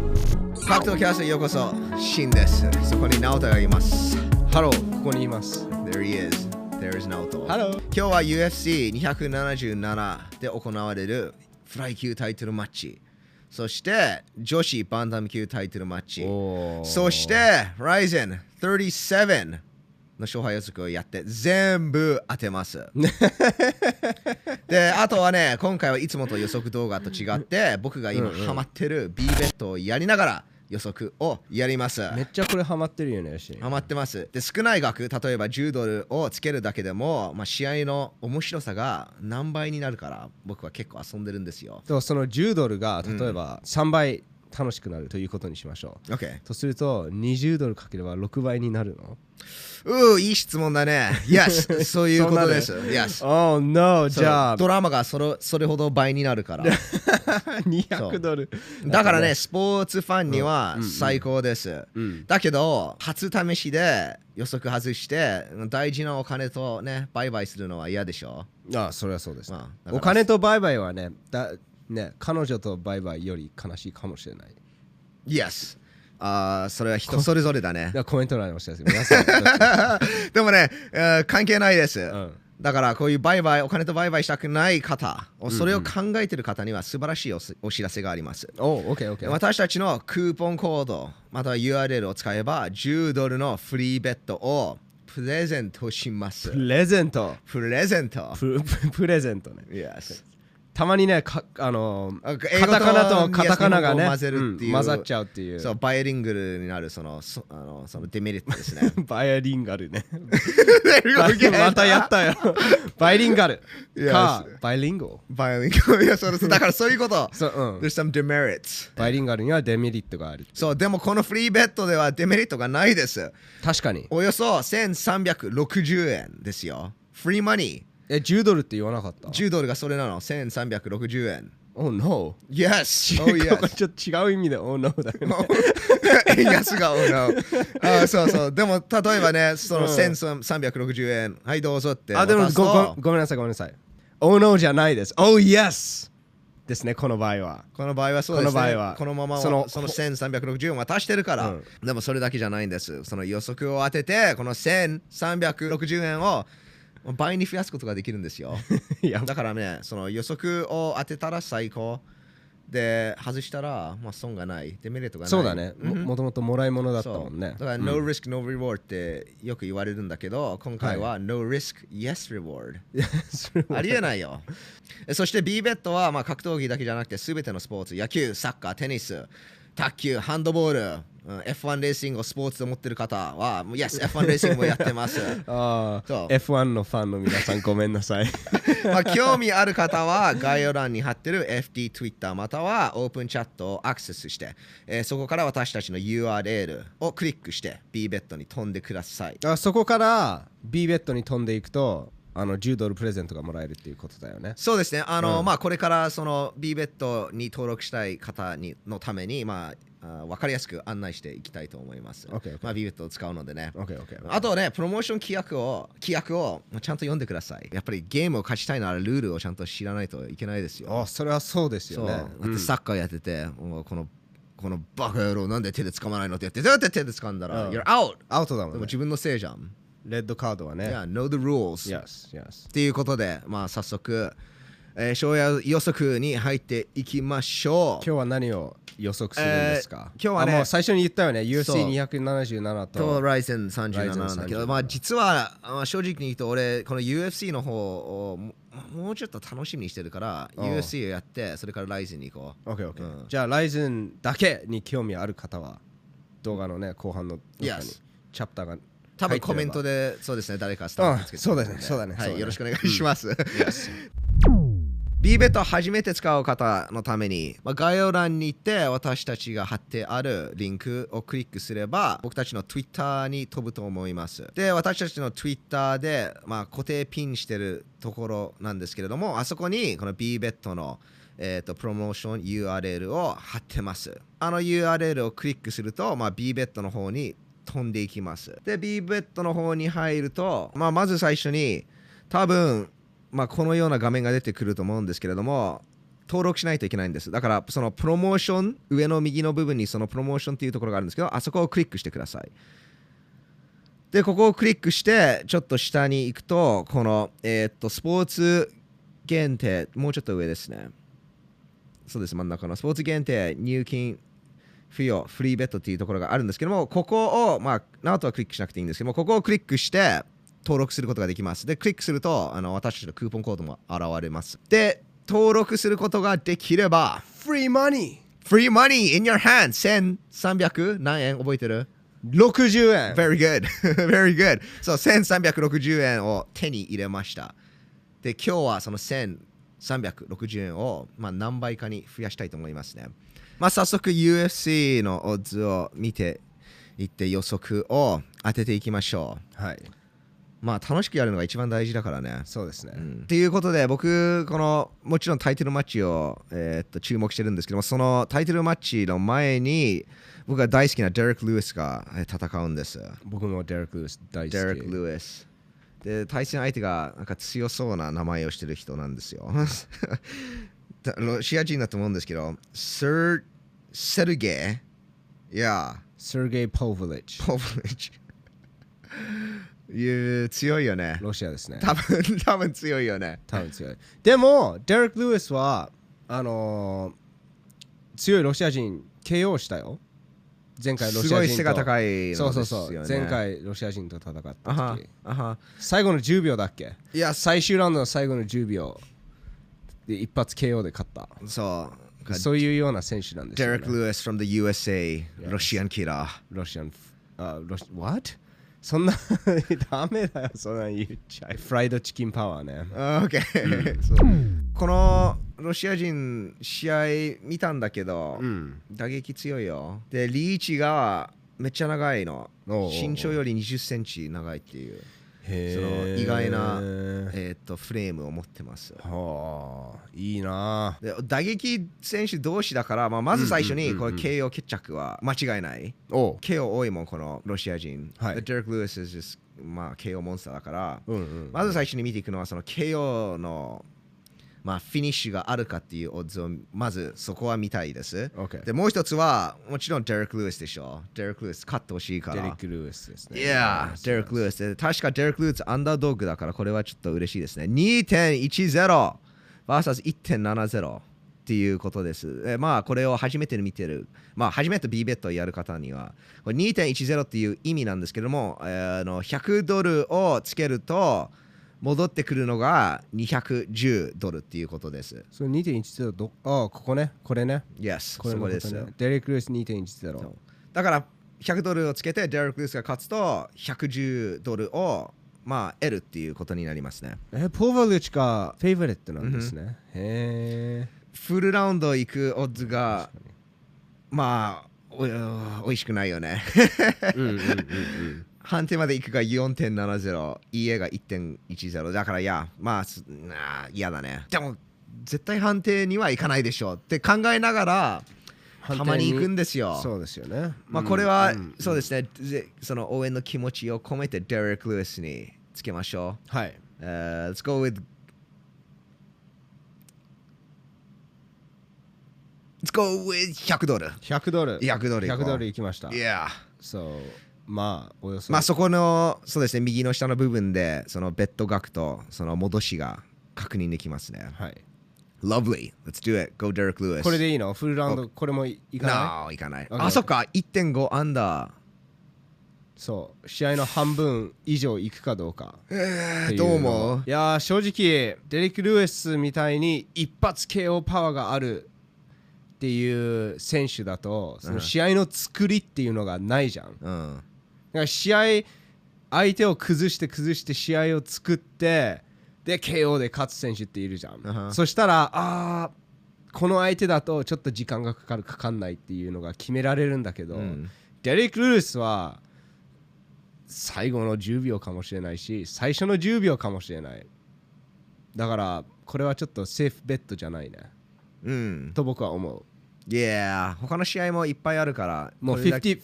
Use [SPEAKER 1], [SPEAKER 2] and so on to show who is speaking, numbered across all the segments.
[SPEAKER 1] ファクトキャストへようこそシンですそこにナオタがいます
[SPEAKER 2] ハロー、ここにいます。
[SPEAKER 1] There he is There is Naoto
[SPEAKER 2] ハロー。
[SPEAKER 1] 今日は UFC277 で行われるフライ級タイトルマッチそして女子バンタム級タイトルマッチ
[SPEAKER 2] おー
[SPEAKER 1] そし、て Ryzen37 の勝敗予測をやって全部当てます であとはね今回はいつもと予測動画と違って僕が今
[SPEAKER 2] うんうん
[SPEAKER 1] ハマってる B ベットをやりながら予測をやります
[SPEAKER 2] めっちゃこれハマってるよね、よし。
[SPEAKER 1] ハマってますで少ない額例えば10ドルをつけるだけでも、まあ、試合の面白さが何倍になるから僕は結構遊んでるんですよ
[SPEAKER 2] とその10ドルが例えば3倍楽しくなるということにしましょう。
[SPEAKER 1] OK
[SPEAKER 2] とすると20ドルかければ6倍になるの
[SPEAKER 1] うーいい質問だね Yes そういうことです Yes
[SPEAKER 2] ?Oh no!
[SPEAKER 1] そう
[SPEAKER 2] じゃあ
[SPEAKER 1] ドラマがそれそれほど倍になる から
[SPEAKER 2] 200ドル。
[SPEAKER 1] だからねスポーツファンには最高です、
[SPEAKER 2] うん。
[SPEAKER 1] だけど初試しで予測外して大事なお金とね売買するのは嫌でしょ、
[SPEAKER 2] ああ、それはそうです。
[SPEAKER 1] まあだから
[SPEAKER 2] お金と売買はね、だね彼女と売買より悲しいかもしれない。
[SPEAKER 1] Yes あーそれは人それぞれだね
[SPEAKER 2] だからコメント欄におっしゃるんですけど 皆さん
[SPEAKER 1] でもね、えー関係ないです、
[SPEAKER 2] うん
[SPEAKER 1] だからこういう売買お金と売買したくない方
[SPEAKER 2] ん
[SPEAKER 1] それを考えてる方には素晴らしいおすお知らせがあります
[SPEAKER 2] おう、オッケーオッケー。
[SPEAKER 1] 私たちのクーポンコードまたは URL を使えば10ドルのフリーベッドをプレゼントします
[SPEAKER 2] プレゼント。
[SPEAKER 1] プレゼント
[SPEAKER 2] プププレゼントね。
[SPEAKER 1] Yes
[SPEAKER 2] たまにね、かあのー
[SPEAKER 1] あ英
[SPEAKER 2] カ
[SPEAKER 1] 語
[SPEAKER 2] タカナとカタカナが
[SPEAKER 1] 日本
[SPEAKER 2] ね、
[SPEAKER 1] 語を混ぜるっていう、
[SPEAKER 2] うん混ざっちゃうっていう。
[SPEAKER 1] そうバイリングルになるそのそあのそのデメリットです ね
[SPEAKER 2] バイリンガ ルね。
[SPEAKER 1] There you go again
[SPEAKER 2] またや ったよ。バイリンガル
[SPEAKER 1] Yes
[SPEAKER 2] か、バイリンゴ。
[SPEAKER 1] バイリングルいやそうそうだからそういうこと
[SPEAKER 2] そううん
[SPEAKER 1] There's some demerits
[SPEAKER 2] バイリンガルにはデメリットがある。
[SPEAKER 1] そうでもこのフリーベッドではデメリットがないです
[SPEAKER 2] 確かに。
[SPEAKER 1] およそ1360円ですよフリーマニ
[SPEAKER 2] え、10ドルって言わなかった
[SPEAKER 1] ー10ドルがそれなの1360円
[SPEAKER 2] ?Oh no!
[SPEAKER 1] Yes! Oh
[SPEAKER 2] ここ
[SPEAKER 1] yes!
[SPEAKER 2] ちょっと違う意味で Oh no だよね。
[SPEAKER 1] 円安が Oh no! あーそうそうでも例えばねその
[SPEAKER 2] うん
[SPEAKER 1] 1360円はいどうぞって
[SPEAKER 2] あ、でも
[SPEAKER 1] 渡す
[SPEAKER 2] ご
[SPEAKER 1] と
[SPEAKER 2] ごごめんなさい、ごめんなさい。Oh no じゃないです。Oh yes! ですね、この場合 は。
[SPEAKER 1] この場合はそうですね
[SPEAKER 2] この場合は
[SPEAKER 1] このままそ
[SPEAKER 2] そ
[SPEAKER 1] の
[SPEAKER 2] の
[SPEAKER 1] その1360円渡してるから、
[SPEAKER 2] うん
[SPEAKER 1] でもそれだけじゃないんですその予測を当ててこの1360円を倍に増やすことができるんですよ
[SPEAKER 2] い や、
[SPEAKER 1] だからねその予測を当てたら最高で外したら、まあ、損がないデメリットがない
[SPEAKER 2] そうだね。
[SPEAKER 1] うん
[SPEAKER 2] ももともともらい物だったもんね
[SPEAKER 1] そう。だから No risk no reward ってよく言われるんだけど今回は No risk yes reward
[SPEAKER 2] いやそれは
[SPEAKER 1] ありえないよ。そして B ベットはまあ格闘技だけじゃなくて全てのスポーツ、野球、サッカー、テニス、卓球、ハンドボール、うん F1 レーシングをスポーツと思ってる方は、Yes、F1 レーシングもやって ます。
[SPEAKER 2] あ
[SPEAKER 1] そう
[SPEAKER 2] あ、F1 のファンの皆さんごめんなさい。
[SPEAKER 1] まあ興味ある方は概要欄に貼ってる FD、Twitter またはオープンチャットをアクセスして、えーそこから私たちの URL をクリックして B ベットに飛んでください。
[SPEAKER 2] あそこから B ベッドに飛んでいくと、あの10ドルプレゼントがもらえるっていうことだよね。
[SPEAKER 1] そうですね、あの、
[SPEAKER 2] うん
[SPEAKER 1] まあこれからその B ベッドに登録したい方にのために、まあ、分かりやすく案内していきたいと思います。
[SPEAKER 2] OK OK
[SPEAKER 1] まあ、B ベッドを使うのでね。
[SPEAKER 2] OK、OK。
[SPEAKER 1] あとね、プロモーション規約を規約をちゃんと読んでください。やっぱりゲームを勝ちたいならルールをちゃんと知らないといけないですよ。
[SPEAKER 2] あ、それはそうです
[SPEAKER 1] そう、
[SPEAKER 2] よね。
[SPEAKER 1] だっ
[SPEAKER 2] う
[SPEAKER 1] て
[SPEAKER 2] ん
[SPEAKER 1] サッカーやってて、もうこのこのバカ野郎なんで手で掴まないのってやって、どうやって手で掴んだら、
[SPEAKER 2] うん
[SPEAKER 1] You're out!
[SPEAKER 2] アウトだ
[SPEAKER 1] で
[SPEAKER 2] も
[SPEAKER 1] も
[SPEAKER 2] んね
[SPEAKER 1] 自。分のせいじゃん。
[SPEAKER 2] レッドカードはね。
[SPEAKER 1] Yeah, know the rules.
[SPEAKER 2] Yes, yes.
[SPEAKER 1] ということで、まあ、早速、えー、勝夜予測に入っていきましょ
[SPEAKER 2] 今
[SPEAKER 1] う。
[SPEAKER 2] 日は何を予測するんですか、
[SPEAKER 1] えー今日はね
[SPEAKER 2] あもう最初に言ったよね。
[SPEAKER 1] そう
[SPEAKER 2] UFC277
[SPEAKER 1] 今日は
[SPEAKER 2] と。
[SPEAKER 1] Ryzen37 なんだけ
[SPEAKER 2] Ryzen
[SPEAKER 1] ど、
[SPEAKER 2] 37
[SPEAKER 1] まあ、実は、あ正直に言うと、俺、この UFC の方をももうちょっと楽しみにしてるから、
[SPEAKER 2] うん
[SPEAKER 1] UFC をやって、それから Ryzen に行こ
[SPEAKER 2] OK、OK、
[SPEAKER 1] うん
[SPEAKER 2] じゃあ、ライズンだけに興味ある方は、動画のね、後半の中に
[SPEAKER 1] Yes
[SPEAKER 2] チャプターが入って
[SPEAKER 1] う。
[SPEAKER 2] れば。
[SPEAKER 1] 多分コメントで、そうですね、誰かスタッフつけてくれるん
[SPEAKER 2] うんそうだねそうだね
[SPEAKER 1] は
[SPEAKER 2] そうだ
[SPEAKER 1] い、
[SPEAKER 2] ね
[SPEAKER 1] よろしくお願いします。B ベット初めて使う方のために、まあ、概要欄に行って私たちが貼ってあるリンクをクリックすれば僕たちの Twitter に飛ぶと思いますで私たちの Twitter で、まあ、固定ピンしてるところなんですけれどもあそこにこの B ベットの、えー、とプロモーション URL を貼ってますあの URL をクリックすると、まあ、B ベットの方に飛んでいきますで B ベットの方に入ると、まあ、まず最初に多分まあ、このような画面が出てくると思うんですけれども登録しないといけないんです。だから、そのプロモーション、上の右の部分にそのプロモーションっていうところがあるんですけど、あそこをクリックしてください。で、ここをクリックして、ちょっと下に行くと、この、えーっと、スポーツ限定、もうちょっと上ですね。そうです、真ん中のスポーツ限定入金付与フリーベットっていうところがあるんですけども、ここを、まあ、ナオトはクリックしなくていいんですけども、ここをクリックして登録することができます。で、クリックすると、あの私たちのクーポンコードも現れます。で、登録することができれば、
[SPEAKER 2] Free money!
[SPEAKER 1] Free money in your hand 1300何円覚えてる
[SPEAKER 2] 60 円
[SPEAKER 1] Very good. Very good. そう、1360円を手に入れました。で、今日はその1360円を、まあ、何倍かに増やしたいと思いますね。まあ、早速 UFC のオッズを見ていって予測を当てていきましょ
[SPEAKER 2] はい、
[SPEAKER 1] う。まあ、楽しくやるのが一番大事だからね。
[SPEAKER 2] そうですね。
[SPEAKER 1] ということで僕このもちろんタイトルマッチを、えーっと注目してるんですけどもそのタイトルマッチの前に僕が大好きなデレック・ルイスがえー戦うんです
[SPEAKER 2] 僕もデレック・ルイス大好き。
[SPEAKER 1] デレック・ルイスで対戦相手がなんか強そうな名前をしてる人なんですよ だロシア人だと思うんですけどセルセルゲイいや
[SPEAKER 2] セルゲイ・ポーヴリッチ。
[SPEAKER 1] ポブリッチいう強いよね
[SPEAKER 2] ロシアですね。
[SPEAKER 1] 多分 多分強いよね
[SPEAKER 2] 多分強い。でも、デレック・ルイスは、あのー強いロシア人 KO したよ。前回ロシア人と
[SPEAKER 1] すごい背が高いのです
[SPEAKER 2] そ
[SPEAKER 1] よ、ね、
[SPEAKER 2] うそうそう。前回ロシア人と戦った
[SPEAKER 1] あは
[SPEAKER 2] 時。
[SPEAKER 1] あは
[SPEAKER 2] 最後の10秒だっけ
[SPEAKER 1] いや
[SPEAKER 2] 最終ラウンドの最後の10秒で一発 KO で勝った。
[SPEAKER 1] そう
[SPEAKER 2] そういうような選手なんです
[SPEAKER 1] デ
[SPEAKER 2] よ、
[SPEAKER 1] レ
[SPEAKER 2] ね。
[SPEAKER 1] ック・ルイス from the USA ロシアンキラー
[SPEAKER 2] ロシアン、あ、ロシ、what? そんな、 ダメだよ、そんなん言っちゃい。フライドチキンパワーね。
[SPEAKER 1] あー OK そうこのロシア人試合見たんだけど、
[SPEAKER 2] ん。
[SPEAKER 1] 打撃強いよでリーチがめっちゃ長いの
[SPEAKER 2] おうおうおう
[SPEAKER 1] 身長より2 0センチ長いっていうその
[SPEAKER 2] へえ。
[SPEAKER 1] 意外なえーっとフレームを持ってます
[SPEAKER 2] はあ、いいなあ。
[SPEAKER 1] で打撃選手同士だから、まあ、まず最初
[SPEAKER 2] う
[SPEAKER 1] に
[SPEAKER 2] んうん
[SPEAKER 1] こ
[SPEAKER 2] うん
[SPEAKER 1] れ
[SPEAKER 2] うん
[SPEAKER 1] KO 決着は間違いない
[SPEAKER 2] お
[SPEAKER 1] KO 多いもんこのロシア人、
[SPEAKER 2] はい
[SPEAKER 1] でデレック・ルイス is just まあ KO モンスターだから、
[SPEAKER 2] うんうん。
[SPEAKER 1] まず最初に見ていくのはその KO のまあフィニッシュがあるかっていうオッズをまずそこは見たいです、
[SPEAKER 2] OK。
[SPEAKER 1] でもう一つはもちろんデレック・ルイスでしょデレック・ルイス勝ってほしいか
[SPEAKER 2] デレッ
[SPEAKER 1] ら
[SPEAKER 2] ク・ルースですね。
[SPEAKER 1] いやーデレック・ルイスで確かデレック・ルイスアンダードッグだからこれはちょっと嬉しいですね 2.10vs1.70 っていうことです。えまあこれを初めて見てる、まあ初めて B ベットをやる方には、これ2.10っていう意味なんですけども、えーあの100ドルをつけると戻ってくるのが210ドルっていうことです。
[SPEAKER 2] それ2.10ど、ああ、ここね。これね。
[SPEAKER 1] Yes、
[SPEAKER 2] こ
[SPEAKER 1] そ
[SPEAKER 2] れのこ
[SPEAKER 1] こと
[SPEAKER 2] ね
[SPEAKER 1] です。
[SPEAKER 2] デレック・ルース2.10。
[SPEAKER 1] そうだから100ドルをつけてデレック・ルースが勝つと110ドルをまあ得るっていうことになりますね
[SPEAKER 2] え、ポーヴァリッチがフェイバリットなんですね。へえ。
[SPEAKER 1] フルラウンド行くオッズがまあおおいしくないよね
[SPEAKER 2] うんうんうん うん。
[SPEAKER 1] 判定まで行くが4.70家が1.10だからいやまあすなあ嫌だねでも絶対判定にはいかないでしょうって考えながらたまに行くんですよ
[SPEAKER 2] そうですよね。
[SPEAKER 1] まあ
[SPEAKER 2] うん
[SPEAKER 1] これは
[SPEAKER 2] うん
[SPEAKER 1] そうですね、ぜその応援の気持ちを込めてデレック・ルイスにつけましょ
[SPEAKER 2] はい。
[SPEAKER 1] う。えー let's go with Let's go with 100ドル。
[SPEAKER 2] 100ドル。
[SPEAKER 1] 100ドル行こう
[SPEAKER 2] 100ドルいきました。
[SPEAKER 1] Yeah.
[SPEAKER 2] そう。まあ、およそ。
[SPEAKER 1] まあそこのそうですね右の下の部分でそのベッド額とその戻しが確認できますね。
[SPEAKER 2] はい。
[SPEAKER 1] Lovely. Let's do it. Go Derek Lewis.
[SPEAKER 2] これでいいのフルラウンド、これもいいかない
[SPEAKER 1] No, いかない。
[SPEAKER 2] Okay,
[SPEAKER 1] あ、そっか。1.5アンダー。
[SPEAKER 2] そう。試合の半分以上いくかどうか。
[SPEAKER 1] え
[SPEAKER 2] っ
[SPEAKER 1] ー
[SPEAKER 2] てい
[SPEAKER 1] どう
[SPEAKER 2] の
[SPEAKER 1] 思う
[SPEAKER 2] いやー正直デリック・ルイスみたいに一発 KO パワーがあるっていう選手だとその試合の作りっていうのがないじゃんだか
[SPEAKER 1] うん。
[SPEAKER 2] ら試合相手を崩して崩して試合を作ってで KO で勝つ選手っているじゃん、
[SPEAKER 1] うんうん
[SPEAKER 2] そしたらあーこの相手だとちょっと時間がかかるかかんないっていうのが決められるんだけど、
[SPEAKER 1] うん
[SPEAKER 2] デリック・ルースは最後の10秒かもしれないし最初の10秒かもしれないだからこれはちょっとセーフベッドじゃないね
[SPEAKER 1] うん。
[SPEAKER 2] と僕は思
[SPEAKER 1] いやー他の試合もいっぱいあるから、
[SPEAKER 2] うもう
[SPEAKER 1] これだけ
[SPEAKER 2] 50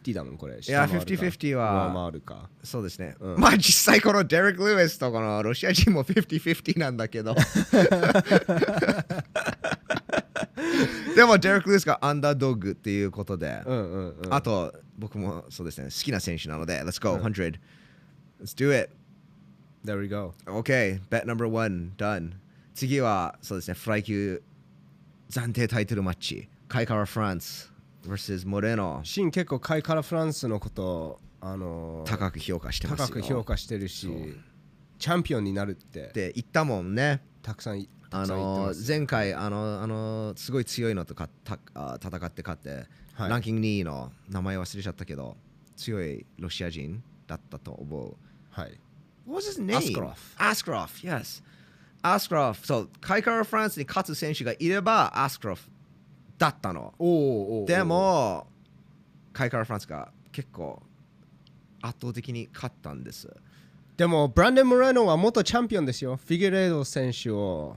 [SPEAKER 2] 50-50だもんこれい
[SPEAKER 1] や50-50は
[SPEAKER 2] 上回るか
[SPEAKER 1] そうですね、
[SPEAKER 2] うん
[SPEAKER 1] まあ実際このデレック・ルイスとこのロシア人も50-50なんだけど。でも、デレック・ルイスがアンダードッグっていうことで、
[SPEAKER 2] うんうんうん。
[SPEAKER 1] あと、僕もそうですね、好きな選手なので、Let's go,
[SPEAKER 2] うん
[SPEAKER 1] 100. Let's do it.
[SPEAKER 2] There we go.
[SPEAKER 1] OK, bet number one, done. 次は、そうですね、フライ級暫定タイトルマッチ。カイカワ・フランス vs モレノ。
[SPEAKER 2] シン結構カイカラフランスのことをあのー
[SPEAKER 1] 高く評価してますよ
[SPEAKER 2] 高く評価してるし
[SPEAKER 1] そう、
[SPEAKER 2] チャンピオンになるって
[SPEAKER 1] って言ったもんね。
[SPEAKER 2] たくさんい
[SPEAKER 1] あ
[SPEAKER 2] たくさん言って
[SPEAKER 1] の
[SPEAKER 2] ます。
[SPEAKER 1] 前回あのあのすごい強いのとかたあ戦って勝って、
[SPEAKER 2] はい
[SPEAKER 1] ランキング2位の名前忘れちゃったけど強いロシア人だったと思う。
[SPEAKER 2] はい。
[SPEAKER 1] What was his
[SPEAKER 2] name? Askarov.
[SPEAKER 1] Askarov, yes. Askarov, そう、カイカラ・フランスに勝つ選手がいれば Askarov だったの。
[SPEAKER 2] おーおーおー
[SPEAKER 1] で、も、カイカラ・フランスが結構圧倒的に勝ったんです。
[SPEAKER 2] でもブランデン・モレノは元チャンピオンですよ。フィギュレード選手を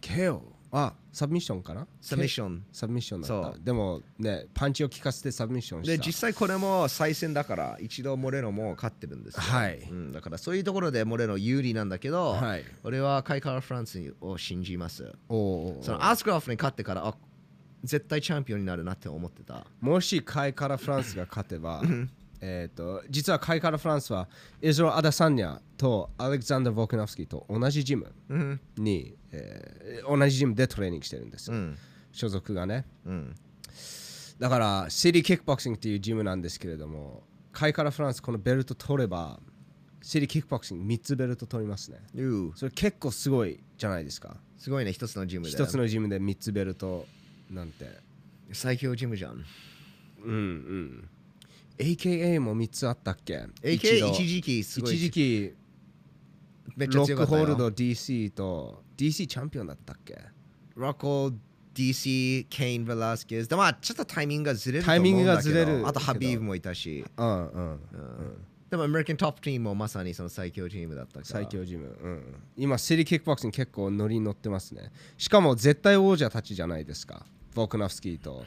[SPEAKER 2] KO。あ、サブミッションかな
[SPEAKER 1] サミッション。
[SPEAKER 2] サブミッションだった
[SPEAKER 1] そ
[SPEAKER 2] でもねパンチを効かせてサブミッションした
[SPEAKER 1] で実際これも再戦だから一度モレノも勝ってるんですよ、
[SPEAKER 2] はい
[SPEAKER 1] うん、だからそういうところでモレノ有利なんだけど、
[SPEAKER 2] はい
[SPEAKER 1] 俺はカイカラ・フランスを信じます
[SPEAKER 2] おうおう
[SPEAKER 1] そのアスクラフに勝ってからあ絶対チャンピオンになるなって思ってた
[SPEAKER 2] もしカイカラフランスが勝てばえーと実はカイカラフランスはイズロ・アダサンニャとアレクサンダー・ボクナフスキーと同じジム
[SPEAKER 1] うん
[SPEAKER 2] に、えー同じジムでトレーニングしてるんです
[SPEAKER 1] う
[SPEAKER 2] よ、
[SPEAKER 1] ん
[SPEAKER 2] 所属がね
[SPEAKER 1] うん
[SPEAKER 2] だからシティ・キックボクシングっていうジムなんですけれどもカイカラフランスこのベルト取ればシティ・キックボクシング3つベルト取りますね
[SPEAKER 1] うう
[SPEAKER 2] それ結構すごいじゃないですか
[SPEAKER 1] すごいね一つのジムで
[SPEAKER 2] 一つのジムで3つベルトなんて
[SPEAKER 1] 最強ジムじゃん
[SPEAKER 2] うんうん AKA も3つあったっけ
[SPEAKER 1] AK
[SPEAKER 2] 度
[SPEAKER 1] 一時期すごい
[SPEAKER 2] 一時期
[SPEAKER 1] めっち
[SPEAKER 2] ロ
[SPEAKER 1] ゃ
[SPEAKER 2] ッ
[SPEAKER 1] 強
[SPEAKER 2] ク
[SPEAKER 1] かった
[SPEAKER 2] ホ
[SPEAKER 1] よ
[SPEAKER 2] ールド DC と DC チャンピオンだったっけ
[SPEAKER 1] ロックホールド DC ケイン・ベラスケスでまあちょっとタイミングがずれると
[SPEAKER 2] タイ
[SPEAKER 1] 思う
[SPEAKER 2] ミン
[SPEAKER 1] ん
[SPEAKER 2] グが
[SPEAKER 1] だけ
[SPEAKER 2] ずれる
[SPEAKER 1] どあとハビーブもいたし
[SPEAKER 2] うんうん
[SPEAKER 1] でも、アメリカントップチームもまさにその最強チームだったから。
[SPEAKER 2] 最。強ジム、うん、今シリキックボクシング結構ノリに乗ってますねしかも絶対王者たちじゃないですかボクナフスキーと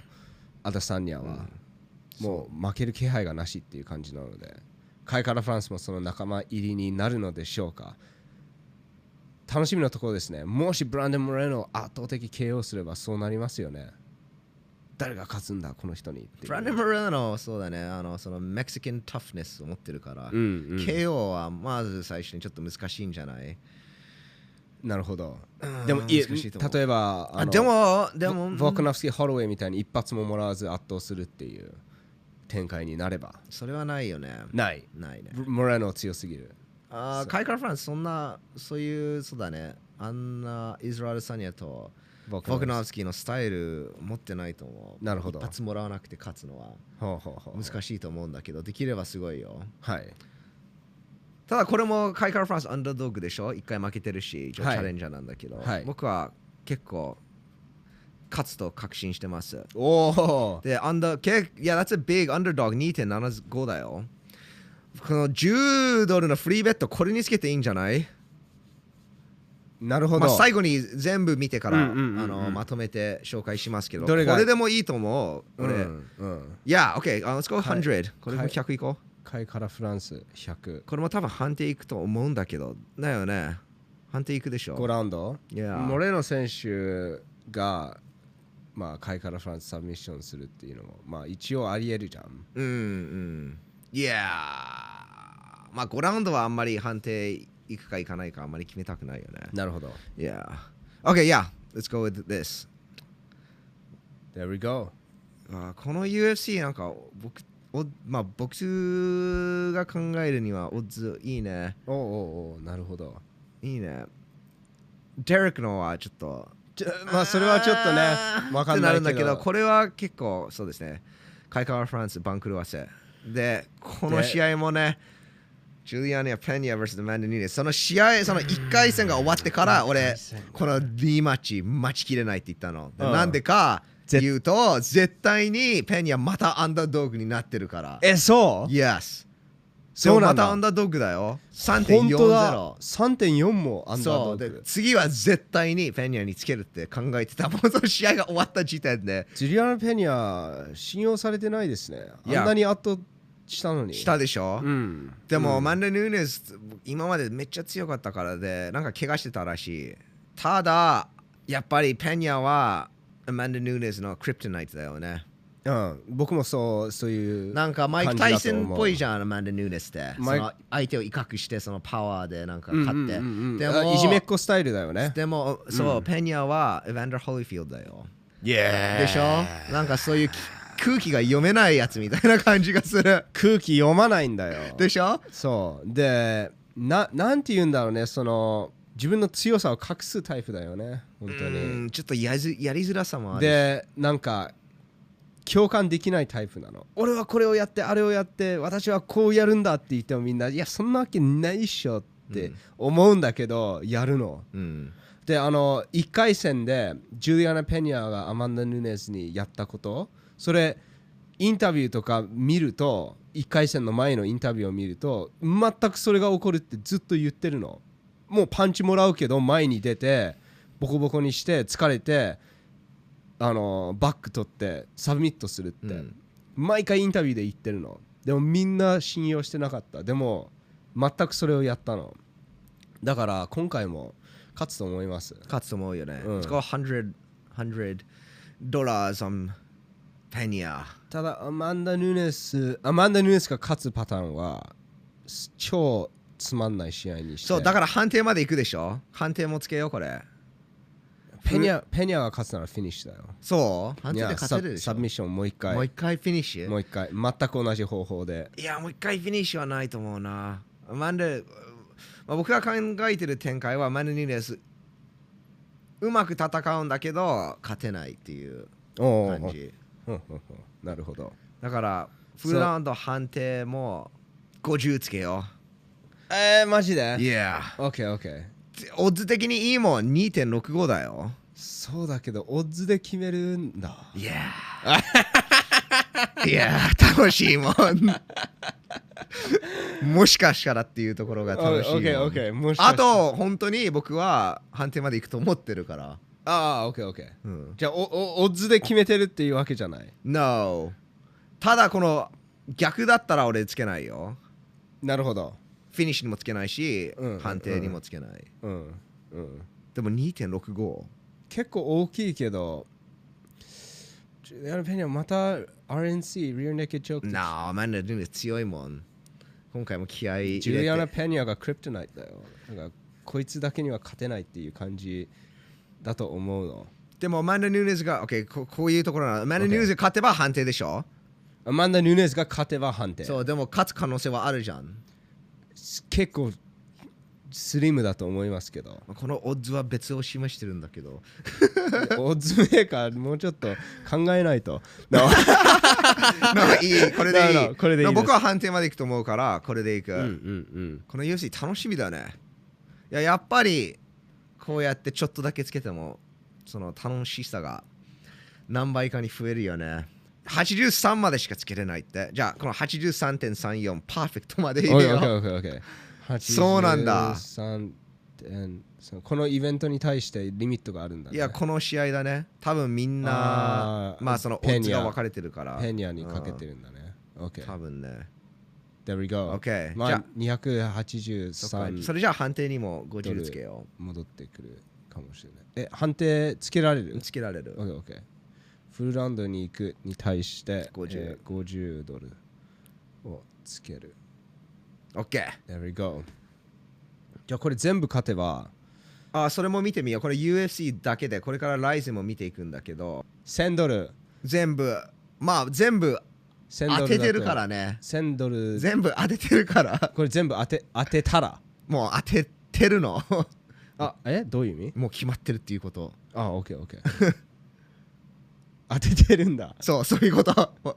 [SPEAKER 2] アダサンニャは、もう負ける気配がなしっていう感じなのでカイカラフランスもその仲間入りになるのでしょうか楽しみなところですねもしブランデン・モレノを圧倒的 KO すればそうなりますよね誰が勝つんだこの人にっていう
[SPEAKER 1] ブランデン・マレーノ、そうだね、あの、そのメキシカンタフネスを持ってるから、
[SPEAKER 2] うんうん
[SPEAKER 1] KO はまず最初にちょっと難しいんじゃない
[SPEAKER 2] なるほど
[SPEAKER 1] うん
[SPEAKER 2] でもいえ
[SPEAKER 1] 難しいと思う
[SPEAKER 2] 例えば
[SPEAKER 1] あ
[SPEAKER 2] の
[SPEAKER 1] でも、でも、
[SPEAKER 2] ヴォクナフスキー・ホロウェイみたいに一発ももらわず圧倒するっていう展開になれば
[SPEAKER 1] それはないよね。
[SPEAKER 2] ない
[SPEAKER 1] ないね。
[SPEAKER 2] モレノ強すぎる
[SPEAKER 1] あーカイカラ・フランス、そんな、そういう、そうだね、あんなイズラエル・サニアと、
[SPEAKER 2] ヴォ
[SPEAKER 1] フォク
[SPEAKER 2] フ
[SPEAKER 1] ナフスキーのスタイル持ってないと思う。
[SPEAKER 2] なるほど
[SPEAKER 1] 一発もらわなくて勝つのは
[SPEAKER 2] スほうほうほう
[SPEAKER 1] 難しいと思うんだけど、できればすごいよ。
[SPEAKER 2] はい
[SPEAKER 1] ただこれもカイカラ・フランスアンダードッグでしょ一回負けてるし一応チ
[SPEAKER 2] はい
[SPEAKER 1] ャレンジャーなんだけど、
[SPEAKER 2] はい
[SPEAKER 1] 僕は結構勝つと確信してます
[SPEAKER 2] おお
[SPEAKER 1] でアンダー結いや that's a big underdog 2.75だよこの10ドルのフリーベットこれにつけていいんじゃない、
[SPEAKER 2] なるほ
[SPEAKER 1] まあ、
[SPEAKER 2] ど、
[SPEAKER 1] 最後に全部見てからあ
[SPEAKER 2] うんうんうんうん
[SPEAKER 1] のまとめて紹介しますけど
[SPEAKER 2] どれが
[SPEAKER 1] これでもいいと思う
[SPEAKER 2] う
[SPEAKER 1] 俺、
[SPEAKER 2] んうん、
[SPEAKER 1] いや、OK、uh, let's go 100、これも
[SPEAKER 2] はい
[SPEAKER 1] 100いこう、
[SPEAKER 2] カイカラフランス100
[SPEAKER 1] これも多分判定いくと思うんだけど、だよね。判定いくでしょ。
[SPEAKER 2] 5ラウンド、
[SPEAKER 1] いや
[SPEAKER 2] モレノ選手がまあカイカラフランスサブミッションするっていうのもまあ一応ありえるじゃん
[SPEAKER 1] うんうん。いやー、まあ5ラウンドはあんまり判定いくかいかないかあんまり決めたくないよね。
[SPEAKER 2] なるほど
[SPEAKER 1] いやー。OK, yeah, let's go with this.
[SPEAKER 2] There we go
[SPEAKER 1] あーこの UFC なんか僕、おまあ僕が考えるにはオッズいいね。
[SPEAKER 2] おうおうおうなるほど
[SPEAKER 1] いいね。デレックのはちょっと。
[SPEAKER 2] ちょまあそれはちょっとね
[SPEAKER 1] あー
[SPEAKER 2] わ
[SPEAKER 1] っ
[SPEAKER 2] かんないけど
[SPEAKER 1] てなるんだけど、これは結構そうですね。カイカワ・フランス、番狂わせ。で、この
[SPEAKER 2] で
[SPEAKER 1] 試合もね、ジュリアニア・ペニア vs. マンデニーネ、その試合、その1回戦が終わってから、俺、このリマッチ、待ちきれないって言ったの。で
[SPEAKER 2] うん
[SPEAKER 1] なんでか言うと、絶対にペニアまたアンダードッグになってるから。
[SPEAKER 2] えそう
[SPEAKER 1] Yes。
[SPEAKER 2] そうなんだ
[SPEAKER 1] でもまたアンダードッグだよ。
[SPEAKER 2] 本当だ
[SPEAKER 1] 3.40。
[SPEAKER 2] 3.4もアンダー
[SPEAKER 1] そ
[SPEAKER 2] ド
[SPEAKER 1] う
[SPEAKER 2] ッ
[SPEAKER 1] で
[SPEAKER 2] グ
[SPEAKER 1] 次は絶対にペニャにつけるって考えてたもうその試合が終わった時点で
[SPEAKER 2] ジュリアナ・ペニャ信用されてないですねあん
[SPEAKER 1] いや
[SPEAKER 2] なに圧倒したのに
[SPEAKER 1] したでしょ、
[SPEAKER 2] うん
[SPEAKER 1] でも、
[SPEAKER 2] うん
[SPEAKER 1] マンデ・ヌーネス今までめっちゃ強かったからでなんか怪我してたらしいただやっぱりペニャはアマンダ・ヌーネズのクリプトナイトだよね。
[SPEAKER 2] うん、僕もそうそういう
[SPEAKER 1] なんかマイク・タ
[SPEAKER 2] 感じ
[SPEAKER 1] イ
[SPEAKER 2] だと
[SPEAKER 1] ソ
[SPEAKER 2] 思う
[SPEAKER 1] ンっぽいじゃん、アマンダ・ヌーネスって。そ
[SPEAKER 2] マイ
[SPEAKER 1] の相手を威嚇して、そのパワーでなんか
[SPEAKER 2] うんうん
[SPEAKER 1] 勝っ
[SPEAKER 2] う
[SPEAKER 1] て
[SPEAKER 2] んうん。
[SPEAKER 1] で
[SPEAKER 2] あ
[SPEAKER 1] も、
[SPEAKER 2] いじめっ子スタイルだよね
[SPEAKER 1] でも、そう、ペニャはエヴァンダー・ホリフィールドだよ。
[SPEAKER 2] いや
[SPEAKER 1] でしょなんかそういうき空気が読めないやつみたいな感じがする。
[SPEAKER 2] 空気読まないんだよ
[SPEAKER 1] でしょ
[SPEAKER 2] そうでななんて言うんだろうねその自分の強さを隠すタイプだよね本当
[SPEAKER 1] う
[SPEAKER 2] に
[SPEAKER 1] んちょっとやずやりづらさもあるし。
[SPEAKER 2] でなんか共感できないタイプなの俺はこれをやってあれをやって私はこうやるんだって言ってもみんないやそんなわけないっしょって思うんだけど、やるの
[SPEAKER 1] うん。
[SPEAKER 2] であの1回戦でジュリアナ・ペニャがアマンダ・ヌネスにやったことそれインタビューとか見ると1回戦の前のインタビューを見ると全くそれが起こるってずっと言ってるのもうパンチもらうけど前に出てボコボコにして疲れてあのバック取ってサブミットするっ
[SPEAKER 1] う
[SPEAKER 2] て、
[SPEAKER 1] ん
[SPEAKER 2] 毎回インタビューで言ってるのでもみんな信用してなかったでも全くそれをやったのだから今回も勝つと思います
[SPEAKER 1] 勝つと思うよね。
[SPEAKER 2] うん
[SPEAKER 1] It's got 100, 100 dollars on Pena.
[SPEAKER 2] ただアマンダ・ヌネスアマンダ・ヌネスが勝つパターンはす超つまんない試合にして
[SPEAKER 1] そう、だから判定まで行くでしょ判定もつけよう、これ。
[SPEAKER 2] ペニャペニャが勝つならフィニッシュだよ
[SPEAKER 1] そう判定で勝てる
[SPEAKER 2] いや
[SPEAKER 1] で
[SPEAKER 2] サ
[SPEAKER 1] しょ
[SPEAKER 2] サブミッションもう一回
[SPEAKER 1] もう一回フィニッシ
[SPEAKER 2] も
[SPEAKER 1] ュ
[SPEAKER 2] う一回全く同じ方法で
[SPEAKER 1] いや、もう一回フィニッシュはないと思うな。マンデ、まあ、僕が考えてる展開はマンデ・ニーネス。うまく戦うんだけど、勝てないっていう
[SPEAKER 2] おー
[SPEAKER 1] 感じ。
[SPEAKER 2] ほんほんほんなるほど
[SPEAKER 1] だから、
[SPEAKER 2] そう
[SPEAKER 1] フルラウンド判定も50つけよ
[SPEAKER 2] えー、マジ
[SPEAKER 1] う。
[SPEAKER 2] で
[SPEAKER 1] いや。
[SPEAKER 2] オッケーオッケー
[SPEAKER 1] オッズ的にいいもん、2.65だよ。
[SPEAKER 2] そうだけどオッズで決めるんだ
[SPEAKER 1] いやー いやー楽しいもんもしかしたらっていうところが楽しいもん
[SPEAKER 2] オッケーオッケーもしか
[SPEAKER 1] あ
[SPEAKER 2] したら
[SPEAKER 1] と本当に僕は判定まで行くと思ってるから、
[SPEAKER 2] ああオッケーオッケー
[SPEAKER 1] うん、
[SPEAKER 2] じゃあおおオッズで決めてるっていうわけじゃない
[SPEAKER 1] No ただこの逆だったら俺つけないよ
[SPEAKER 2] なるほど
[SPEAKER 1] フィニッシュにもつけないし、
[SPEAKER 2] うん
[SPEAKER 1] 判定にもつけない、
[SPEAKER 2] うんうん
[SPEAKER 1] でも2.65
[SPEAKER 2] 結構大きいけどジュリアナ・ペニャまた RNC リアネッケチョーク
[SPEAKER 1] No マンダル強いもん今回も気合い
[SPEAKER 2] ジ
[SPEAKER 1] 入
[SPEAKER 2] ュリア
[SPEAKER 1] れ
[SPEAKER 2] ナ・
[SPEAKER 1] て
[SPEAKER 2] ペニャがクリプトナイトだよなんかこいつだけには勝てないっていう感じだと思うの
[SPEAKER 1] でもマンダ・ヌーネスが、OK、ここういうところなのマンダ・ヌーネスが勝てば判定でしょ
[SPEAKER 2] アマンダ・ヌネスが勝てば判定
[SPEAKER 1] そうでも勝つ可能性はあるじゃん
[SPEAKER 2] 結構スリムだと思いますけど
[SPEAKER 1] このオッズは別を示してるんだけ ど
[SPEAKER 2] オッズメーカーもうちょっと考えないと
[SPEAKER 1] なんかいいこれでいい
[SPEAKER 2] なるほどこれでいいです
[SPEAKER 1] 僕は判定までいくと思うからこれでいく、
[SPEAKER 2] うんうんうん
[SPEAKER 1] この UFC 楽しみだねいややっぱりこうやってちょっとだけつけてもその楽しさが何倍かに増えるよね83までしかつけれないってじゃあこの83.34パーフェクトまでい
[SPEAKER 2] オ
[SPEAKER 1] る
[SPEAKER 2] ッケー
[SPEAKER 1] よ
[SPEAKER 2] オッケーオッケー
[SPEAKER 1] そうなんだ
[SPEAKER 2] 83点そうこのイベントに対してリミットがあるんだ、ね、
[SPEAKER 1] いやこの試合だね多分みんな
[SPEAKER 2] あー
[SPEAKER 1] まあそのオッズが分かれてるから
[SPEAKER 2] ペニャにかけてるんだね OK
[SPEAKER 1] 多分ね
[SPEAKER 2] There we go
[SPEAKER 1] OK
[SPEAKER 2] ま
[SPEAKER 1] じゃ
[SPEAKER 2] あ
[SPEAKER 1] あそっかそ
[SPEAKER 2] 283
[SPEAKER 1] れじゃあ判定にも
[SPEAKER 2] ドル
[SPEAKER 1] 50つけよ
[SPEAKER 2] 戻ってくるかもしれないえ判定つけられ
[SPEAKER 1] う
[SPEAKER 2] る
[SPEAKER 1] つけられる
[SPEAKER 2] ?OKOK フルラウンドに行くに対して
[SPEAKER 1] 50
[SPEAKER 2] えー50ドルをつける
[SPEAKER 1] OK
[SPEAKER 2] There we go じゃあこれ全部勝てば
[SPEAKER 1] あそれも見てみようこれ UFC だけでこれからライズも見ていくんだけど
[SPEAKER 2] 1000ドル
[SPEAKER 1] 全部まあ全部
[SPEAKER 2] 1000ドル
[SPEAKER 1] 当
[SPEAKER 2] だと
[SPEAKER 1] ててるからね
[SPEAKER 2] 1000ドル
[SPEAKER 1] 全部当ててるから
[SPEAKER 2] これ全部当て当てたら
[SPEAKER 1] もう当ててるの
[SPEAKER 2] あえどういう意味
[SPEAKER 1] もう決まってるっていうこと
[SPEAKER 2] あオッケーオッケー当ててるんだ
[SPEAKER 1] そうそういうこと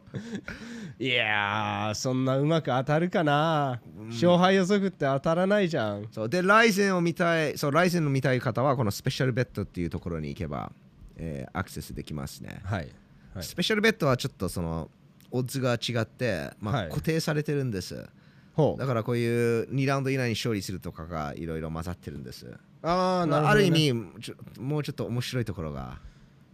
[SPEAKER 2] いやーそんなうまく当たるかな、勝敗予測って当たらないじゃん
[SPEAKER 1] そうでライゼンを見たいそうライゼンを見たい方はこのスペシャルベッドっていうところに行けば、えーアクセスできますね
[SPEAKER 2] はい、はい
[SPEAKER 1] スペシャルベッドはちょっとそのオッズが違って、まあ
[SPEAKER 2] はい
[SPEAKER 1] 固定されてるんです
[SPEAKER 2] ほう
[SPEAKER 1] だからこういう2ラウンド以内に勝利するとかがいろいろ混ざってるんです
[SPEAKER 2] あーなるほど、ね、
[SPEAKER 1] ある意味ちょもうちょっと面白いところが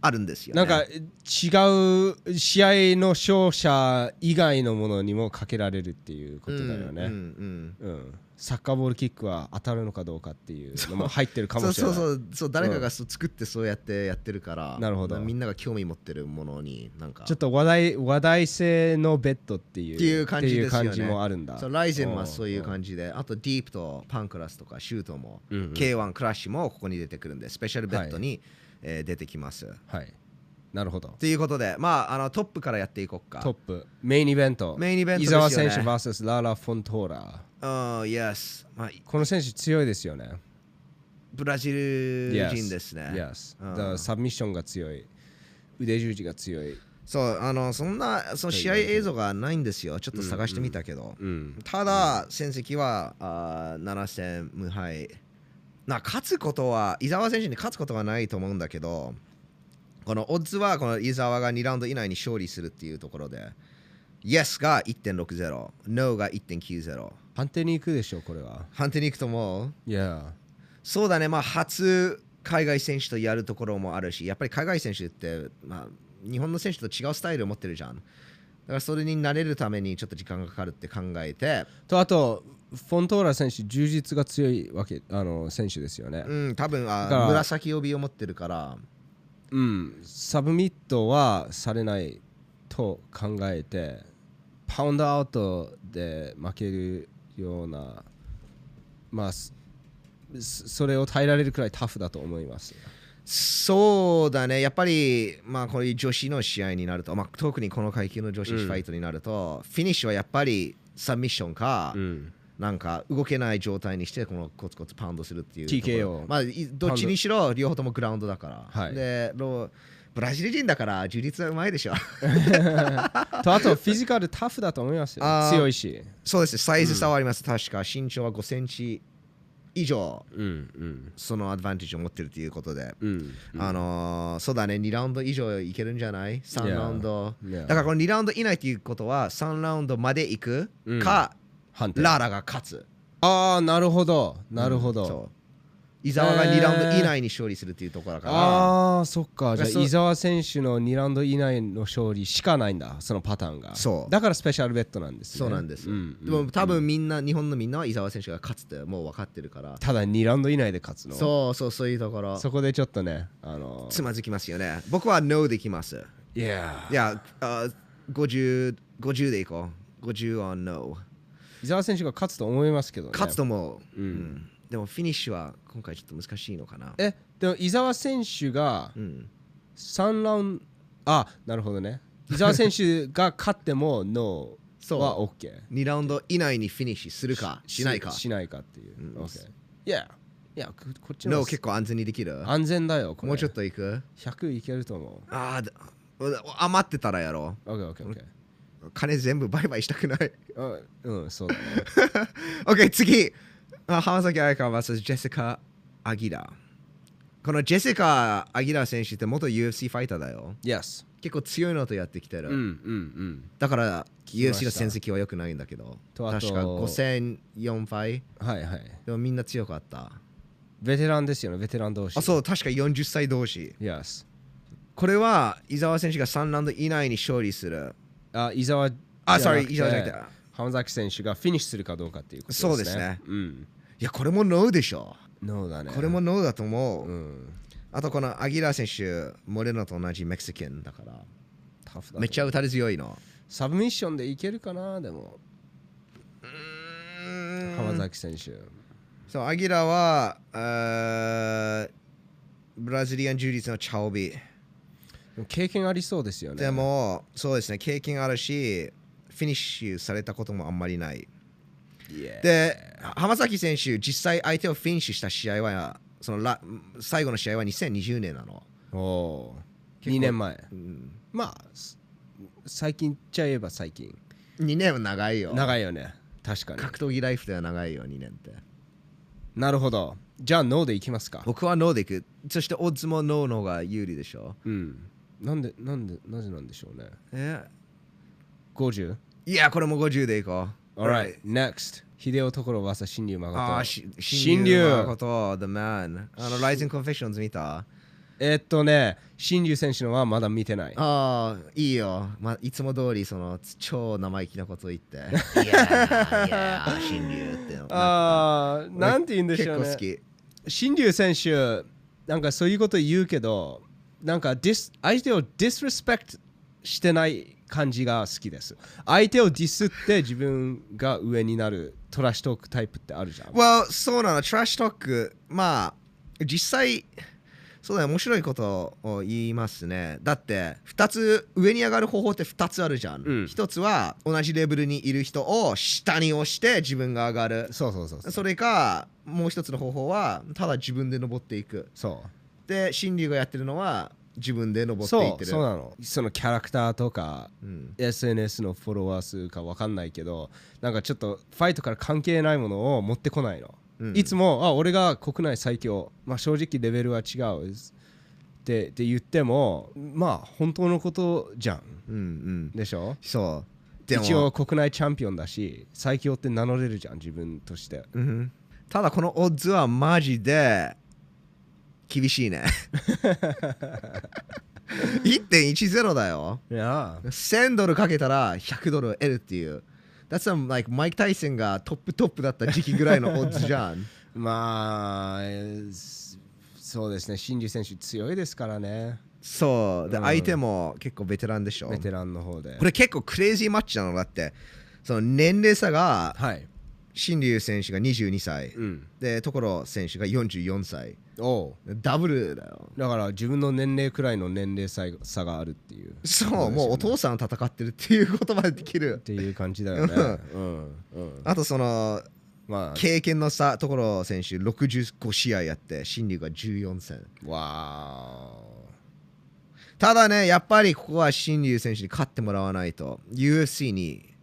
[SPEAKER 1] あるんですよ、ね。
[SPEAKER 2] なんか違う試合の勝者以外のものにもかけられるっていうこと
[SPEAKER 1] う
[SPEAKER 2] だよ
[SPEAKER 1] んうん
[SPEAKER 2] ね、
[SPEAKER 1] うん
[SPEAKER 2] うんサッカーボールキックは当たるのかどうかっていうのも入ってるか
[SPEAKER 1] そ
[SPEAKER 2] も
[SPEAKER 1] う
[SPEAKER 2] しれ
[SPEAKER 1] そ
[SPEAKER 2] な
[SPEAKER 1] うそ
[SPEAKER 2] い
[SPEAKER 1] うそう誰かがそう作ってそうやってやってるから
[SPEAKER 2] なるほど
[SPEAKER 1] みんなが興味持ってるものになんか
[SPEAKER 2] ちょっと話題話題性のベッドっていう
[SPEAKER 1] っていう感じですよね
[SPEAKER 2] っていう感じもあるんだ
[SPEAKER 1] そうライゼンはそういう感じであとディープとパンクラスとかシュートも、
[SPEAKER 2] うんうん
[SPEAKER 1] K1 クラッシュもここに出てくるんでスペシャルベッドに、えー出てきます
[SPEAKER 2] じはいなるほど
[SPEAKER 1] ということでまああのトップからやっていこうか
[SPEAKER 2] トップメインイベント
[SPEAKER 1] メインイベントで
[SPEAKER 2] 伊
[SPEAKER 1] すよね
[SPEAKER 2] 沢選手 VS ラーラ・フォントーラ
[SPEAKER 1] うん、yes、まあ、
[SPEAKER 2] この選手強いですよね
[SPEAKER 1] ブラジル人ですね
[SPEAKER 2] Yes.
[SPEAKER 1] うん
[SPEAKER 2] だからサブミッションが強い腕十字が強い
[SPEAKER 1] そうあのそんなその試合映像がないんですよちょっと探してみたけど、
[SPEAKER 2] うん
[SPEAKER 1] ただ戦績はあー7戦無敗な勝つことは伊沢選手に勝つことはないと思うんだけどこのオッズはこの伊沢が2ラウンド以内に勝利するっていうところで Yes が1.60 No が1.90
[SPEAKER 2] 判定に行くでしょうこれは
[SPEAKER 1] 判定に行くと思う
[SPEAKER 2] いや
[SPEAKER 1] そうだねまあ初海外選手とやるところもあるしやっぱり海外選手って、まあ、日本の選手と違うスタイルを持ってるじゃんだからそれに慣れるためにちょっと時間がかかるって考えて
[SPEAKER 2] とあとフォントーラ選手充実が強いわけあの選手ですよね
[SPEAKER 1] うん、多分
[SPEAKER 2] だか
[SPEAKER 1] あ
[SPEAKER 2] ら
[SPEAKER 1] 紫帯を持ってるから、
[SPEAKER 2] うんサブミットはされないと考えてパウンドアウトで負けるようなまあすすそれを耐えられるくらいタフだと思います
[SPEAKER 1] そうだね、やっぱり、まあ、こういう女子の試合になると、まあ、特にこの階級の女子ファイトになると、フィニッシュはやっぱりサミッションか、
[SPEAKER 2] うん
[SPEAKER 1] なんか動けない状態にして、このコツコツパウンドするっていうところ。
[SPEAKER 2] TKO
[SPEAKER 1] まあ、いどっちにしろ、両方ともグラウンドだから。
[SPEAKER 2] はい
[SPEAKER 1] でローブラジル人だから、充実はうまいでしょ。
[SPEAKER 2] とあとフィジカルタフだと思いますよ
[SPEAKER 1] あー
[SPEAKER 2] 強いし
[SPEAKER 1] そうですね、サイズ差はあります、確か。身長は5センチ以上、
[SPEAKER 2] うんうん
[SPEAKER 1] そのアドバンテージを持ってるということで。
[SPEAKER 2] うん
[SPEAKER 1] あのーそうだね、2ラウンド以上いけるんじゃない ?3
[SPEAKER 2] Yeah.
[SPEAKER 1] ラウンド。
[SPEAKER 2] Yeah.
[SPEAKER 1] だからこの2ラウンド以内っていうことは、3ラウンドまで行く
[SPEAKER 2] うん
[SPEAKER 1] か、
[SPEAKER 2] 判定
[SPEAKER 1] ラーラが勝つ。
[SPEAKER 2] ああなるほどなるほど、
[SPEAKER 1] そう伊沢が
[SPEAKER 2] えー
[SPEAKER 1] 2ラウンド以内に勝利するっていうところだか
[SPEAKER 2] ああそっかじゃ
[SPEAKER 1] そう
[SPEAKER 2] あ伊沢選手の2ラウンド以内の勝利しかないんだそのパターンが
[SPEAKER 1] そう
[SPEAKER 2] だからスペシャルベッドなんですね
[SPEAKER 1] そうなんです
[SPEAKER 2] うん
[SPEAKER 1] ら。でも多分みんな、日本のみんなは伊沢選手が勝つってもう分かってるから。
[SPEAKER 2] ただ2ラウンド以内で勝つの
[SPEAKER 1] そうそう、そういうところ。
[SPEAKER 2] そこでちょっとねあの
[SPEAKER 1] つまずきますよね。僕は NO できます。
[SPEAKER 2] いや
[SPEAKER 1] いや、あー50、50でいこう。50は NO。
[SPEAKER 2] 伊沢選手が勝つと思いますけどね
[SPEAKER 1] 勝つと思う。
[SPEAKER 2] うん
[SPEAKER 1] うんでもフィニッシュは今回ちょっと難しいのかな。
[SPEAKER 2] えでも伊沢選手が
[SPEAKER 1] うん
[SPEAKER 2] 3ラウンドあなるほどね伊沢選手が勝ってもノー
[SPEAKER 1] そう
[SPEAKER 2] は OK
[SPEAKER 1] 2ラウンド以内にフィニッシュするかしないか
[SPEAKER 2] ししないかってい
[SPEAKER 1] ん
[SPEAKER 2] う。OK いや、いや、ここっちの
[SPEAKER 1] の
[SPEAKER 2] 方
[SPEAKER 1] 結構安全にできる
[SPEAKER 2] 安全だよ。これ
[SPEAKER 1] もうちょっといく
[SPEAKER 2] 100いけると思
[SPEAKER 1] あーだお余ってたらやろ
[SPEAKER 2] う。OK、OK、
[SPEAKER 1] 金全部売買したくない
[SPEAKER 2] OK。うん、そうだね。
[SPEAKER 1] OK 次あ浜崎彩香 VS ジェシカ・アギラこのジェシカ・アギラ選手って元 UFC ファイターだよ
[SPEAKER 2] yes。
[SPEAKER 1] 結構強いのとやってきてる、
[SPEAKER 2] うんうんうん。
[SPEAKER 1] だから
[SPEAKER 2] きまし
[SPEAKER 1] UFC
[SPEAKER 2] た
[SPEAKER 1] の戦績は良くないんだけど
[SPEAKER 2] とあと
[SPEAKER 1] 確か5戦4敗
[SPEAKER 2] はいはい。
[SPEAKER 1] でもみんな強かった
[SPEAKER 2] ベテランですよね、ベテラン同士。。
[SPEAKER 1] あそうう確か40歳同士
[SPEAKER 2] Yes。
[SPEAKER 1] これは伊沢選手が3ラウンド以内に勝利する。
[SPEAKER 2] あ、伊沢。
[SPEAKER 1] あ
[SPEAKER 2] じゃな
[SPEAKER 1] sorry
[SPEAKER 2] くて
[SPEAKER 1] 伊沢じゃなくて
[SPEAKER 2] 浜崎選手がフィニッシュするかどうかっていうことですね。
[SPEAKER 1] そうですね
[SPEAKER 2] うん。
[SPEAKER 1] いや、これもノーでしょ。
[SPEAKER 2] ノーだね。
[SPEAKER 1] これもノーだと思う。
[SPEAKER 2] うん。
[SPEAKER 1] あと、このアギラ選手、モレノと同じメキシカンだから、
[SPEAKER 2] タフだ。
[SPEAKER 1] めっち
[SPEAKER 2] ゃ。
[SPEAKER 1] ゃ打たれ強いの。
[SPEAKER 2] サブミッションでいけるかな、でも。浜崎選手。
[SPEAKER 1] そう、アギラは、えーブラジリアン柔術のチャオビ。
[SPEAKER 2] でも経験ありそうですよね。
[SPEAKER 1] でも、そうですね、経験あるし、フィニッシュされたこともあんまりない。
[SPEAKER 2] Yeah、
[SPEAKER 1] で、浜崎選手、実際相手をフィニッシュした試合は、そのラ最後の試合は2020年なの。
[SPEAKER 2] おおー。2年前。
[SPEAKER 1] うん
[SPEAKER 2] まあす最近っちゃえば最近
[SPEAKER 1] 2年は長いよ。
[SPEAKER 2] 長いよね確かに
[SPEAKER 1] 格闘技ライフでは長いよ、2年って。
[SPEAKER 2] なるほどじゃあノーでいきますか
[SPEAKER 1] 僕はノーでいく。そしてオッズもノーの方が有利でしょ。
[SPEAKER 2] うんなんでなんでなぜなんでしょうね
[SPEAKER 1] え
[SPEAKER 2] 50?
[SPEAKER 1] いや、これも50でいこう。
[SPEAKER 2] Alright next 秀夫所 VS 新竜
[SPEAKER 1] ああ、
[SPEAKER 2] 誠
[SPEAKER 1] し
[SPEAKER 2] 新
[SPEAKER 1] 新
[SPEAKER 2] 竜
[SPEAKER 1] 竜こと、The Man。あの、Rising Confessions 見た
[SPEAKER 2] えっとね新竜選手のはまだ見てない
[SPEAKER 1] ああいいよ、まあ、いつも通りその超生意気なこと言っていやーいやー新竜って の
[SPEAKER 2] あ
[SPEAKER 1] な
[SPEAKER 2] ー
[SPEAKER 1] んか
[SPEAKER 2] なんて言うんでし
[SPEAKER 1] 結
[SPEAKER 2] ょ
[SPEAKER 1] 構
[SPEAKER 2] う
[SPEAKER 1] 好
[SPEAKER 2] ね
[SPEAKER 1] き
[SPEAKER 2] 新竜選手なんかそういうこと言うけどなんかディス相手をディスリスペクトしてない感じが好きです相手をディスって自分が上になるトラッシュトークタイプってあるじゃん
[SPEAKER 1] Well そうなのトラッシュトークまあ実際そうだね面白いことを言いますねだって2つ上に上がる方法って2つあるじゃん、
[SPEAKER 2] うん
[SPEAKER 1] 1つは同じレベルにいる人を下に押して自分が上がる
[SPEAKER 2] そうそうそうそう
[SPEAKER 1] それかもう一つの方法はただ自分で登っていく
[SPEAKER 2] そう
[SPEAKER 1] で新竜がやってるのは自分で登ってい
[SPEAKER 2] そ
[SPEAKER 1] ってる
[SPEAKER 2] うそうなのそのキャラクターとか
[SPEAKER 1] うん
[SPEAKER 2] SNS のフォロワー数か分かんないけどなんかちょっとファイトから関係ないものを持ってこないの、
[SPEAKER 1] うん
[SPEAKER 2] いつもあ俺が国内最強、まあ、正直レベルは違うってって言ってもまあ本当のことじゃん
[SPEAKER 1] うんうん
[SPEAKER 2] でしょ
[SPEAKER 1] そうでも
[SPEAKER 2] 一応国内チャンピオンだし最強って名乗れるじゃん自分として
[SPEAKER 1] うんただこのオッズはマジで厳しい ね1.10だよ
[SPEAKER 2] いや
[SPEAKER 1] 1000ドルかけたら100ドルを得るっていう That's some, like マイク・タイソンがトップトップだった時期ぐらいのオッズじゃん
[SPEAKER 2] まあえーそうですね新竜選手強いですからね
[SPEAKER 1] そうで
[SPEAKER 2] うん
[SPEAKER 1] 相手も結構ベテランでしょ
[SPEAKER 2] ベテランの方で
[SPEAKER 1] これ結構クレイジーマッチなのだってその年齢差が
[SPEAKER 2] はい
[SPEAKER 1] 新竜選手が22歳
[SPEAKER 2] うん
[SPEAKER 1] で所選手が44歳
[SPEAKER 2] おう
[SPEAKER 1] ダブルだよ
[SPEAKER 2] だから自分の年齢くらいの年齢差差があるっていう
[SPEAKER 1] そうもうお父さん戦ってるっていうことまでできる
[SPEAKER 2] っていう感じ だよねうん、うん、
[SPEAKER 1] あとその
[SPEAKER 2] まあ
[SPEAKER 1] 経験の差所選手65試合やって新竜が14戦
[SPEAKER 2] わ
[SPEAKER 1] ただねやっぱりここは新竜選手に勝ってもらわないと UFC に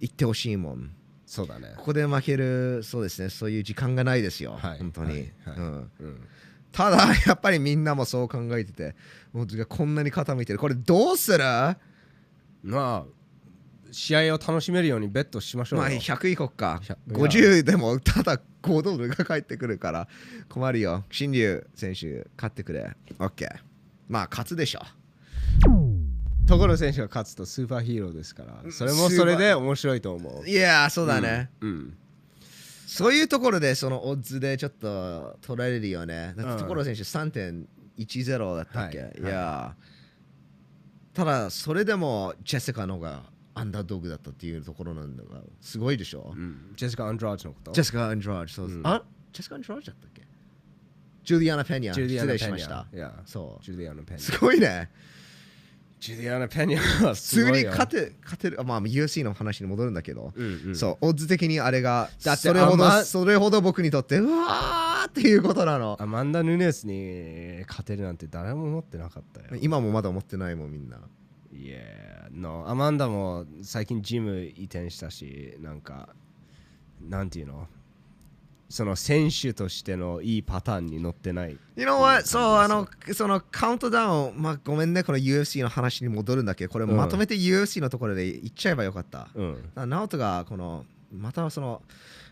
[SPEAKER 1] 行ってほしいもん
[SPEAKER 2] ーそうだね
[SPEAKER 1] ここで負けるそうですねそういう時間がないですよ、
[SPEAKER 2] はい
[SPEAKER 1] 本当に、
[SPEAKER 2] はいはい
[SPEAKER 1] うん
[SPEAKER 2] うん
[SPEAKER 1] ただやっぱりみんなもそう考えててもうてかこんなに傾いてるこれどうするま
[SPEAKER 2] まあ試合を楽しめるようにベットしましょうよ
[SPEAKER 1] あ100以降か
[SPEAKER 2] 100
[SPEAKER 1] 50でもただ5ドルが返ってくるから困るよ新竜選手勝ってくれ OK まあ勝つでしょ
[SPEAKER 2] 所選手が勝つとスーパーヒーローですからそれもそれで面白いと思う
[SPEAKER 1] いやーそうだね、
[SPEAKER 2] うん
[SPEAKER 1] そういうところでそのオッズでちょっと取られるよねだって
[SPEAKER 2] うん
[SPEAKER 1] 所選手3.10だったっけ、
[SPEAKER 2] はい
[SPEAKER 1] い、やーただそれでもジェセカの方がアンダードッグだったっていうところなんだがすごいでしょ、
[SPEAKER 2] うんジェシカ・アンドラージのこと
[SPEAKER 1] ジェシカ・アンドラージそうです、
[SPEAKER 2] うん
[SPEAKER 1] あジェシカ・アンドラージだったっけジュディアナ・ペニャ
[SPEAKER 2] ジュディア
[SPEAKER 1] 失
[SPEAKER 2] ナ・
[SPEAKER 1] 礼
[SPEAKER 2] ペ
[SPEAKER 1] し
[SPEAKER 2] ニ
[SPEAKER 1] ました
[SPEAKER 2] ャいや
[SPEAKER 1] そう
[SPEAKER 2] ジュディアナ・ペニ
[SPEAKER 1] す
[SPEAKER 2] ャ
[SPEAKER 1] ごいね
[SPEAKER 2] ジュディアナ・ペニャは
[SPEAKER 1] 普
[SPEAKER 2] す
[SPEAKER 1] 通
[SPEAKER 2] ご
[SPEAKER 1] に
[SPEAKER 2] いよ
[SPEAKER 1] 勝て勝てるあまあ UFC の話に戻るんだけど、
[SPEAKER 2] うんうん
[SPEAKER 1] そうオッズ的にあれが
[SPEAKER 2] だって
[SPEAKER 1] それほど
[SPEAKER 2] あま
[SPEAKER 1] それほど僕にとってうわーっていうことなの
[SPEAKER 2] アマンダ・ヌネスに勝てるなんて誰も思ってなかったよ。
[SPEAKER 1] 今もまだ思ってないもんみんない
[SPEAKER 2] や、no、アマンダも最近ジム移転したし、なんか、なんていうのその選手としてのいいパターンに乗ってない。
[SPEAKER 1] You know what? そうあのそのカウントダウンまあごめんねこの UFC の話に戻るんだけどこれ
[SPEAKER 2] うん
[SPEAKER 1] まとめて UFC のところで言っちゃえばよかった、
[SPEAKER 2] うん。
[SPEAKER 1] なナオトがこのまたその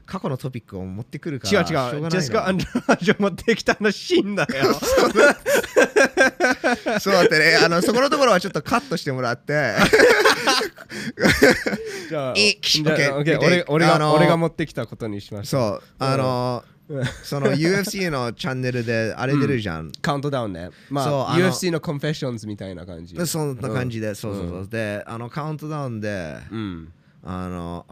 [SPEAKER 1] 過去のトピックを持ってくるか
[SPEAKER 2] 違う違
[SPEAKER 1] ら
[SPEAKER 2] う、ジェスカ・ア
[SPEAKER 1] カ
[SPEAKER 2] ンドラージョ持ってきたのシーンだよ。
[SPEAKER 1] そうだってねあのそこのところはちょっとカットしてもらって
[SPEAKER 2] じゃあ、
[SPEAKER 1] いい
[SPEAKER 2] じゃあ
[SPEAKER 1] OK
[SPEAKER 2] OK 俺俺
[SPEAKER 1] あの
[SPEAKER 2] が
[SPEAKER 1] ー
[SPEAKER 2] 俺が持ってきたことにしました。
[SPEAKER 1] そうあのその UFC のチャンネルであれ出るじゃん、
[SPEAKER 2] カウントダウンね。ま
[SPEAKER 1] そう
[SPEAKER 2] あ、
[SPEAKER 1] あの
[SPEAKER 2] UFC のコンフェッションズみたいな感じ。
[SPEAKER 1] でそんな感じで、そうそうそう、
[SPEAKER 2] う
[SPEAKER 1] であのカウントダウンで
[SPEAKER 2] うん。
[SPEAKER 1] あの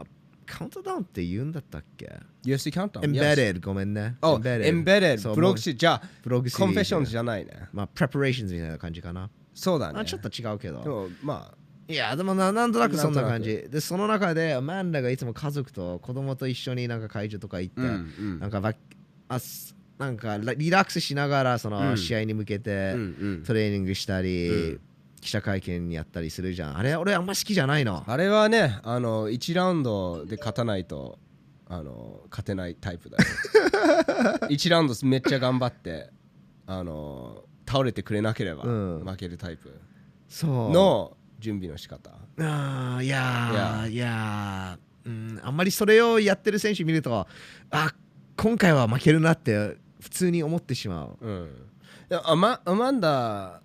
[SPEAKER 1] カウントダウンって言うんだったっけ
[SPEAKER 2] UFC カウントダウン
[SPEAKER 1] ?Embedded ごめんね
[SPEAKER 2] お、エンベレッ
[SPEAKER 1] そ
[SPEAKER 2] ド、
[SPEAKER 1] う
[SPEAKER 2] ブログシー、じゃあ、
[SPEAKER 1] ブログシリーズ
[SPEAKER 2] コンフェッションズじゃないね。
[SPEAKER 1] まあ preparations みたいな感じかな、
[SPEAKER 2] そうだね。
[SPEAKER 1] あちょっと違うけ
[SPEAKER 2] で
[SPEAKER 1] ど
[SPEAKER 2] も、ま
[SPEAKER 1] いやでもななんとなくそんな
[SPEAKER 2] なん
[SPEAKER 1] 感
[SPEAKER 2] と
[SPEAKER 1] じでその中でアマンダがいつも家族と子供と一緒になんか会場とか行って、
[SPEAKER 2] あ、うん
[SPEAKER 1] なんかバあすなんかラリラックスしながらそうの
[SPEAKER 2] ん
[SPEAKER 1] 試合に向けて、
[SPEAKER 2] うんうん
[SPEAKER 1] トレーニングしたり、
[SPEAKER 2] うん
[SPEAKER 1] 記者会見やったりするじゃんあれ俺あんま好きじゃないの
[SPEAKER 2] あれはね、あの、1ラウンドで勝たないと、あの、勝てないタイ プだよ。1ラウンドめっちゃ頑張って、あの、倒れてくれなければ
[SPEAKER 1] うん
[SPEAKER 2] 負けるタイプ
[SPEAKER 1] そう
[SPEAKER 2] の準備の仕方。
[SPEAKER 1] あーいやーいやーうんあんまりそれをやってる選手見るとあ今回は負けるなって普通に思ってしまう
[SPEAKER 2] うん。いやアマアマンダ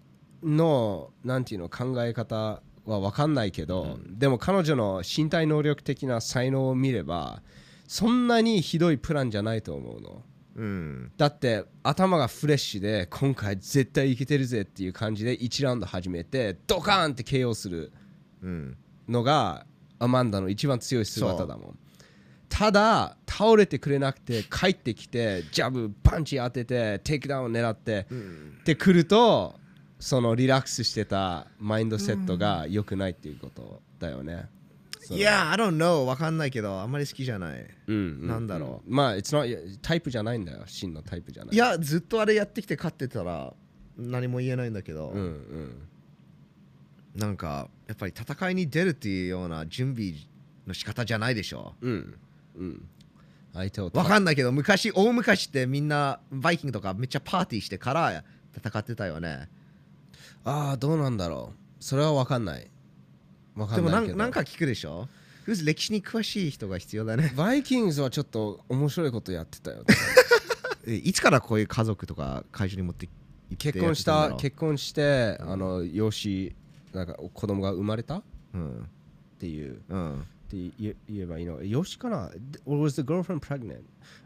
[SPEAKER 2] のなんていうの考え方は分かんないけど、でも彼女の身体能力的な才能を見ればそんなにひどいプランじゃないと思うの
[SPEAKER 1] うん
[SPEAKER 2] だって頭がフレッシュで今回絶対いけてるぜっていう感じで1ラウンド始めてドカーンって KO する
[SPEAKER 1] うん
[SPEAKER 2] のがアマンダの一番強い姿だもんただ倒れてくれなくて帰ってきてジャブパンチ当ててテイクダウンを狙って
[SPEAKER 1] うん
[SPEAKER 2] ってくるとそのリラックスしてたマインドセットが良くないっていうことだよね。それ
[SPEAKER 1] いや、I don't know わかんないけどあんまり好きじゃない
[SPEAKER 2] うんうん、
[SPEAKER 1] なんだろ
[SPEAKER 2] うまあ it's not- タイプじゃないんだよ真のタイプじゃない。
[SPEAKER 1] いやずっとあれやってきて勝ってたら何も言えないんだけど、
[SPEAKER 2] うんうん、
[SPEAKER 1] なんかやっぱり戦いに出るっていうような準備の仕方じゃないでしょ
[SPEAKER 2] うんうん、相手を
[SPEAKER 1] わかんないけど昔大昔ってみんなバイキングとかめっちゃパーティーしてから戦ってたよね
[SPEAKER 2] ああどうなんだろうそれは分かんない分か
[SPEAKER 1] で
[SPEAKER 2] ん
[SPEAKER 1] も
[SPEAKER 2] な
[SPEAKER 1] ない
[SPEAKER 2] けど
[SPEAKER 1] んなんか聞くでしょ歴史に詳しい人が必要 だね
[SPEAKER 2] バイキングズはちょっと面白いことやってたよ
[SPEAKER 1] えいつからこういう家族とか会社に持って行って
[SPEAKER 2] 結婚し
[SPEAKER 1] やったてんだろう
[SPEAKER 2] 結婚してあの養子なんか子供が生まれたっ
[SPEAKER 1] うん
[SPEAKER 2] ていう
[SPEAKER 1] うん
[SPEAKER 2] って言え言えばいいのよしかな Or was the girlfriend pregnant?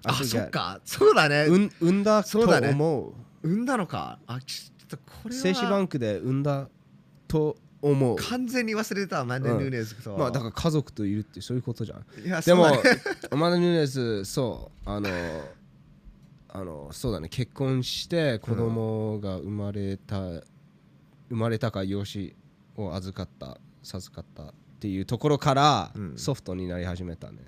[SPEAKER 1] あ
[SPEAKER 2] forget.
[SPEAKER 1] そっかそうだね
[SPEAKER 2] うん産んだと
[SPEAKER 1] そうだね
[SPEAKER 2] 思う
[SPEAKER 1] 産んだのかあちょっとこれは
[SPEAKER 2] 精子バンクで産んだと思う
[SPEAKER 1] 完全に忘れてたマンデ
[SPEAKER 2] う
[SPEAKER 1] ル・
[SPEAKER 2] ん
[SPEAKER 1] ヌーネスと
[SPEAKER 2] まあだから家族といるってそういうことじゃん
[SPEAKER 1] らいや
[SPEAKER 2] でも
[SPEAKER 1] そうだね
[SPEAKER 2] アマンダ・ヌネスそうあのあのそうだね結婚して子供が生まれた、生まれたか養子を預かった授かったっていうところから
[SPEAKER 1] うん
[SPEAKER 2] ソフトになり始めたね、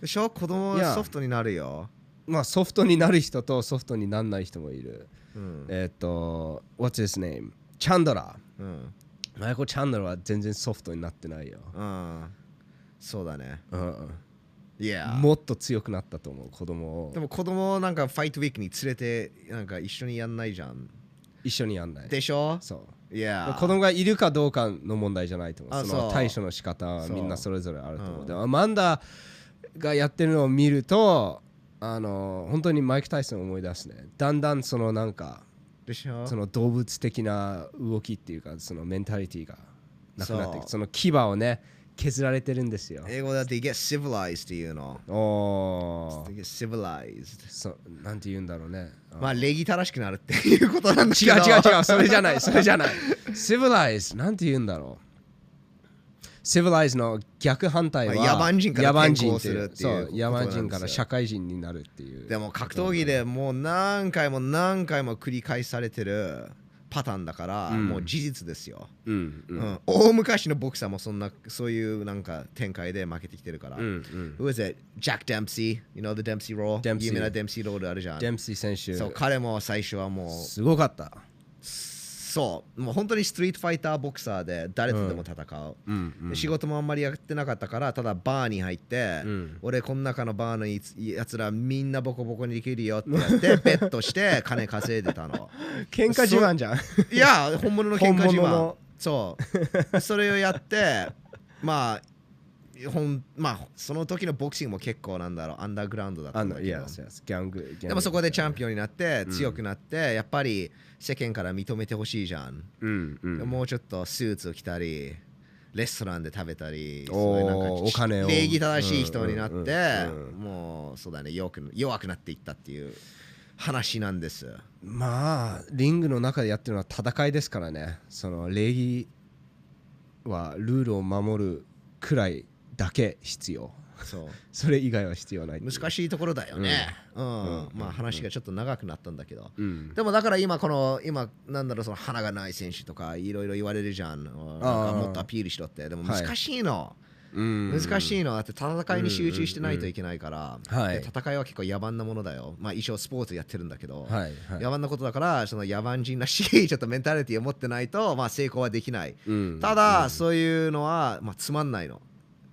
[SPEAKER 1] でしょ子供
[SPEAKER 2] いや
[SPEAKER 1] はソフトになるよ
[SPEAKER 2] まあソフトになる人とソフトにならない人もいる
[SPEAKER 1] うん
[SPEAKER 2] えっ、と What's his name? チャンドラ
[SPEAKER 1] うん
[SPEAKER 2] ーマイコ・チャンドラーは全然ソフトになってないよ、
[SPEAKER 1] うんそうだね
[SPEAKER 2] うんうん
[SPEAKER 1] いや
[SPEAKER 2] もっと強くなったと思う子供を
[SPEAKER 1] でも子供をなんかファイトウィークに連れてなんか一緒にやんないじゃん。
[SPEAKER 2] 一緒にやんない
[SPEAKER 1] でしょ
[SPEAKER 2] そう
[SPEAKER 1] いや。
[SPEAKER 2] 子供がいるかどうかの問題じゃないと思
[SPEAKER 1] あ
[SPEAKER 2] うその
[SPEAKER 1] そう
[SPEAKER 2] 対処の仕方は
[SPEAKER 1] そう
[SPEAKER 2] みんなそれぞれあると思う、
[SPEAKER 1] うん
[SPEAKER 2] でもアマンダがやってるのを見るとあの本当にマイク・タイソンを思い出すねだんだんそのなんか
[SPEAKER 1] でしょ
[SPEAKER 2] その動物的な動きっていうかそのメンタリティがなくなって
[SPEAKER 1] そう
[SPEAKER 2] そその牙をね削られてるんですよ
[SPEAKER 1] 英語だって get civilized っていうの。
[SPEAKER 2] お
[SPEAKER 1] get civilized。
[SPEAKER 2] そなんて言うんだろうねあの
[SPEAKER 1] まあ礼儀正しくなるっていうことなんだけ
[SPEAKER 2] 違
[SPEAKER 1] ど。
[SPEAKER 2] う違う違うそれじゃないそれじゃない civilized なんて言うんだろう civilized の逆反対は
[SPEAKER 1] まあ野蛮人から
[SPEAKER 2] 野蛮
[SPEAKER 1] 転
[SPEAKER 2] 人
[SPEAKER 1] 向
[SPEAKER 2] って
[SPEAKER 1] す
[SPEAKER 2] いう
[SPEAKER 1] るっていう
[SPEAKER 2] そう
[SPEAKER 1] こと
[SPEAKER 2] 野
[SPEAKER 1] なん
[SPEAKER 2] 蛮
[SPEAKER 1] ですよ
[SPEAKER 2] 人から社会人になるっていう
[SPEAKER 1] でも格闘技でもう何回も何回も繰り返されてるパターンだから、
[SPEAKER 2] うん
[SPEAKER 1] もう事実ですよ、
[SPEAKER 2] うんう
[SPEAKER 1] うんん大昔のボクサーもそんなそういうなんか展開で負けてきてるから。
[SPEAKER 2] うんうん
[SPEAKER 1] Who is it? Jack Dempsey. You know the Dempsey roll?
[SPEAKER 2] Dempsey
[SPEAKER 1] 有名な Dempsey roll あるじゃん
[SPEAKER 2] デ。ンプシー選手
[SPEAKER 1] そう彼も最初はもう
[SPEAKER 2] すごかった
[SPEAKER 1] そうもう本当にストリートファイターボクサーで誰とでも戦う、
[SPEAKER 2] うん
[SPEAKER 1] で仕事もあんまりやってなかったからただバーに入って、
[SPEAKER 2] うん
[SPEAKER 1] 俺この中のバーのいつやつらみんなボコボコにできるよってや ってベッドして金稼いでたの
[SPEAKER 2] 喧嘩自慢じゃん
[SPEAKER 1] いや本物の喧嘩
[SPEAKER 2] 本
[SPEAKER 1] 自
[SPEAKER 2] 物
[SPEAKER 1] 慢
[SPEAKER 2] の
[SPEAKER 1] そうそれをやってまあほんまあその時のボクシングも結構なんだろうアンダーグラウンドだった
[SPEAKER 2] あ
[SPEAKER 1] んだ
[SPEAKER 2] の
[SPEAKER 1] け
[SPEAKER 2] い
[SPEAKER 1] ど
[SPEAKER 2] やそうですギャングギャング
[SPEAKER 1] でもそこでチャンピ
[SPEAKER 2] オン
[SPEAKER 1] オンになって強くなって、やっぱり世間から認めてほしいじゃん、
[SPEAKER 2] うんうん
[SPEAKER 1] もうちょっとスーツを着たりレストランで食べたり
[SPEAKER 2] おー
[SPEAKER 1] そういうなんか
[SPEAKER 2] お金を
[SPEAKER 1] 礼儀正しい人になって、
[SPEAKER 2] うんうんうん
[SPEAKER 1] もうそうだね弱く弱くなっていったっていう話なんです
[SPEAKER 2] まあリングの中でやってるのは戦いですからねその礼儀はルールを守るくらいだけ必要
[SPEAKER 1] そう
[SPEAKER 2] それ以外は必要ない
[SPEAKER 1] 難
[SPEAKER 2] しい
[SPEAKER 1] しいところだよね、うん
[SPEAKER 2] うん
[SPEAKER 1] まあ話がちょっと長くなったんだけど、
[SPEAKER 2] うん
[SPEAKER 1] でもだから今この今なんだろうその花がない選手とかいろいろ言われるじゃんなんかもっとアピールしろってでも難しいの、難し
[SPEAKER 2] い
[SPEAKER 1] いのはだって戦いに集中してないといけないから、
[SPEAKER 2] うんはい
[SPEAKER 1] で戦いは結構野蛮なものだよまあ一応スポーツやってるんだけど、
[SPEAKER 2] はいはい
[SPEAKER 1] 野蛮なことだからその野蛮人らしいちょっとメンタリティを持ってないとまあ成功はできない、
[SPEAKER 2] うん
[SPEAKER 1] ただ、そういうのはまあつまんないの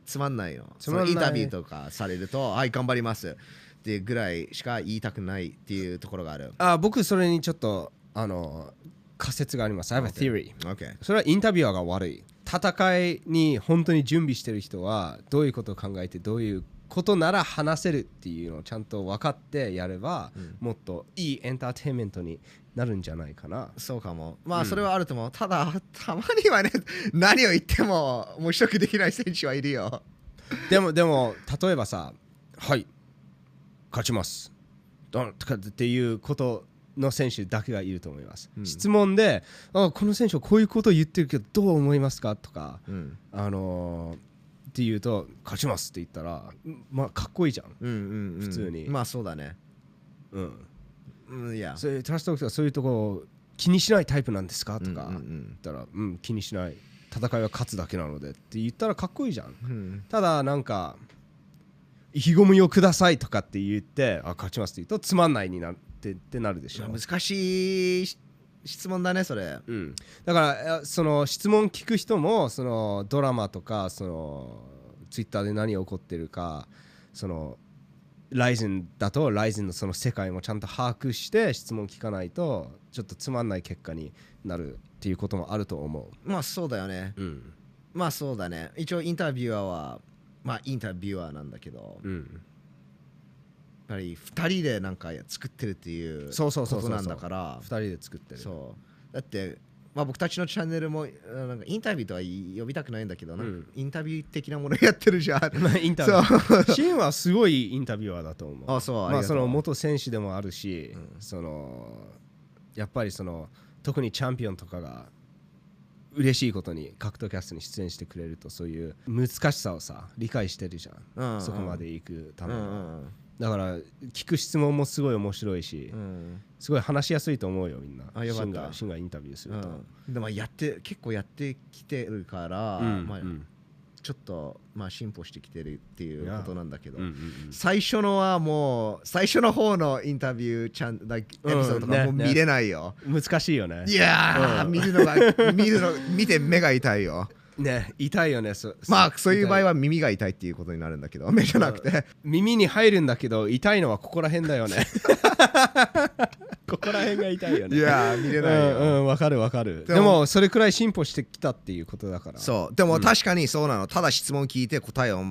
[SPEAKER 1] つまんないの
[SPEAKER 2] つまんな
[SPEAKER 1] そのイ
[SPEAKER 2] い
[SPEAKER 1] ンタビューとかされるとはい頑張りますっていうぐらいしか言いたくないっていうところがある
[SPEAKER 2] あ僕それにちょっとあの仮説があります I have a theory
[SPEAKER 1] OK
[SPEAKER 2] それはインタビュアーが悪い戦いに本当に準備してる人はどういうことを考えてどういうことなら話せるっていうのをちゃんと分かってやれば、
[SPEAKER 1] うん
[SPEAKER 2] もっといいエンターテインメントになるんじゃないかな。
[SPEAKER 1] そうかもま
[SPEAKER 2] う
[SPEAKER 1] あ
[SPEAKER 2] ん
[SPEAKER 1] それはあると思う、ただたまにはね何を言っても面白くできない選手はいるよ
[SPEAKER 2] でもでも例えばさ「はい勝ちます」ドンとかっていうことの選手だけがいると思います、
[SPEAKER 1] うん
[SPEAKER 2] 質問であ「この選手はこういうことを言ってるけどどう思いますか?」とか、
[SPEAKER 1] うん
[SPEAKER 2] あのーって言うと「勝ちます」って言ったらんまあかっこいいじゃん、
[SPEAKER 1] うんうん、うん、
[SPEAKER 2] 普通に
[SPEAKER 1] まあそうだね
[SPEAKER 2] うん、
[SPEAKER 1] うんいや
[SPEAKER 2] そういうトラストとかそういうとこを気にしないタイプなんですかとか、
[SPEAKER 1] うんう
[SPEAKER 2] 言
[SPEAKER 1] ん
[SPEAKER 2] ったら「うん気にしない戦いは勝つだけなので」って言ったらかっこいいじゃん
[SPEAKER 1] うんうん
[SPEAKER 2] ただなんか意気込みをくださいとかって言ってあ勝ちますって言うとつまんないになってってなるでしょ、
[SPEAKER 1] 難しいし質問だねそれ
[SPEAKER 2] うん、だからえその質問聞く人もそのドラマとかそのツイッターで何が起こってるかそのライゼンだとライゼンのその世界もちゃんと把握して質問聞かないとちょっとつまんない結果になるっていうこともあると思
[SPEAKER 1] まあそうだよね
[SPEAKER 2] ううん
[SPEAKER 1] まあそうだね一応インタビュアーはまあインタビュアーなんだけどやっ
[SPEAKER 2] うん
[SPEAKER 1] ぱり2人でなんか作ってるっていう
[SPEAKER 2] そうそうそうそう
[SPEAKER 1] ことなんだから
[SPEAKER 2] 2人で作ってる
[SPEAKER 1] そうだって、まあ、僕たちのチャンネルもあなんかインタビューとは呼びたくないんだけど、なんかインタビュー的なものやってるじゃん
[SPEAKER 2] まあインタビューシンはすごいインタビュアーだと思 う
[SPEAKER 1] あそう
[SPEAKER 2] まあ、
[SPEAKER 1] りが
[SPEAKER 2] そ
[SPEAKER 1] とう
[SPEAKER 2] の元選手でもあるし、
[SPEAKER 1] うん
[SPEAKER 2] そのやっぱりその特にチャンピオンとかが嬉しいことに格闘キャストに出演してくれるとそういう難しさをさ理解してるじゃん、
[SPEAKER 1] うんうん
[SPEAKER 2] そこまで行くた
[SPEAKER 1] うん
[SPEAKER 2] め
[SPEAKER 1] う
[SPEAKER 2] には、
[SPEAKER 1] ん
[SPEAKER 2] だから聞く質問もすごい面白いし、
[SPEAKER 1] うん
[SPEAKER 2] すごい話しやすいと思うよみんな
[SPEAKER 1] あよかった
[SPEAKER 2] シンがシンがインタビューす
[SPEAKER 1] う
[SPEAKER 2] ると、
[SPEAKER 1] んでもやって結構やってきてるから、
[SPEAKER 2] うん
[SPEAKER 1] まあ
[SPEAKER 2] うん
[SPEAKER 1] ちょっと、まあ、進歩してきてるっていうことなんだけど、
[SPEAKER 2] うんうんうん
[SPEAKER 1] 最初のはもう最初の方のインタビューちゃんだエピソードと
[SPEAKER 2] うんね
[SPEAKER 1] かもう見れないよ、
[SPEAKER 2] 難しいよね
[SPEAKER 1] いやー、
[SPEAKER 2] うん
[SPEAKER 1] 見るの が見るの見て目が痛いよ
[SPEAKER 2] ね痛いよねそ
[SPEAKER 1] まあそういう場合
[SPEAKER 2] は
[SPEAKER 1] は耳が痛いっていうことになるんだけど目じゃなくて
[SPEAKER 2] 耳に入るんだけど痛いのはここら辺だよね ここら辺が痛いよね
[SPEAKER 1] いやー見れ
[SPEAKER 2] う
[SPEAKER 1] ないよ、
[SPEAKER 2] んうんわかるわかる
[SPEAKER 1] で
[SPEAKER 2] で
[SPEAKER 1] も
[SPEAKER 2] もそれくらい進歩してきたっていうことだから
[SPEAKER 1] そうでも
[SPEAKER 2] うん
[SPEAKER 1] 確かにそうなの、ただ質問聞いて答えを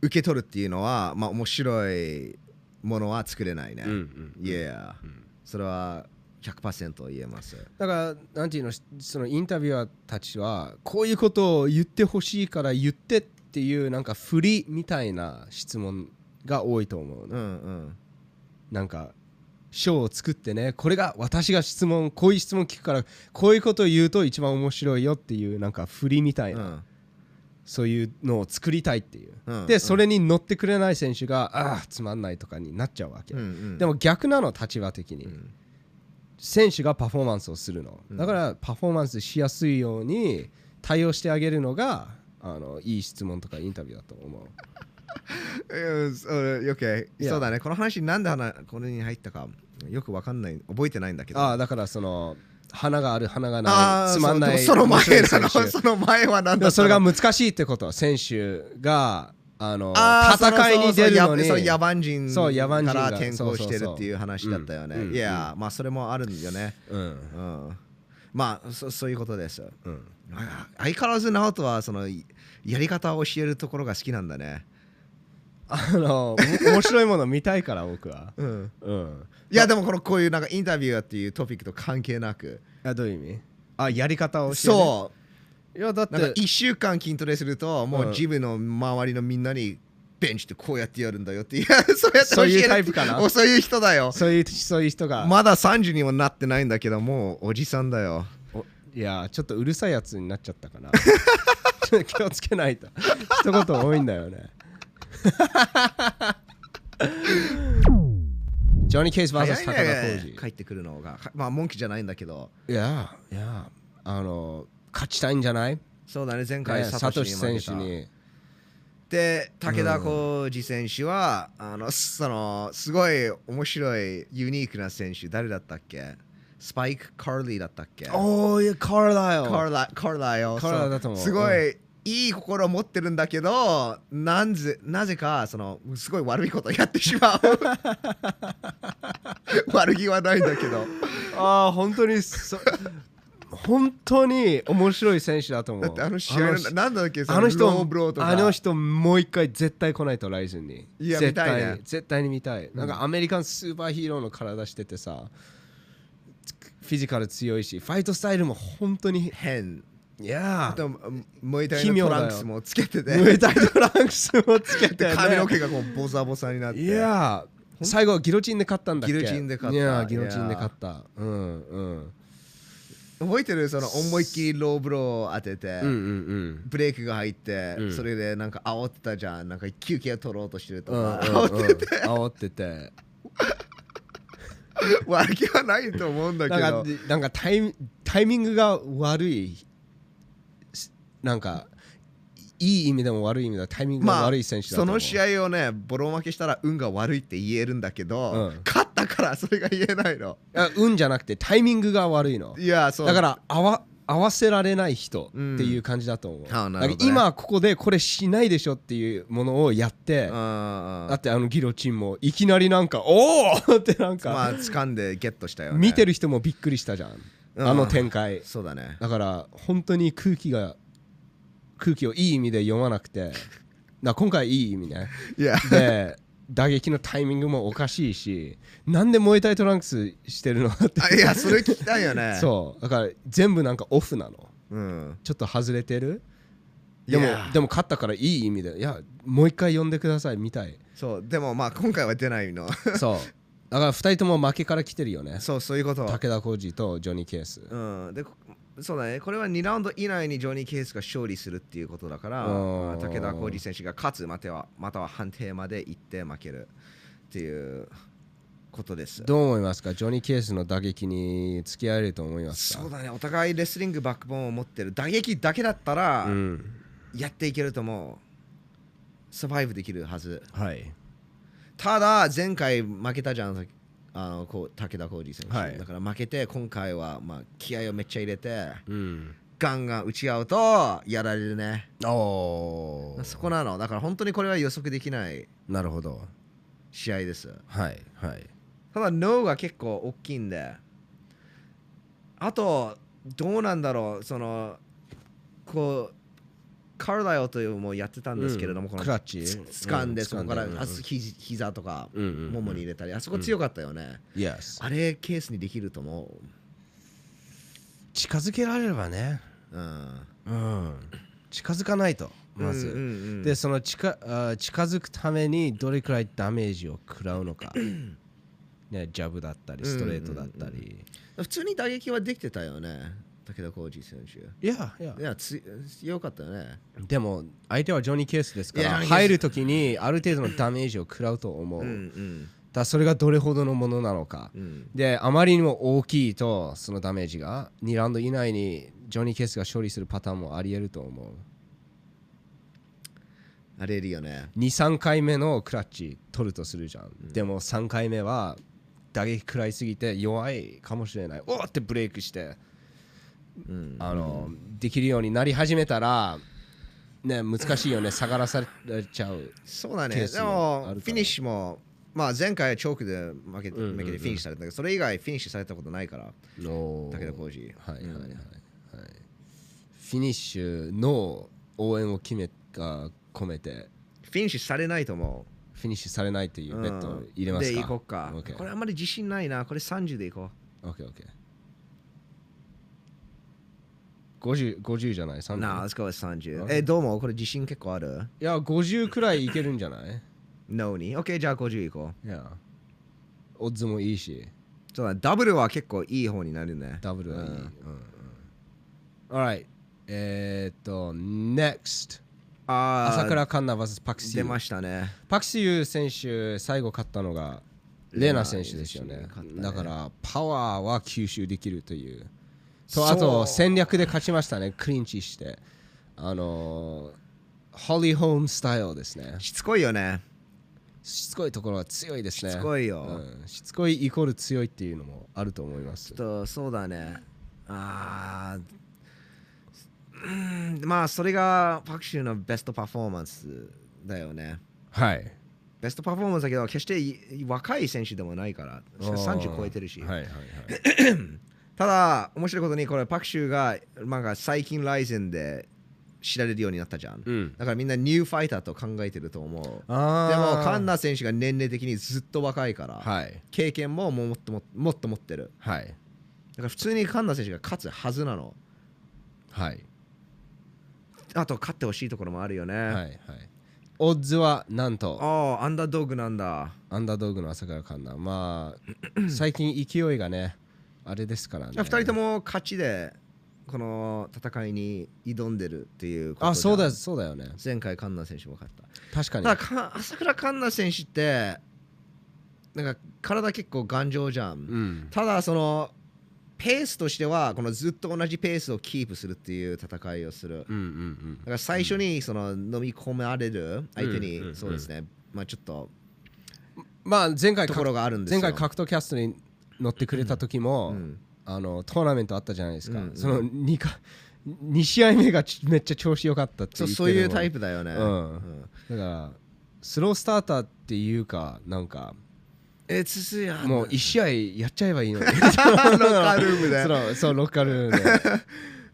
[SPEAKER 1] 受け取るっていうのはまあ面白いものは作れないね、
[SPEAKER 2] うんうん
[SPEAKER 1] いや、
[SPEAKER 2] ん
[SPEAKER 1] それは100%言えます
[SPEAKER 2] だからなんていうのしそのインタビュアーたちはこういうことを言ってほしいから言ってっていうなんか振りみたいな質問が多いと思う
[SPEAKER 1] う
[SPEAKER 2] の
[SPEAKER 1] んうん
[SPEAKER 2] なんか章を作ってねこれが私が質問こういう質問聞くからこういうことを言うと一番面白いよっていうなんか振りみた
[SPEAKER 1] う
[SPEAKER 2] いな、
[SPEAKER 1] ん
[SPEAKER 2] そういうのを作りたいっていう、
[SPEAKER 1] うん
[SPEAKER 2] でそれに乗ってくれない選手がああつまんないとかになっちゃうわけ、
[SPEAKER 1] うんうん
[SPEAKER 2] でも逆なの立場的に、
[SPEAKER 1] うん
[SPEAKER 2] 選手がパフォーマンスをするの
[SPEAKER 1] うん
[SPEAKER 2] だからパフォーマンスしやすいように対応してあげるのがあのいい質問とかインタビューだと思う
[SPEAKER 1] うんそう OK
[SPEAKER 2] いや
[SPEAKER 1] そうだねこの話なんで話これに入ったかよくわかんない覚えてないんだけど
[SPEAKER 2] ああだからその花がある花が
[SPEAKER 1] あ
[SPEAKER 2] な
[SPEAKER 1] ー
[SPEAKER 2] いつまんない
[SPEAKER 1] そうでもその前なの
[SPEAKER 2] 面白い
[SPEAKER 1] そ
[SPEAKER 2] 選
[SPEAKER 1] の前は何
[SPEAKER 2] 手で
[SPEAKER 1] だ
[SPEAKER 2] も
[SPEAKER 1] った
[SPEAKER 2] そ
[SPEAKER 1] の
[SPEAKER 2] れが難しいってこと選手があの
[SPEAKER 1] あー
[SPEAKER 2] 戦いに出るのに
[SPEAKER 1] そうそうそうやそう野蛮人
[SPEAKER 2] そう野蛮人
[SPEAKER 1] か
[SPEAKER 2] が
[SPEAKER 1] ら転校してる
[SPEAKER 2] そうそうそう
[SPEAKER 1] っていう話だったよね、
[SPEAKER 2] うんうん
[SPEAKER 1] いやー、まあそれもあるんよね
[SPEAKER 2] うん
[SPEAKER 1] うんまあそそういうことです
[SPEAKER 2] うん
[SPEAKER 1] あ相変わらず直人はそのいやり方を教えるところが好きなんだね
[SPEAKER 2] あのお面白いもの見たいから僕は
[SPEAKER 1] うん
[SPEAKER 2] うん
[SPEAKER 1] いやでもこのこういうなんかインタビューっていうトピックと関係なく
[SPEAKER 2] あどういう意味あやり方を教える
[SPEAKER 1] そう
[SPEAKER 2] いやだっ
[SPEAKER 1] なんか
[SPEAKER 2] て
[SPEAKER 1] 1週間筋トレするとも
[SPEAKER 2] う
[SPEAKER 1] うんジムの周りのみんなにベンチってこうやってやるんだよっていやそう やって教える
[SPEAKER 2] そういうタイプかな
[SPEAKER 1] おそういう人だよ
[SPEAKER 2] そういうそういう人が、
[SPEAKER 1] まだ30にもなってないんだけどもうおじさんだよ
[SPEAKER 2] おいやちょっとうるさいやつになっちゃったかな ちょっと気をつけないと一言多いんだよねジョニー・ケイス VS 高田
[SPEAKER 1] 早い
[SPEAKER 2] 浩
[SPEAKER 1] ね
[SPEAKER 2] 二
[SPEAKER 1] 帰ってくるのがかまあ文句じゃないんだけど
[SPEAKER 2] いやいやあの勝ちたいんじゃない
[SPEAKER 1] そうだね前回
[SPEAKER 2] ね
[SPEAKER 1] サ
[SPEAKER 2] サ
[SPEAKER 1] ト
[SPEAKER 2] ト
[SPEAKER 1] シ
[SPEAKER 2] シ
[SPEAKER 1] に負
[SPEAKER 2] 選
[SPEAKER 1] け
[SPEAKER 2] 手
[SPEAKER 1] た
[SPEAKER 2] に
[SPEAKER 1] で武田浩二選手はあのそのすごい面白いユニークな選手誰だったっけスパイク・カーリーだったっけ
[SPEAKER 2] おーいやカーラ
[SPEAKER 1] カーラカーラよ
[SPEAKER 2] カーラだと思う
[SPEAKER 1] そうすごい、いい心を持ってるんだけどなんぜなぜかそのすごい悪いことをやってし まう悪気はないんだけど
[SPEAKER 2] ああ本当にそ 本当に面白い選手だと思
[SPEAKER 1] だっ
[SPEAKER 2] う
[SPEAKER 1] てあの試合
[SPEAKER 2] あ
[SPEAKER 1] の
[SPEAKER 2] の人
[SPEAKER 1] なんだっけその
[SPEAKER 2] あの人
[SPEAKER 1] ローブローとか
[SPEAKER 2] あの人もう一回絶対来ないとライズンに
[SPEAKER 1] いや
[SPEAKER 2] 絶対
[SPEAKER 1] 見たいね
[SPEAKER 2] 絶対に見たい、なんかアメリカンスーパーヒーローの体しててさフィジカル強いしファイトスタイルも本当に
[SPEAKER 1] 変
[SPEAKER 2] いや
[SPEAKER 1] あ
[SPEAKER 2] ー
[SPEAKER 1] とムエタイのトランクスもつけてて
[SPEAKER 2] ムエタイトランクスもつけて、ね、
[SPEAKER 1] で髪の毛がこうボサボサになって
[SPEAKER 2] いやー最後はギロチンで勝ったんだっけ
[SPEAKER 1] ギロチンで勝った
[SPEAKER 2] いやーギロチンで勝ったうんうん
[SPEAKER 1] 覚えてるその思いっきりローブローを当てて、
[SPEAKER 2] うんうん
[SPEAKER 1] ブレークが入って、
[SPEAKER 2] うん
[SPEAKER 1] それでなんか煽ってたじゃんなんか休憩取ろうとしてると
[SPEAKER 2] うんうんうん
[SPEAKER 1] か、
[SPEAKER 2] 煽ってて煽ってて
[SPEAKER 1] 悪気はないと思うんだけ
[SPEAKER 2] な
[SPEAKER 1] ど
[SPEAKER 2] んかなんかタイミタイミングが悪いすなんかいい意味でも悪い意味でもタイミングが
[SPEAKER 1] まあ
[SPEAKER 2] 悪い選手だと
[SPEAKER 1] そ
[SPEAKER 2] 思う、
[SPEAKER 1] の試合をねボロ負けしたら運が悪いって言えるんだけど、
[SPEAKER 2] うん
[SPEAKER 1] 勝ったからそれが言えないの
[SPEAKER 2] あ運じゃなくてタイミングが悪いの
[SPEAKER 1] いやそう
[SPEAKER 2] だから合わ合わせられない人っていう感じだと思う、
[SPEAKER 1] ああなるほどね
[SPEAKER 2] だから今ここでこれしないでしょっていうものをやって、
[SPEAKER 1] うん
[SPEAKER 2] だってあのギロチンもいきなりなんか「おお!」ってなんか、
[SPEAKER 1] まあ掴んでゲットしたよね
[SPEAKER 2] 見てる人もびっくりしたじゃん、
[SPEAKER 1] うん
[SPEAKER 2] あの展開
[SPEAKER 1] そうだね
[SPEAKER 2] だから本当に空気が空気をいい意味で読まなくてな今回いい意味ね
[SPEAKER 1] いや
[SPEAKER 2] で打撃のタイミングもおかしいしなんで燃えたいトランクスしてるのって
[SPEAKER 1] あいやそれ聞きたいよね
[SPEAKER 2] そうだから全部なんかオフなの
[SPEAKER 1] う、うん、
[SPEAKER 2] ちょっと外れてるでも
[SPEAKER 1] いや
[SPEAKER 2] でも勝ったからいい意味でいやもう一回呼んでくださいみたい
[SPEAKER 1] そうでもまあ今回は出ない の
[SPEAKER 2] そうだから2人とも負けから来てるよね
[SPEAKER 1] そうそういうこと
[SPEAKER 2] 武田浩二とジョニー・ケース
[SPEAKER 1] うん、でこそうだねこれは2ラウンド以内にジョニー・ケースが勝利するっていうことだから
[SPEAKER 2] うん
[SPEAKER 1] 武田浩二選手が勝つまたはまたは判定まで行って負けるっていうことです
[SPEAKER 2] どう思いますかジョニー・ケースの打撃に付き合えると思いますか
[SPEAKER 1] そうだねお互いレスリングバックボーンを持ってる打撃だけだったら
[SPEAKER 2] うん
[SPEAKER 1] やっていけると思うサバイブできるはず
[SPEAKER 2] はい
[SPEAKER 1] ただ前回負けたじゃんあのこう武田浩二選手、
[SPEAKER 2] はい
[SPEAKER 1] だから負けて今回はまあ気合をめっちゃ入れて
[SPEAKER 2] うん
[SPEAKER 1] ガンガン打ち合うとやられるね
[SPEAKER 2] お
[SPEAKER 1] そこなのだから本当にこれは予測できない
[SPEAKER 2] なるほど
[SPEAKER 1] 試合です
[SPEAKER 2] はいはい
[SPEAKER 1] ただ脳が結構大きいんであとどうなんだろうそのこうカルダイオというのもやってたんですけれども、
[SPEAKER 2] うん
[SPEAKER 1] この
[SPEAKER 2] クラッチ
[SPEAKER 1] つ掴んで
[SPEAKER 2] うん
[SPEAKER 1] そこから
[SPEAKER 2] 掴んでうん
[SPEAKER 1] あそひじ膝とか
[SPEAKER 2] うんうんうん
[SPEAKER 1] ももに入れたりあそこ強かったよね、
[SPEAKER 2] Yes
[SPEAKER 1] あれケースにできると思
[SPEAKER 2] 近づけられればね
[SPEAKER 1] ううん
[SPEAKER 2] うん近づかないとまず、
[SPEAKER 1] うんうんうん
[SPEAKER 2] でその近あ近づくためにどれくらいダメージを食らうの かねジャブだったりストレートだったり、
[SPEAKER 1] 普通に打撃はできてたよね武田浩二選手
[SPEAKER 2] いやいや
[SPEAKER 1] いやつ強かったよね
[SPEAKER 2] でも相手はジョニー・ケースですか
[SPEAKER 1] いや
[SPEAKER 2] ら
[SPEAKER 1] ジョニーケース
[SPEAKER 2] 入るときにある程度のダメージを食らうと思
[SPEAKER 1] う
[SPEAKER 2] う、だか
[SPEAKER 1] ん
[SPEAKER 2] らそれがどれほどのものなのか、
[SPEAKER 1] うんうん
[SPEAKER 2] であまりにも大きいとそのダメージが2ラウンド以内にジョニー・ケースが勝利するパターンもありえると思う
[SPEAKER 1] あれるよね
[SPEAKER 2] 23回目のクラッチ取るとするじゃん、でも3回目は打撃食らいすぎて弱いかもしれないおーってブレイクして、
[SPEAKER 1] うん
[SPEAKER 2] あのできるようになり始めたらね難しいよね下がらされちゃう
[SPEAKER 1] そうだ
[SPEAKER 2] ケ
[SPEAKER 1] ね
[SPEAKER 2] ース
[SPEAKER 1] で
[SPEAKER 2] もあ
[SPEAKER 1] も
[SPEAKER 2] るから
[SPEAKER 1] フィニッシュもまあ前回はチョークで負け
[SPEAKER 2] んうんうん
[SPEAKER 1] 負けてフィニッシュされたけどそれ以外フィニッシュされたことないから武
[SPEAKER 2] の
[SPEAKER 1] 田浩二
[SPEAKER 2] はいはいはい、
[SPEAKER 1] う
[SPEAKER 2] はい
[SPEAKER 1] ん、
[SPEAKER 2] フィニッシュの応援を決めが込めて
[SPEAKER 1] フィニッシュされないと思
[SPEAKER 2] フィニッシュされないといううベッドを入れますか、
[SPEAKER 1] でいこっか
[SPEAKER 2] OK
[SPEAKER 1] これあんまり自信ないなこれ30でいこ
[SPEAKER 2] OK, OK 50, 50じゃない
[SPEAKER 1] う
[SPEAKER 2] 30
[SPEAKER 1] なあ
[SPEAKER 2] い
[SPEAKER 1] そこは30
[SPEAKER 2] OK
[SPEAKER 1] えどうもこれ自信結構ある
[SPEAKER 2] や50くらいいけるんじ ゃない
[SPEAKER 1] ?No に OK じゃあ50いこう
[SPEAKER 2] いやオッズもいいし
[SPEAKER 1] そうだねダブルは結構いい方になるね
[SPEAKER 2] ダブルはいい、
[SPEAKER 1] う
[SPEAKER 2] うんんうん、Alright えー、っと NEXT
[SPEAKER 1] ああ
[SPEAKER 2] 朝倉環奈 VS パクシ
[SPEAKER 1] 出
[SPEAKER 2] ユ
[SPEAKER 1] ましたね
[SPEAKER 2] パクシユ選手最後勝ったのがレーナ選手ですよ
[SPEAKER 1] レーナ
[SPEAKER 2] ね
[SPEAKER 1] 選手勝ったね
[SPEAKER 2] だからパワーは吸収できるという
[SPEAKER 1] そう
[SPEAKER 2] とあと戦略で勝ちましたねクリンチしてあのーホリーホームスタイルですね
[SPEAKER 1] しつこいよね
[SPEAKER 2] しつこいところが強いですね
[SPEAKER 1] しつこいよ
[SPEAKER 2] うんしつこいイコール強いっていうのもあると思います
[SPEAKER 1] ちょっとそうだねあーうーんまあそれがパクシュのベストパフォーマンスだよね
[SPEAKER 2] はい
[SPEAKER 1] ベストパフォーマンスだけど決してい若い選手でもないから
[SPEAKER 2] おー
[SPEAKER 1] 30超えてるし、
[SPEAKER 2] はいはいはい
[SPEAKER 1] ただ面白いことにこれパクシュがなんか最近ライゼンで知られるようになったじゃん、
[SPEAKER 2] うん
[SPEAKER 1] だからみんなニューファイターと考えてると思うでも
[SPEAKER 2] あ
[SPEAKER 1] カンナ選手が年齢的にずっと若いから、
[SPEAKER 2] はい
[SPEAKER 1] 経験ももうもっとももっと持ってる
[SPEAKER 2] はい
[SPEAKER 1] だから普通にカンナ選手が勝つはずなの
[SPEAKER 2] はい
[SPEAKER 1] あと勝ってほしいところもあるよね、
[SPEAKER 2] はいはいオッズはなんと
[SPEAKER 1] ああアンダードッグなんだ
[SPEAKER 2] アンダードーグの朝倉環奈ま あ最近勢いがねあれですからね
[SPEAKER 1] 2人とも勝ちでこの戦いに挑んでるっていうことじゃん
[SPEAKER 2] あそうだそうだよね
[SPEAKER 1] 前回カンナ選手も勝った
[SPEAKER 2] 確かに
[SPEAKER 1] ただか朝倉環奈選手ってなんか体結構頑丈じゃん、
[SPEAKER 2] うん
[SPEAKER 1] ただそのペースとしてはこのずっと同じペースをキープするっていう戦いをするだ
[SPEAKER 2] うんうん
[SPEAKER 1] から最初にその飲み込まれる相手
[SPEAKER 2] うんうんう
[SPEAKER 1] に
[SPEAKER 2] ん
[SPEAKER 1] そうですねまあちょっと
[SPEAKER 2] うんまあ前回
[SPEAKER 1] ところがあるんですよ
[SPEAKER 2] 前回格闘キャストに乗ってくれた時も、
[SPEAKER 1] うん
[SPEAKER 2] あのトーナメントあったじゃないですか、
[SPEAKER 1] うんうん
[SPEAKER 2] その 2, か2試合目がちめっちゃ調子良かったっ
[SPEAKER 1] そ
[SPEAKER 2] て言
[SPEAKER 1] う
[SPEAKER 2] って
[SPEAKER 1] そういうタイ
[SPEAKER 2] プ
[SPEAKER 1] プだよね、
[SPEAKER 2] うんだからスロースターターっていうかなんか
[SPEAKER 1] えつつや
[SPEAKER 2] もう1試合 やっちゃえばいいのにロ
[SPEAKER 1] ッカールームで
[SPEAKER 2] そのそうロッカールームで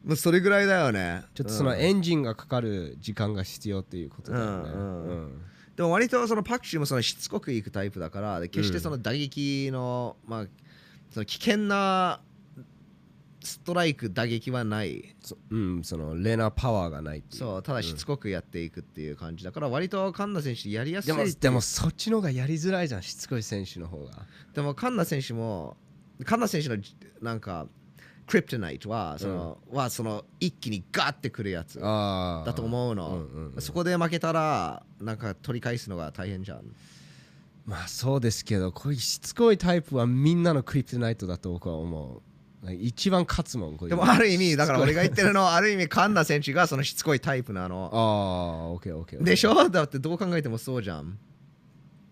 [SPEAKER 1] もうそれぐらいだよね
[SPEAKER 2] ちょっとその
[SPEAKER 1] うん
[SPEAKER 2] エンジンがかかる時間が必要っていうことだよね、
[SPEAKER 1] うんうんでも割とそのパクチーもそのしつこくいくタイプだからで決してその打撃の、まあその危険なストライク打撃はない
[SPEAKER 2] そうんそのレナパワーがないっていう
[SPEAKER 1] そうただしつこくやっていくっていう感じだから割とカンナ選手やりやすい
[SPEAKER 2] で
[SPEAKER 1] って
[SPEAKER 2] も
[SPEAKER 1] いう
[SPEAKER 2] でもそっちの方がやりづらいじゃんしつこい選手の方が
[SPEAKER 1] でもカンナ選手もカンナ選手のじなんかクリプトナイトはその、はその一気にガーってくるやつ
[SPEAKER 2] あー
[SPEAKER 1] だと思うの、
[SPEAKER 2] うんうんうん
[SPEAKER 1] そこで負けたらなんか取り返すのが大変じゃん
[SPEAKER 2] まあそうですけどこういうしつこいタイプはみんなのクリプトナイトだと僕は思う一番勝つもんこういう
[SPEAKER 1] でもある意味だから俺が言ってる のはある意味カンナ選手がそのしつこいタイプなの
[SPEAKER 2] ああオッケーオッケー
[SPEAKER 1] でしょだってどう考えてもそうじゃん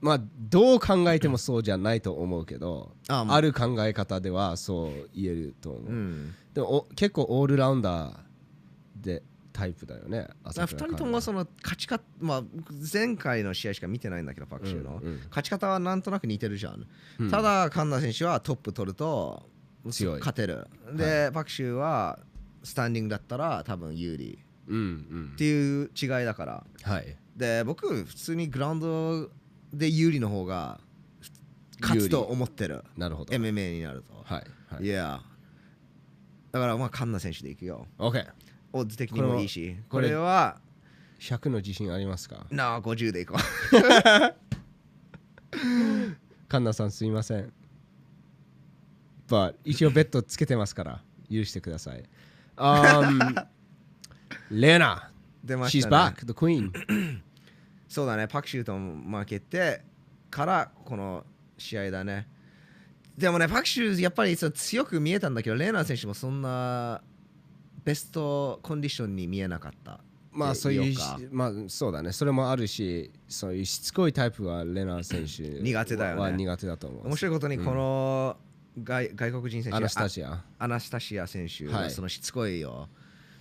[SPEAKER 2] まあどう考えてもそうじゃないと思うけど
[SPEAKER 1] あ
[SPEAKER 2] ある考え方ではそう言えると思う、
[SPEAKER 1] うん
[SPEAKER 2] でもお結構オールラウンダーでタイプだよね
[SPEAKER 1] 2人ともそ
[SPEAKER 2] の
[SPEAKER 1] の勝ち方まあ前回の試合しか見てないんだけどパクシューの、
[SPEAKER 2] うんうん
[SPEAKER 1] 勝ち方はなんとなく似てるじゃん、ただカンナ選手はトップ取ると
[SPEAKER 2] 強い
[SPEAKER 1] 勝てるで、パクシューはスタンディングだったら多分有利
[SPEAKER 2] うんうん
[SPEAKER 1] っていう違いだから
[SPEAKER 2] はい
[SPEAKER 1] で僕普通にグラウンドで有利の方が勝つと思ってる
[SPEAKER 2] なるほど
[SPEAKER 1] MMA になると、
[SPEAKER 2] はいはい
[SPEAKER 1] い、やだからまあカンナ選手でいくよ
[SPEAKER 2] OK100
[SPEAKER 1] オッズ的にもいいしこ
[SPEAKER 2] こ
[SPEAKER 1] れ
[SPEAKER 2] れ
[SPEAKER 1] は
[SPEAKER 2] の自信ありますか
[SPEAKER 1] なあ50でいこう
[SPEAKER 2] カンナさんすいません。But 一応ベッドつけてますから許してください。Um, Lena,
[SPEAKER 1] 出まし
[SPEAKER 2] she's
[SPEAKER 1] た、ね、
[SPEAKER 2] back, the queen.
[SPEAKER 1] そうだねパクシュートも負けてからこの試合だねでもねパクシューやっぱりそう強く見えたんだけどレーナー選手もそんなベストコンディションに見えなかった
[SPEAKER 2] まあそういうし
[SPEAKER 1] 言おうか、
[SPEAKER 2] まあそうだね、それもあるし、そういうしつこいタイプはレナ選手
[SPEAKER 1] 苦手だよね
[SPEAKER 2] は苦手だと思う。
[SPEAKER 1] 面白いことにこの外,、外国人選手
[SPEAKER 2] アナスタジア。
[SPEAKER 1] アナスタシア選手
[SPEAKER 2] は
[SPEAKER 1] はいそのしつこいよ、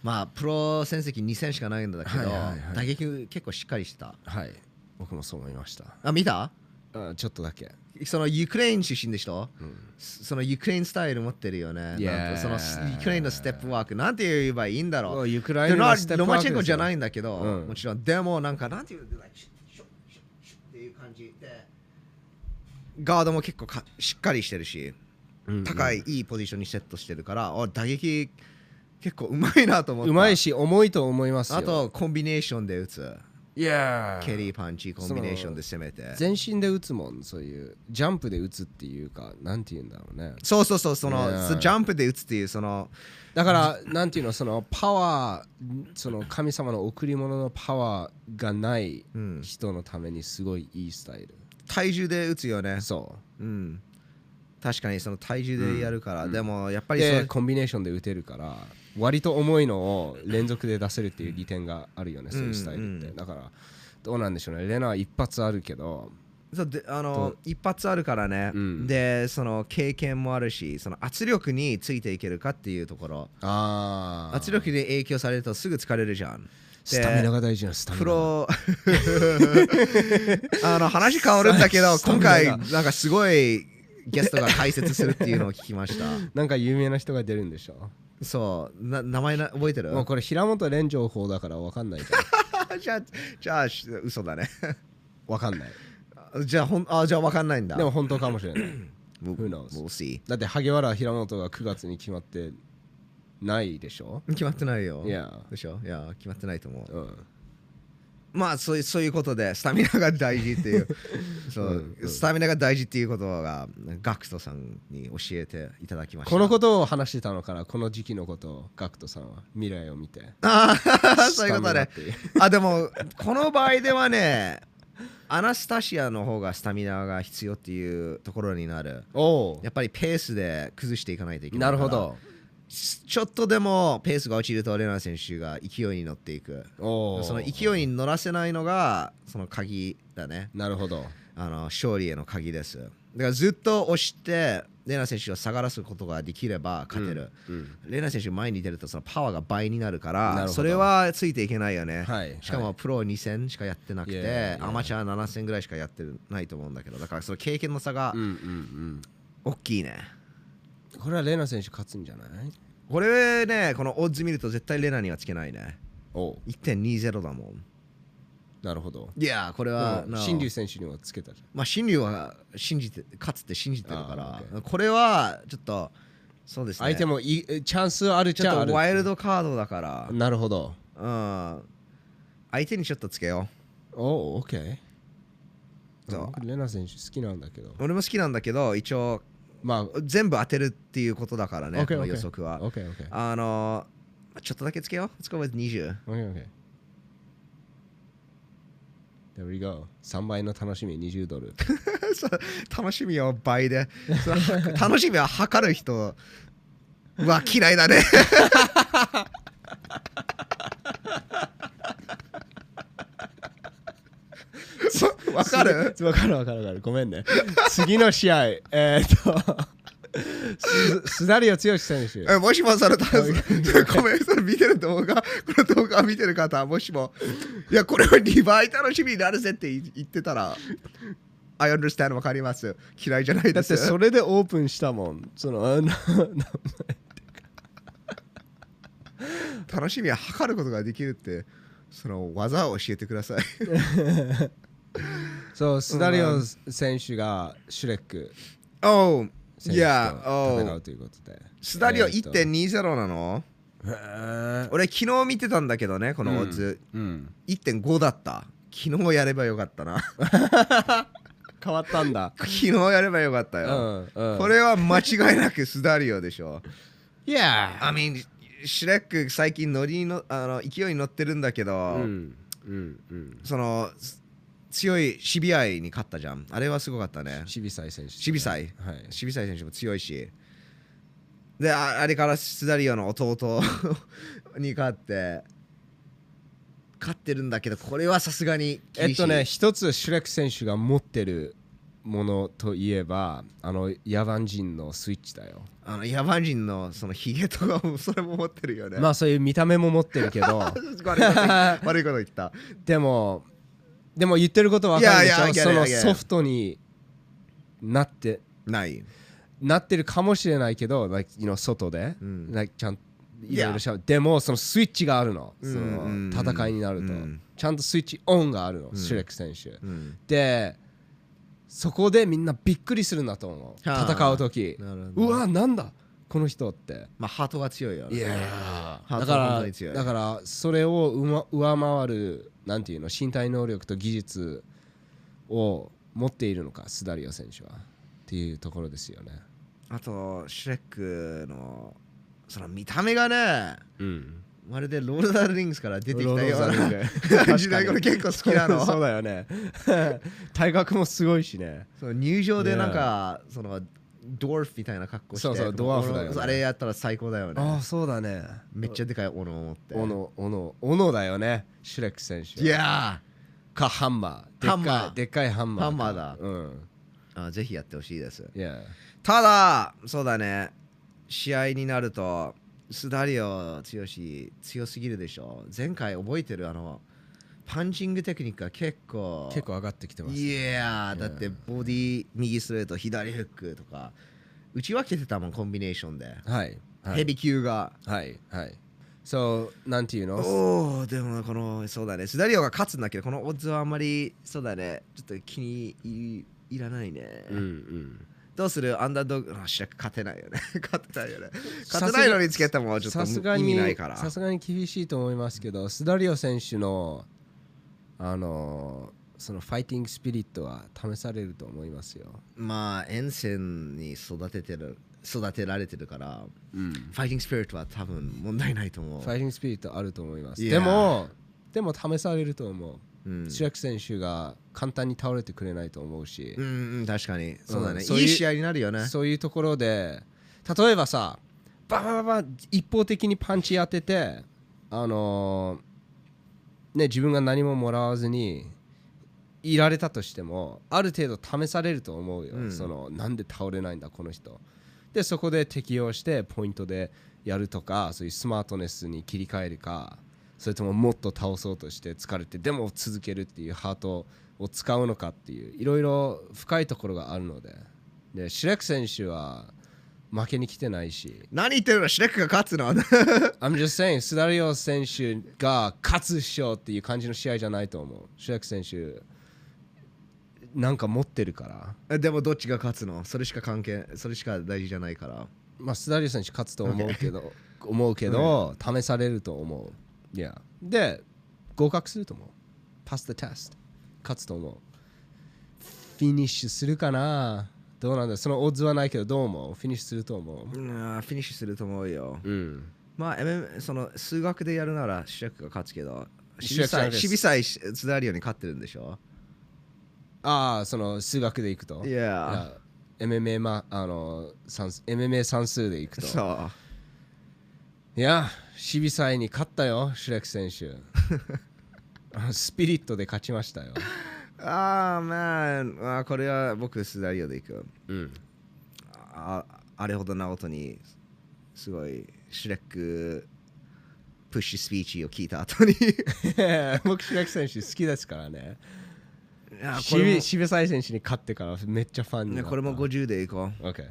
[SPEAKER 1] まあプロ戦績2戦しかないんだけど、
[SPEAKER 2] はいはいはい
[SPEAKER 1] 打撃結構しっかりしてた
[SPEAKER 2] はい、僕もそう思いました。
[SPEAKER 1] あ見た
[SPEAKER 2] あちょっとだけ。
[SPEAKER 1] そのユクレーン出身でしょ、
[SPEAKER 2] ん
[SPEAKER 1] そのユクレーンスタイル持ってるよね、
[SPEAKER 2] Yeah
[SPEAKER 1] なんとそのスユクレーンのステップワークなんて言えばいいんだろう
[SPEAKER 2] ウクラ
[SPEAKER 1] で
[SPEAKER 2] イナ
[SPEAKER 1] ロ
[SPEAKER 2] のステップ
[SPEAKER 1] マチェンコじゃ
[SPEAKER 2] い。
[SPEAKER 1] ないんだけど、
[SPEAKER 2] うん
[SPEAKER 1] もちろんでもなんかなんていうのシュッシュッシュッっていう感じでガードも結構かしっかりしてるし
[SPEAKER 2] うんうん
[SPEAKER 1] 高いいいポジションにセットしてるから、お打撃結構うまいなと思って
[SPEAKER 2] うまいし、重いと思いますよ。
[SPEAKER 1] あ、とコンビネーションで打つ
[SPEAKER 2] いや
[SPEAKER 1] 蹴りパンチコンビネーションで攻めて
[SPEAKER 2] 全身で打つもんそういうジャンプで打つっていうかなんて言うんだろうね
[SPEAKER 1] そうそうそうその、
[SPEAKER 2] ねえ
[SPEAKER 1] そうジャンプで打つっていうその
[SPEAKER 2] だからなんていうのそのパワーその神様の贈り物のパワーがない
[SPEAKER 1] うん
[SPEAKER 2] 人のためにすごいいいスタイル、
[SPEAKER 1] 体重で打つよね
[SPEAKER 2] そ
[SPEAKER 1] うん確かにその体重でやるから、でもやっぱ
[SPEAKER 2] う
[SPEAKER 1] りそ
[SPEAKER 2] で
[SPEAKER 1] れ
[SPEAKER 2] コンビネーションで打てるから割と重いのを連続で出せるっていう利点があるよね、そういうスタイルって、
[SPEAKER 1] うんうん
[SPEAKER 2] だからどうなんでしょうねレナは一発あるけど
[SPEAKER 1] そうであの一発あるからね、
[SPEAKER 2] うん
[SPEAKER 1] でその経験もあるしその圧力についていけるかっていうところ
[SPEAKER 2] あー
[SPEAKER 1] 圧力で影響されるとすぐ疲れるじゃん
[SPEAKER 2] スタミナが大事なスタミナ
[SPEAKER 1] プロ あの話変わるんだけど
[SPEAKER 2] スタ
[SPEAKER 1] 今
[SPEAKER 2] ミナが
[SPEAKER 1] 回なんかすごいゲストが解説するっていうのを聞きま した。
[SPEAKER 2] なんか有名な人が出るんでしょ
[SPEAKER 1] そう、な名前な覚えてる
[SPEAKER 2] もうこれ平本蓮情報だから分かんないじ ゃん
[SPEAKER 1] じゃあ、じゃあ、し嘘だね。
[SPEAKER 2] 分かんない
[SPEAKER 1] じゃあ、ほんあじゃあ分かんないんだ。
[SPEAKER 2] でも本当かもしれない
[SPEAKER 1] We'll-
[SPEAKER 2] who knows?
[SPEAKER 1] we'll see.
[SPEAKER 2] だって萩原平本が9月に決まってないでしょ
[SPEAKER 1] 決まってないよ。
[SPEAKER 2] いや
[SPEAKER 1] でしょいや、決まってないと思う。
[SPEAKER 2] うん
[SPEAKER 1] まあそういう、そういうことで、スタミナが大事って いう、そう
[SPEAKER 2] うんうん
[SPEAKER 1] スタミナが大事っていうことが、ガクトさんに教えていただきました。
[SPEAKER 2] このことを話してたのからこの時期のことをガクトさんは未来を見て
[SPEAKER 1] ああ、 そういうことね
[SPEAKER 2] ス。タミナっていう
[SPEAKER 1] あ、でも、この場合ではね、アナスタシアの方がスタミナが必要っていうところになる。
[SPEAKER 2] お
[SPEAKER 1] やっぱりペースで崩していかないといけ
[SPEAKER 2] お
[SPEAKER 1] な
[SPEAKER 2] ないる
[SPEAKER 1] から
[SPEAKER 2] ほど
[SPEAKER 1] ちょっとでもペースが落ちるとレナ選手が勢いに乗っていく
[SPEAKER 2] おお
[SPEAKER 1] その勢いに乗らせないのがその鍵だね
[SPEAKER 2] なるほど
[SPEAKER 1] あの勝利への鍵ですだからずっと押してレナ選手を下がらすことができれば勝てる、
[SPEAKER 2] うん
[SPEAKER 1] レナ選手前に出るとそのパワーが倍になるか
[SPEAKER 2] なる
[SPEAKER 1] ら
[SPEAKER 2] ほど
[SPEAKER 1] それはついていけないよね、
[SPEAKER 2] はい
[SPEAKER 1] しかもプロ2戦しかやってなく
[SPEAKER 2] い
[SPEAKER 1] て、
[SPEAKER 2] やいやいや
[SPEAKER 1] アマチュア7戦ぐらいしかやってないと思うんだけどだからその経験の差が
[SPEAKER 2] うんうん
[SPEAKER 1] 大きいね、
[SPEAKER 2] うんこれはレナ選手勝つんじゃない
[SPEAKER 1] これねこのオッズ見ると絶対レナにはつけないね
[SPEAKER 2] おお
[SPEAKER 1] 1.20だもん
[SPEAKER 2] なるほど
[SPEAKER 1] いやーこれは
[SPEAKER 2] でも
[SPEAKER 1] な
[SPEAKER 2] 新竜選手にはつけたじ
[SPEAKER 1] まあ新竜は信じて勝つって信じてるか
[SPEAKER 2] あ
[SPEAKER 1] ら
[SPEAKER 2] ー
[SPEAKER 1] これはちょっとそうです
[SPEAKER 2] ゃん
[SPEAKER 1] ね
[SPEAKER 2] 相手もいいえチャンスある
[SPEAKER 1] ち
[SPEAKER 2] ちゃ
[SPEAKER 1] ょ
[SPEAKER 2] あ
[SPEAKER 1] っ
[SPEAKER 2] る
[SPEAKER 1] とワイルドカードだから
[SPEAKER 2] なるほど
[SPEAKER 1] うん相手にちょっとつけよ
[SPEAKER 2] おおオッケー
[SPEAKER 1] そう
[SPEAKER 2] あ僕レナ選手好きなんだけど
[SPEAKER 1] う俺も好きなんだけど一応
[SPEAKER 2] ま
[SPEAKER 1] 全部当てるっていうことだから
[SPEAKER 2] あ
[SPEAKER 1] ね
[SPEAKER 2] OK
[SPEAKER 1] この
[SPEAKER 2] OK
[SPEAKER 1] 予測は
[SPEAKER 2] OK OK
[SPEAKER 1] あのーちょっとだけつけよう Let's go with 20
[SPEAKER 2] OK OK There we go 3倍の楽しみ20ドル
[SPEAKER 1] そう楽しみは倍でそのは 楽しみは測る 人は嫌いだねそわかる
[SPEAKER 2] わかるわかるわかるごめんね次の試合 えー、っとすすだりよ剛選手
[SPEAKER 1] えもしもそれた ごめんそれ見てる動画この動画見てる方もしもいやこれは2倍楽しみになるぜって言言ってたら I understand わかります嫌いじゃない
[SPEAKER 2] だ
[SPEAKER 1] で
[SPEAKER 2] って
[SPEAKER 1] す
[SPEAKER 2] それでオープンしたもんそのあなな
[SPEAKER 1] 楽しみは測ることができるってその技を教えてください
[SPEAKER 2] そうスダリオ選手がシュレック
[SPEAKER 1] Oh,
[SPEAKER 2] 選手
[SPEAKER 1] yeah.
[SPEAKER 2] と戦
[SPEAKER 1] Oh.
[SPEAKER 2] うということで
[SPEAKER 1] スダリオ
[SPEAKER 2] えーっと
[SPEAKER 1] 1.20なの
[SPEAKER 2] へー
[SPEAKER 1] 俺昨日見てたんだけどね、このオッズ。
[SPEAKER 2] うん
[SPEAKER 1] 1.5だった。昨日やればよかった な。
[SPEAKER 2] 変わったんだ
[SPEAKER 1] 昨日やればよかったよ。こ
[SPEAKER 2] こ
[SPEAKER 1] れは間違いなくスダリオでしょ。
[SPEAKER 2] いや
[SPEAKER 1] I mean, シュレック最近乗りのあの勢いに乗ってるんだけ
[SPEAKER 2] う
[SPEAKER 1] ど、
[SPEAKER 2] んうんうん
[SPEAKER 1] そのす強いシビアイに勝ったじゃん。あれはすごかったね。
[SPEAKER 2] シビサイ選手
[SPEAKER 1] シビサイ
[SPEAKER 2] はい
[SPEAKER 1] シビサイ選手も強いし。で、ああれからスダリオの弟 に勝って、勝ってるんだけど、これはさすがに
[SPEAKER 2] え
[SPEAKER 1] 厳
[SPEAKER 2] っ
[SPEAKER 1] しい。
[SPEAKER 2] とね一つシュレック選手が持ってるものといえばあの野蛮人のスイッチだよ
[SPEAKER 1] あの、野蛮人のそのヒゲとかも、そ れも持ってるよね。
[SPEAKER 2] まあそういう見た目も持ってる けど
[SPEAKER 1] 悪いこと言った 悪いこと言った。
[SPEAKER 2] でもでも言ってることわかるで
[SPEAKER 1] いやいや
[SPEAKER 2] しょそ
[SPEAKER 1] I get it,
[SPEAKER 2] の
[SPEAKER 1] I get it.
[SPEAKER 2] ソフトになって
[SPEAKER 1] ない。
[SPEAKER 2] なってるかもしれないけど、like, you know, 外で、
[SPEAKER 1] うん
[SPEAKER 2] like, ちゃんい
[SPEAKER 1] Yeah.
[SPEAKER 2] ろいろしゃべでもそのスイッチがあるのそ
[SPEAKER 1] うん
[SPEAKER 2] の戦いになると、
[SPEAKER 1] うん
[SPEAKER 2] ちゃんとスイッチオンがあるの、シュレック選手、
[SPEAKER 1] うん。
[SPEAKER 2] でそこでみんなびっくりするんだと思う
[SPEAKER 1] はあ
[SPEAKER 2] 戦う時
[SPEAKER 1] なるほど
[SPEAKER 2] うわなんだこの人って
[SPEAKER 1] まあ、ハートが強いよね。
[SPEAKER 2] や
[SPEAKER 1] ー
[SPEAKER 2] だ
[SPEAKER 1] 本
[SPEAKER 2] か
[SPEAKER 1] 当に強
[SPEAKER 2] ら
[SPEAKER 1] い
[SPEAKER 2] だからそれをうま上回るなんていうの身体能力と技術を持っているのかスダリオ選手はっていうところですよね
[SPEAKER 1] あと、シュレックの、その見た目がね、
[SPEAKER 2] うん
[SPEAKER 1] まるでロールダーリングスから出てきたよう
[SPEAKER 2] ロードザリン
[SPEAKER 1] な
[SPEAKER 2] グ
[SPEAKER 1] 感じで、これ結構好きなの
[SPEAKER 2] そ。うだよね体格もすごいしね
[SPEAKER 1] その入場でなんか、そのドワーフみたいな格好して
[SPEAKER 2] そうそうドワーフだよね
[SPEAKER 1] そうあれやったら最高だよ
[SPEAKER 2] ああ
[SPEAKER 1] ね
[SPEAKER 2] そうだね
[SPEAKER 1] めっちゃでかい斧を持って
[SPEAKER 2] おのおのおのだよねシュレック選手
[SPEAKER 1] いや
[SPEAKER 2] かハンマーでっかい
[SPEAKER 1] ハンマー
[SPEAKER 2] でっかいハンマーか
[SPEAKER 1] ハンマーだ
[SPEAKER 2] うん
[SPEAKER 1] ーあぜひやってほしいです
[SPEAKER 2] いや
[SPEAKER 1] ただそうだね試合になるとスダリオ強し強すぎるでしょ前回覚えてるあのパンチングテクニックは結構
[SPEAKER 2] 結構上がってきてます
[SPEAKER 1] いやーだってボディ右ストレート左フックとか打ち分けてたもんコンビネーションで、
[SPEAKER 2] はいは
[SPEAKER 1] ヘ
[SPEAKER 2] い
[SPEAKER 1] ビ級が
[SPEAKER 2] はいはい So なんていうの
[SPEAKER 1] おおでもこのそうだねスダリオが勝つんだけどこのオッズはあんまりそうだねちょっと気にいいらないね、
[SPEAKER 2] うんうん
[SPEAKER 1] どうするアンダードッグあシラク勝てないよね 勝てないよね勝てないのにつけてもちょっと
[SPEAKER 2] さすが
[SPEAKER 1] 意
[SPEAKER 2] に
[SPEAKER 1] 味ないから
[SPEAKER 2] さすがに厳しいと思いますけどスダリオ選手のあのそのファイティングスピリットは試されると思いますよ、
[SPEAKER 1] まあ沿線に育ててる育てられてるから
[SPEAKER 2] うん
[SPEAKER 1] ファイティングスピリットは多分問題ないと思う
[SPEAKER 2] ファイティングスピリットあると思います。
[SPEAKER 1] Yeah
[SPEAKER 2] でも、でも試されると思う。
[SPEAKER 1] うん
[SPEAKER 2] シュラク選手が簡単に倒れてくれないと思うし
[SPEAKER 1] う、んうん確かにそうだね、
[SPEAKER 2] そういう
[SPEAKER 1] いい試合になるよね
[SPEAKER 2] そういうところで、例えばさ、バババババ一方的にパンチ当てて、あのーね、自分が何ももらわずに、いられたとしてもある程度試されると思うよ、
[SPEAKER 1] うん
[SPEAKER 2] そのなんで倒れないんだこの人でそこで適用してポイントでやるとかそういうスマートネスに切り替えるかそれとももっと倒そうとして疲れてでも続けるっていうハートを使うのかっていういろいろ深いところがあるのででシュレク選手は負けに来てないし
[SPEAKER 1] 何言ってるのシュレックが勝つの
[SPEAKER 2] I'm just saying スダリオ選手が勝つっしょっていう感じの試合じゃないと思うシュレク選手なんか持ってるから、
[SPEAKER 1] でもどっちが勝つのそれしか関係それしか大事じゃないから
[SPEAKER 2] まあ、スダリオ選手勝つと思うけ ど、思うけど、試されると思う、Yeah で合格すると思うパス the test 勝つと思うフィニッシュするかなどうなんだそのオッズはないけどどう思うフィニッシュすると思
[SPEAKER 1] うんフィニッシュすると思うよ
[SPEAKER 2] ううん
[SPEAKER 1] まあ、MM、その数学でやるならシュレックが勝つけどシ
[SPEAKER 2] シュレ
[SPEAKER 1] ビ
[SPEAKER 2] ックじ
[SPEAKER 1] サ
[SPEAKER 2] ゃない
[SPEAKER 1] イ
[SPEAKER 2] です
[SPEAKER 1] シビサイズダリオに勝ってるんでしょ
[SPEAKER 2] ああその数学でいくと
[SPEAKER 1] いや
[SPEAKER 2] あ MMA, まあの算数 MMA 算数でいくと
[SPEAKER 1] そう
[SPEAKER 2] いやシビサイに勝ったよシュレク選手 あのスピリットで勝ちましたよ、
[SPEAKER 1] ああまあこれは僕スダリオでいく
[SPEAKER 2] うん、
[SPEAKER 1] ああれほどなことにすごいシュレックプッシュスピーチを聞いた 後に
[SPEAKER 2] 僕シュレク選手好きですからね
[SPEAKER 1] あこ
[SPEAKER 2] シ
[SPEAKER 1] れ
[SPEAKER 2] ビ
[SPEAKER 1] も
[SPEAKER 2] シビサイ選手に勝ってからめっちゃファンにな
[SPEAKER 1] ね
[SPEAKER 2] った
[SPEAKER 1] これも50でいこ
[SPEAKER 2] OK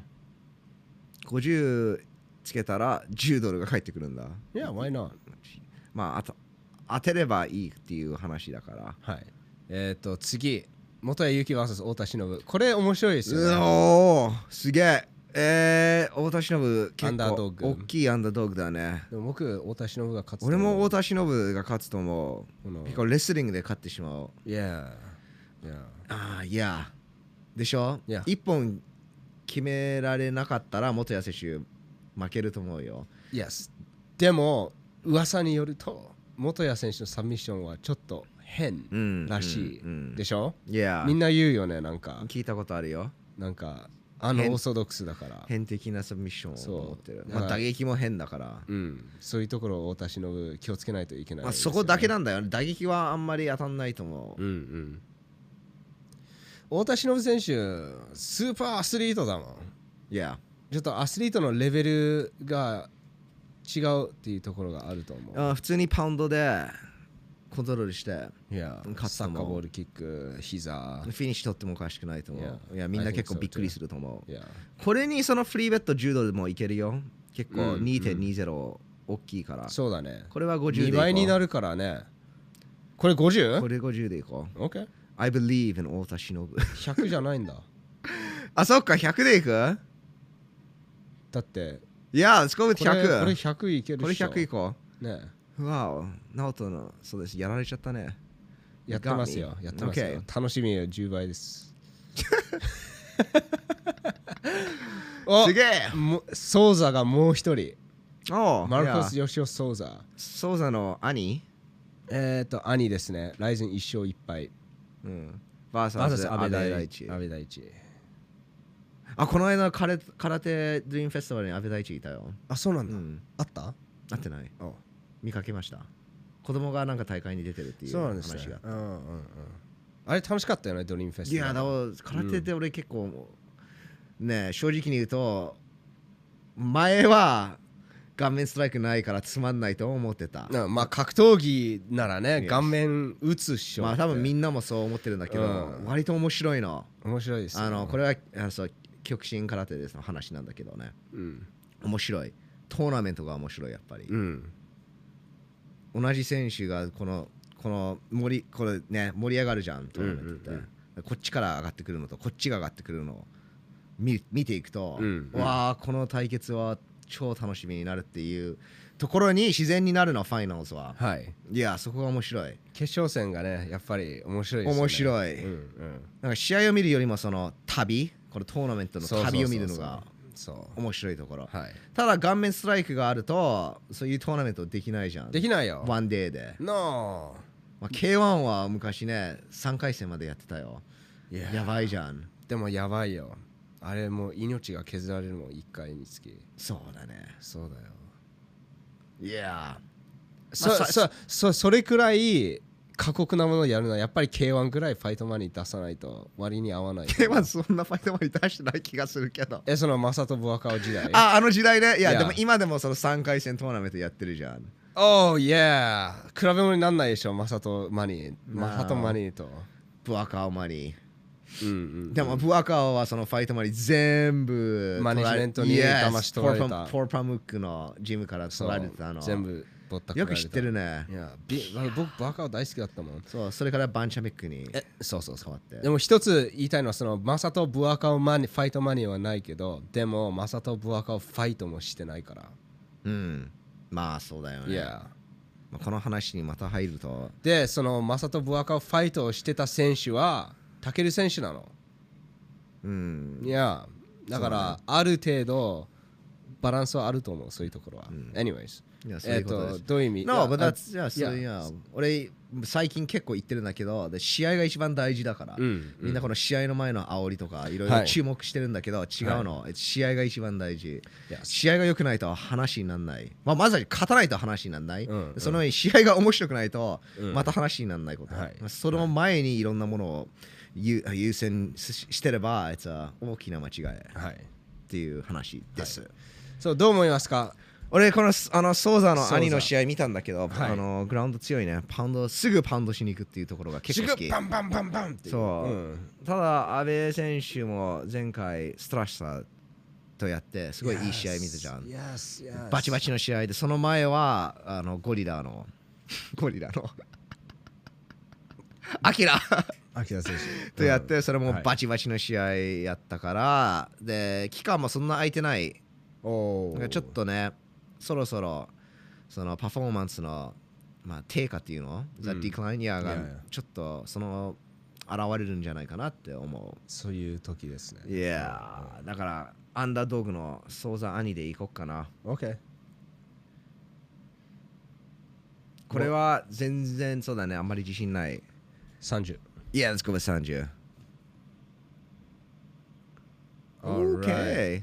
[SPEAKER 1] う50つけたら10ドルが返ってくるんだ
[SPEAKER 2] いや why not
[SPEAKER 1] まああと当てればいいっていう話だから
[SPEAKER 2] はいえっ、と次元谷由紀 VS 太田忍これ面白いですよ
[SPEAKER 1] う
[SPEAKER 2] ね
[SPEAKER 1] おーすげええー、太田忍
[SPEAKER 2] ア
[SPEAKER 1] 結
[SPEAKER 2] ンダードッグ
[SPEAKER 1] 構大きいアンダードッグだね
[SPEAKER 2] でも僕太田忍が勝つと
[SPEAKER 1] 俺も太田忍が勝つと思
[SPEAKER 2] こ
[SPEAKER 1] う
[SPEAKER 2] の
[SPEAKER 1] 結構レスリングで勝ってしまう
[SPEAKER 2] Yeah Yeah
[SPEAKER 1] ああいやでしょ、
[SPEAKER 2] いや
[SPEAKER 1] 一本決められなかったら元谷選手負けると思うよ
[SPEAKER 2] Yes でも噂によると元谷選手のサミッションはちょっと変
[SPEAKER 1] うん
[SPEAKER 2] らしい
[SPEAKER 1] うんうん
[SPEAKER 2] でしょ、
[SPEAKER 1] いや
[SPEAKER 2] みんな言うよねなんか
[SPEAKER 1] 聞いたことあるよ
[SPEAKER 2] なんかあの
[SPEAKER 1] 変
[SPEAKER 2] オーソドックスだから、
[SPEAKER 1] 変的なサブミッションを持ってる
[SPEAKER 2] そう
[SPEAKER 1] ま
[SPEAKER 2] だ
[SPEAKER 1] あ
[SPEAKER 2] から
[SPEAKER 1] 打撃も変だから、
[SPEAKER 2] うん、そういうところを太田忍気をつけないといけない
[SPEAKER 1] まあ、
[SPEAKER 2] ですよ
[SPEAKER 1] そ
[SPEAKER 2] ね、
[SPEAKER 1] こだけなんだよね打撃はあんまり当たんないと思う、
[SPEAKER 2] うんうん太田忍選手スーパーアスリートだもん
[SPEAKER 1] いや
[SPEAKER 2] ちょっとアスリートのレベルが違うっていうところがあると思う
[SPEAKER 1] あー普通にパウンドでコントロールして
[SPEAKER 2] いや
[SPEAKER 1] 勝つ
[SPEAKER 2] サ
[SPEAKER 1] と
[SPEAKER 2] ッ
[SPEAKER 1] 思う
[SPEAKER 2] カーボールキック膝
[SPEAKER 1] フィニッシュ取ってもおかしくないと思う、
[SPEAKER 2] Yeah.
[SPEAKER 1] いやみん
[SPEAKER 2] I
[SPEAKER 1] な
[SPEAKER 2] think
[SPEAKER 1] 結構
[SPEAKER 2] so
[SPEAKER 1] びっくりすると思う、
[SPEAKER 2] いや
[SPEAKER 1] これにそのフリーベット10ドルもいけるよ結構
[SPEAKER 2] うん
[SPEAKER 1] 2.20、大きいから
[SPEAKER 2] そうだね
[SPEAKER 1] これは50でいこう
[SPEAKER 2] 2倍になるからねこれ 50?OK、
[SPEAKER 1] これ50でいこう
[SPEAKER 2] OK
[SPEAKER 1] I believe in 太田忍
[SPEAKER 2] 100じゃないん だ
[SPEAKER 1] あそっか100でいく
[SPEAKER 2] だって
[SPEAKER 1] いやースコーブ
[SPEAKER 2] これこれ
[SPEAKER 1] 100
[SPEAKER 2] 100いけるっ
[SPEAKER 1] これ
[SPEAKER 2] しょ
[SPEAKER 1] 100いこ
[SPEAKER 2] ね
[SPEAKER 1] うわおナオトのそうですやられちゃったね
[SPEAKER 2] やってますよ
[SPEAKER 1] Got me.
[SPEAKER 2] やってますよ、楽しみよ10倍です お
[SPEAKER 1] すげえ
[SPEAKER 2] もソーザがもう一人
[SPEAKER 1] おう
[SPEAKER 2] マルコ
[SPEAKER 1] い
[SPEAKER 2] ス・
[SPEAKER 1] や
[SPEAKER 2] ヨシオ・ソーザ
[SPEAKER 1] ソーザの兄
[SPEAKER 2] えっ、と兄ですねライゼン1勝1敗
[SPEAKER 1] うんバーサ
[SPEAKER 2] バー
[SPEAKER 1] ス
[SPEAKER 2] サス
[SPEAKER 1] 阿
[SPEAKER 2] 安
[SPEAKER 1] 部大
[SPEAKER 2] 倍大
[SPEAKER 1] 地
[SPEAKER 2] 地安倍大地
[SPEAKER 1] あこの間空手空手ドリームフェスティバルに阿部大地いたよ
[SPEAKER 2] あそうな
[SPEAKER 1] うんん
[SPEAKER 2] あった
[SPEAKER 1] 会ってない
[SPEAKER 2] あ
[SPEAKER 1] 見かけました子供がなんか大会に出てるっていう
[SPEAKER 2] そうなんで
[SPEAKER 1] 話
[SPEAKER 2] すね
[SPEAKER 1] が
[SPEAKER 2] うんうんうんあれ楽しかったよねドリームフェス
[SPEAKER 1] いやだ
[SPEAKER 2] わ
[SPEAKER 1] から空手って俺結構、ねえ正直に言うと前は顔面ストライクないからつまんないと思ってた。
[SPEAKER 2] なまあ格闘技なら
[SPEAKER 1] Yes
[SPEAKER 2] ね顔面打つっしょ
[SPEAKER 1] まあ多分み
[SPEAKER 2] ん
[SPEAKER 1] んなもそう思ってるんだけど、
[SPEAKER 2] うん
[SPEAKER 1] 割と面白いの。
[SPEAKER 2] 面白いですよ
[SPEAKER 1] あのこれはあのそう極真空手ですの話なんだけどね。
[SPEAKER 2] うん
[SPEAKER 1] 面白い。トーナメントが面白いやっぱり。
[SPEAKER 2] うん
[SPEAKER 1] 同じ選手がこのこの盛りこれね盛り上がるじゃんトーナメントって、
[SPEAKER 2] うんうん
[SPEAKER 1] こっちから上がってくるのとこっちが上がってくるのを見見ていくと、
[SPEAKER 2] うんうん
[SPEAKER 1] わあこの対決は超楽しみになるっていうところに自然になるのファイナルズは
[SPEAKER 2] はい
[SPEAKER 1] いやそこが面白い
[SPEAKER 2] 決勝戦がねやっぱり面白いですね
[SPEAKER 1] 面白い
[SPEAKER 2] うんうん
[SPEAKER 1] なんか試合を見るよりもその旅このトーナメントの
[SPEAKER 2] そうそうそうそう
[SPEAKER 1] 旅を見るのが
[SPEAKER 2] そ
[SPEAKER 1] 面白いところ
[SPEAKER 2] うはい
[SPEAKER 1] ただ顔面ストライクがあるとそういうトーナメントできないじゃん
[SPEAKER 2] できないよ
[SPEAKER 1] ワンデーで、
[SPEAKER 2] No
[SPEAKER 1] まあ、K1 は昔ね3回戦までやってたよ
[SPEAKER 2] いや
[SPEAKER 1] やばいじゃん
[SPEAKER 2] でもやばいよあれもう命が削られるもん1回につき
[SPEAKER 1] そうだね
[SPEAKER 2] そうだよ
[SPEAKER 1] いや
[SPEAKER 2] そ
[SPEAKER 1] まあさ
[SPEAKER 2] そそそれくらい過酷なものをやるのはやっぱり K1 くらいファイトマニー出さないと割に合わない
[SPEAKER 1] K1 そんなファイトマンに出してない気がするけど
[SPEAKER 2] えそのマサト・ブワカオ時 代
[SPEAKER 1] ああの時代ねいや
[SPEAKER 2] いや
[SPEAKER 1] でも今でもその3回戦トーナメントやってるじゃん
[SPEAKER 2] おーいや比べ物になんないでしょマサト・マニーマサト・マニーと
[SPEAKER 1] ブアカオマニ
[SPEAKER 2] うんうん
[SPEAKER 1] でもブアカオはそのファイトマニ全部
[SPEAKER 2] マネジメントに騙し取られた
[SPEAKER 1] ポーパポーパムックのジムから
[SPEAKER 2] そ
[SPEAKER 1] 取
[SPEAKER 2] う
[SPEAKER 1] られてたの
[SPEAKER 2] 全部ぼったくら
[SPEAKER 1] よ
[SPEAKER 2] れた
[SPEAKER 1] く知ってるね
[SPEAKER 2] いやび僕バカオ大好きだったもん
[SPEAKER 1] そうそれからバンチャミックに
[SPEAKER 2] えそうそう
[SPEAKER 1] 変わって
[SPEAKER 2] でも一つ言いたいのはそのマサト・ブアカオマニファイトマニーはないけどでもマサト・ブアカオファイトもしてないから
[SPEAKER 1] うんまあそうだよ
[SPEAKER 2] い
[SPEAKER 1] ね
[SPEAKER 2] や
[SPEAKER 1] まあこの話にまた入ると
[SPEAKER 2] でそのマサト・ブアカオファイトをしてた選手はタケル選手なの
[SPEAKER 1] うん
[SPEAKER 2] いやだからある程度バランスはあると思うそういうところは、anyways
[SPEAKER 1] いやそうい
[SPEAKER 2] え
[SPEAKER 1] う
[SPEAKER 2] っ
[SPEAKER 1] ことです
[SPEAKER 2] とどういう意味
[SPEAKER 1] No, but
[SPEAKER 2] あ
[SPEAKER 1] that's, yeah, so,
[SPEAKER 2] yeah.
[SPEAKER 1] yeah. 俺、最近結構言ってるんだけど、で試合が一番大事だから、
[SPEAKER 2] うん
[SPEAKER 1] みんなこの試合の前の煽りとか、いろい
[SPEAKER 2] は
[SPEAKER 1] ろ
[SPEAKER 2] い
[SPEAKER 1] 注目してるんだけど、違うの、試合が一番大事。
[SPEAKER 2] Yes
[SPEAKER 1] 試合が良くないと話にならない。まあ、まずは勝たないと話にならない。
[SPEAKER 2] うんうん
[SPEAKER 1] その上に試合が面白くないと
[SPEAKER 2] う、ん
[SPEAKER 1] また話にならないこと。
[SPEAKER 2] はい
[SPEAKER 1] その前にいろんなものを優優先ししてれば、it's a 大きな間違いっ
[SPEAKER 2] はい
[SPEAKER 1] ていう話です。
[SPEAKER 2] そうどう思いますか
[SPEAKER 1] 俺このすあのソーザ
[SPEAKER 2] ソー
[SPEAKER 1] の
[SPEAKER 2] ザ
[SPEAKER 1] 兄の試合見たんだけど、
[SPEAKER 2] はい
[SPEAKER 1] あのグラウンド強いねパウンドすぐパウンドしに行くっていうところが結構好き
[SPEAKER 2] バンバンバンバンってい
[SPEAKER 1] そう
[SPEAKER 2] うん
[SPEAKER 1] ただ阿部選手も前回ストラッシャーとやってすごいいい試合見たじゃん
[SPEAKER 2] Yes, yes, yes.
[SPEAKER 1] バチバチの試合でその前はあのゴリラの ゴリラの アキラ
[SPEAKER 2] 秋田選手
[SPEAKER 1] とやってそれも
[SPEAKER 2] はい
[SPEAKER 1] バチバチの試合やったから、で期間もそんな空いてない
[SPEAKER 2] お
[SPEAKER 1] なん
[SPEAKER 2] ー
[SPEAKER 1] かちょっとねそろそろそのパフォーマンスの、まあ、低下っていうの、ザ・
[SPEAKER 2] うん
[SPEAKER 1] ディクライニアが
[SPEAKER 2] いやいや
[SPEAKER 1] ちょっとその現れるんじゃないかなって思
[SPEAKER 2] そういう時です
[SPEAKER 1] う
[SPEAKER 2] ね
[SPEAKER 1] いやーだからアンダードーグのソーザ兄でいこっかな
[SPEAKER 2] OK
[SPEAKER 1] これは全然そうだねあんまり自信ない
[SPEAKER 2] 30
[SPEAKER 1] Yeah let's go with 30
[SPEAKER 2] Alright
[SPEAKER 1] OK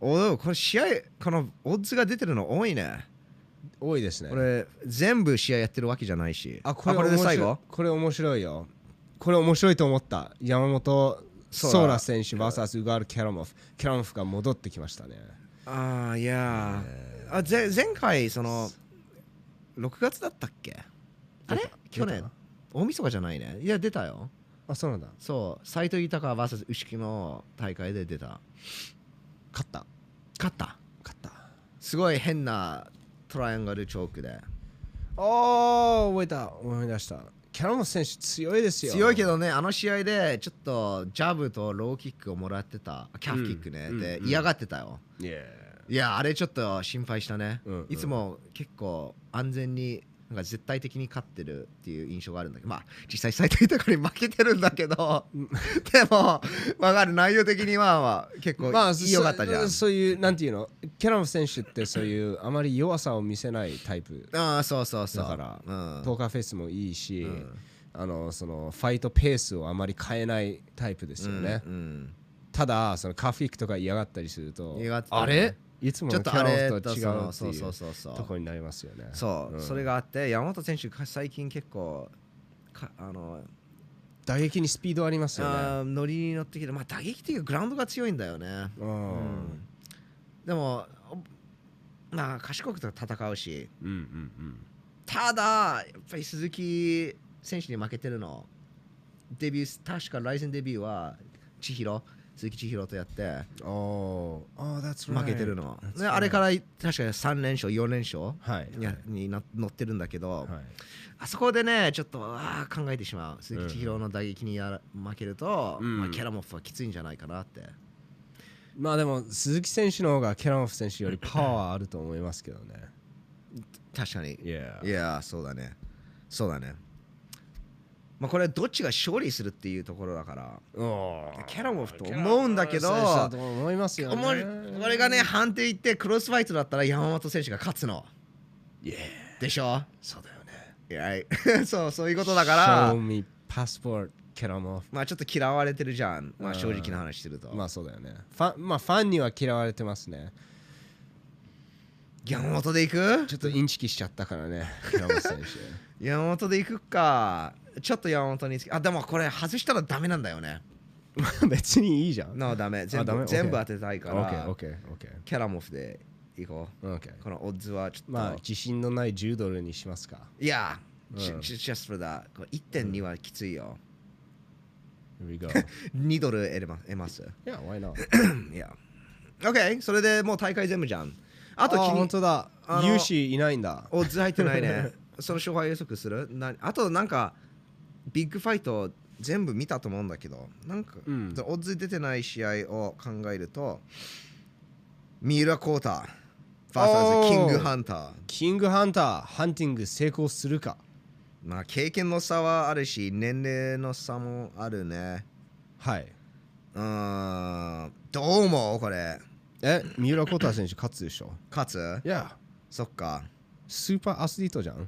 [SPEAKER 1] おおこれ試合このオッズが出てるの多いね
[SPEAKER 2] 多いですね
[SPEAKER 1] これ全部試合やってるわけじゃないし
[SPEAKER 2] あこれ
[SPEAKER 1] これで最後
[SPEAKER 2] 面白いこれ面白いよこれ面白いと思った山本
[SPEAKER 1] ソ
[SPEAKER 2] ソ
[SPEAKER 1] ー
[SPEAKER 2] ー
[SPEAKER 1] ラ
[SPEAKER 2] ラ選手 VS ウガール・キャラモフキャラモフが戻ってきましたね
[SPEAKER 1] ああいやーあぜ前回その6月だったっけあ
[SPEAKER 2] 出
[SPEAKER 1] れ
[SPEAKER 2] た
[SPEAKER 1] 去
[SPEAKER 2] 出
[SPEAKER 1] 年
[SPEAKER 2] た
[SPEAKER 1] 大晦日じゃないねいや出たよ
[SPEAKER 2] あそうなんだ
[SPEAKER 1] そう斎藤豊 VS 牛木の大会で出た
[SPEAKER 2] 勝った
[SPEAKER 1] 勝った
[SPEAKER 2] 勝った
[SPEAKER 1] すごい変なトライアングルチョークで
[SPEAKER 2] おー覚えた思い出したキャラモフ選手強いですよ
[SPEAKER 1] 強いけどねあの試合でちょっとジャブとローキックをもらってたキャフキックね、
[SPEAKER 2] うん
[SPEAKER 1] で、
[SPEAKER 2] うん
[SPEAKER 1] 嫌がってたよ
[SPEAKER 2] Yeah
[SPEAKER 1] いやあれちょっと心配したね、
[SPEAKER 2] うんうん
[SPEAKER 1] いつも結構安全になんか絶対的に勝ってるっていう印象があるんだけどまあ実際最低とかに負けてるんだけどでも分かる内容的には、まあ、結構
[SPEAKER 2] まあ
[SPEAKER 1] 良かったじゃん、
[SPEAKER 2] そそういうなんていうのキャラモフ選手ってそういうあまり弱さを見せないタイプ
[SPEAKER 1] ああそうそうそう
[SPEAKER 2] だから
[SPEAKER 1] うん
[SPEAKER 2] ポーカーフェイスもいいし、
[SPEAKER 1] うん
[SPEAKER 2] あのそのファイトペースをあまり変えないタイプですよね、
[SPEAKER 1] うん
[SPEAKER 2] ただそのカフィックとか嫌がったりすると
[SPEAKER 1] 嫌がってたね
[SPEAKER 2] あれいつも
[SPEAKER 1] ちょ
[SPEAKER 2] の
[SPEAKER 1] っ
[SPEAKER 2] キ
[SPEAKER 1] とあ
[SPEAKER 2] ャラ
[SPEAKER 1] れ
[SPEAKER 2] オフと
[SPEAKER 1] と
[SPEAKER 2] は違
[SPEAKER 1] そうの
[SPEAKER 2] って
[SPEAKER 1] そう
[SPEAKER 2] い
[SPEAKER 1] そううそうそう
[SPEAKER 2] とこになりますよね
[SPEAKER 1] そう、
[SPEAKER 2] うん
[SPEAKER 1] それがあって山本選手か最近結構かあの
[SPEAKER 2] 打撃にスピードありますよね
[SPEAKER 1] あーノリに乗ってきて、まあ、打撃っていうかグラウンドが強いんだよね
[SPEAKER 2] うん
[SPEAKER 1] でもまあ賢くと戦うし
[SPEAKER 2] うんうんうん
[SPEAKER 1] ただやっぱり鈴木選手に負けてるのデビュー確かライゼンデビューは千尋鈴木千尋とやって
[SPEAKER 2] おー、oh, that's right.
[SPEAKER 1] 負けてるの、
[SPEAKER 2] That's
[SPEAKER 1] で
[SPEAKER 2] right.
[SPEAKER 1] あれから確か3連勝4連勝
[SPEAKER 2] はい。
[SPEAKER 1] いやにな乗ってるんだけど、
[SPEAKER 2] はい。
[SPEAKER 1] あそこでねちょっとあー考えてしまう鈴木千尋の打撃にやら負けると、
[SPEAKER 2] うん
[SPEAKER 1] まあ、キャラモフはきついんじゃないかなって
[SPEAKER 2] まあでも、鈴木選手の方がケラノフ選手よりパワーあると思いますけどね。
[SPEAKER 1] 確かに
[SPEAKER 2] いや
[SPEAKER 1] いやーそうだねそうだねまあこれどっちが勝利するっていうところだから
[SPEAKER 2] お
[SPEAKER 1] キャラモフと思うんだけど
[SPEAKER 2] そうだと思いますよ、
[SPEAKER 1] お
[SPEAKER 2] ね。
[SPEAKER 1] もこれがね判定いってクロスファイトだったら山本選手が勝つの
[SPEAKER 2] いや、
[SPEAKER 1] でしょ
[SPEAKER 2] そうだよね。
[SPEAKER 1] い やそうそういうことだから
[SPEAKER 2] Show me passport, ケラモフ。
[SPEAKER 1] まあちょっと嫌われてるじゃんまあ
[SPEAKER 2] うん
[SPEAKER 1] 正直な話すると、
[SPEAKER 2] まあそうだよね。ファンまあファンには嫌われてますね。
[SPEAKER 1] 山本でいく
[SPEAKER 2] ちょっとインチキしちゃったから ね、ケラモフ選手。
[SPEAKER 1] 山本でいくかちょっと山本につけあでもこれ外したらダメなんだよね
[SPEAKER 2] まあ 別にいいじゃん。
[SPEAKER 1] なあダメ全
[SPEAKER 2] ダメ
[SPEAKER 1] 部
[SPEAKER 2] OK
[SPEAKER 1] 全部当てたいから
[SPEAKER 2] OK、OK、OK。
[SPEAKER 1] キャラモフでいこう
[SPEAKER 2] OK。
[SPEAKER 1] このオッズはちょっと、
[SPEAKER 2] まあ自信のない10ドルにしますか。
[SPEAKER 1] いや、
[SPEAKER 2] うん
[SPEAKER 1] j u just for that これ1.2はきついよ、
[SPEAKER 2] Here we go.
[SPEAKER 1] 2ドル得れま得ます
[SPEAKER 2] yeah, why not?
[SPEAKER 1] いや OK それでもう大会全部じゃんあと気
[SPEAKER 2] 本
[SPEAKER 1] に
[SPEAKER 2] 当だ
[SPEAKER 1] あ。の
[SPEAKER 2] 有志いないんだ。
[SPEAKER 1] オッズ入ってない ねその勝敗予測するなあとなんかビッグファイト全部見たと思うんだけどなんか、
[SPEAKER 2] うん
[SPEAKER 1] オッズ出てない試合を考えると三浦コータ VS
[SPEAKER 2] おー
[SPEAKER 1] キングハンター
[SPEAKER 2] キングハンター、ハンティング成功するか。
[SPEAKER 1] まあ経験の差はあるし年齢の差もあるね
[SPEAKER 2] はい。
[SPEAKER 1] うーんどう思うこれ
[SPEAKER 2] え、三浦コーター選手勝つでしょ。
[SPEAKER 1] 勝つ
[SPEAKER 2] いや、
[SPEAKER 1] そっか
[SPEAKER 2] スーパーアスリートじゃん。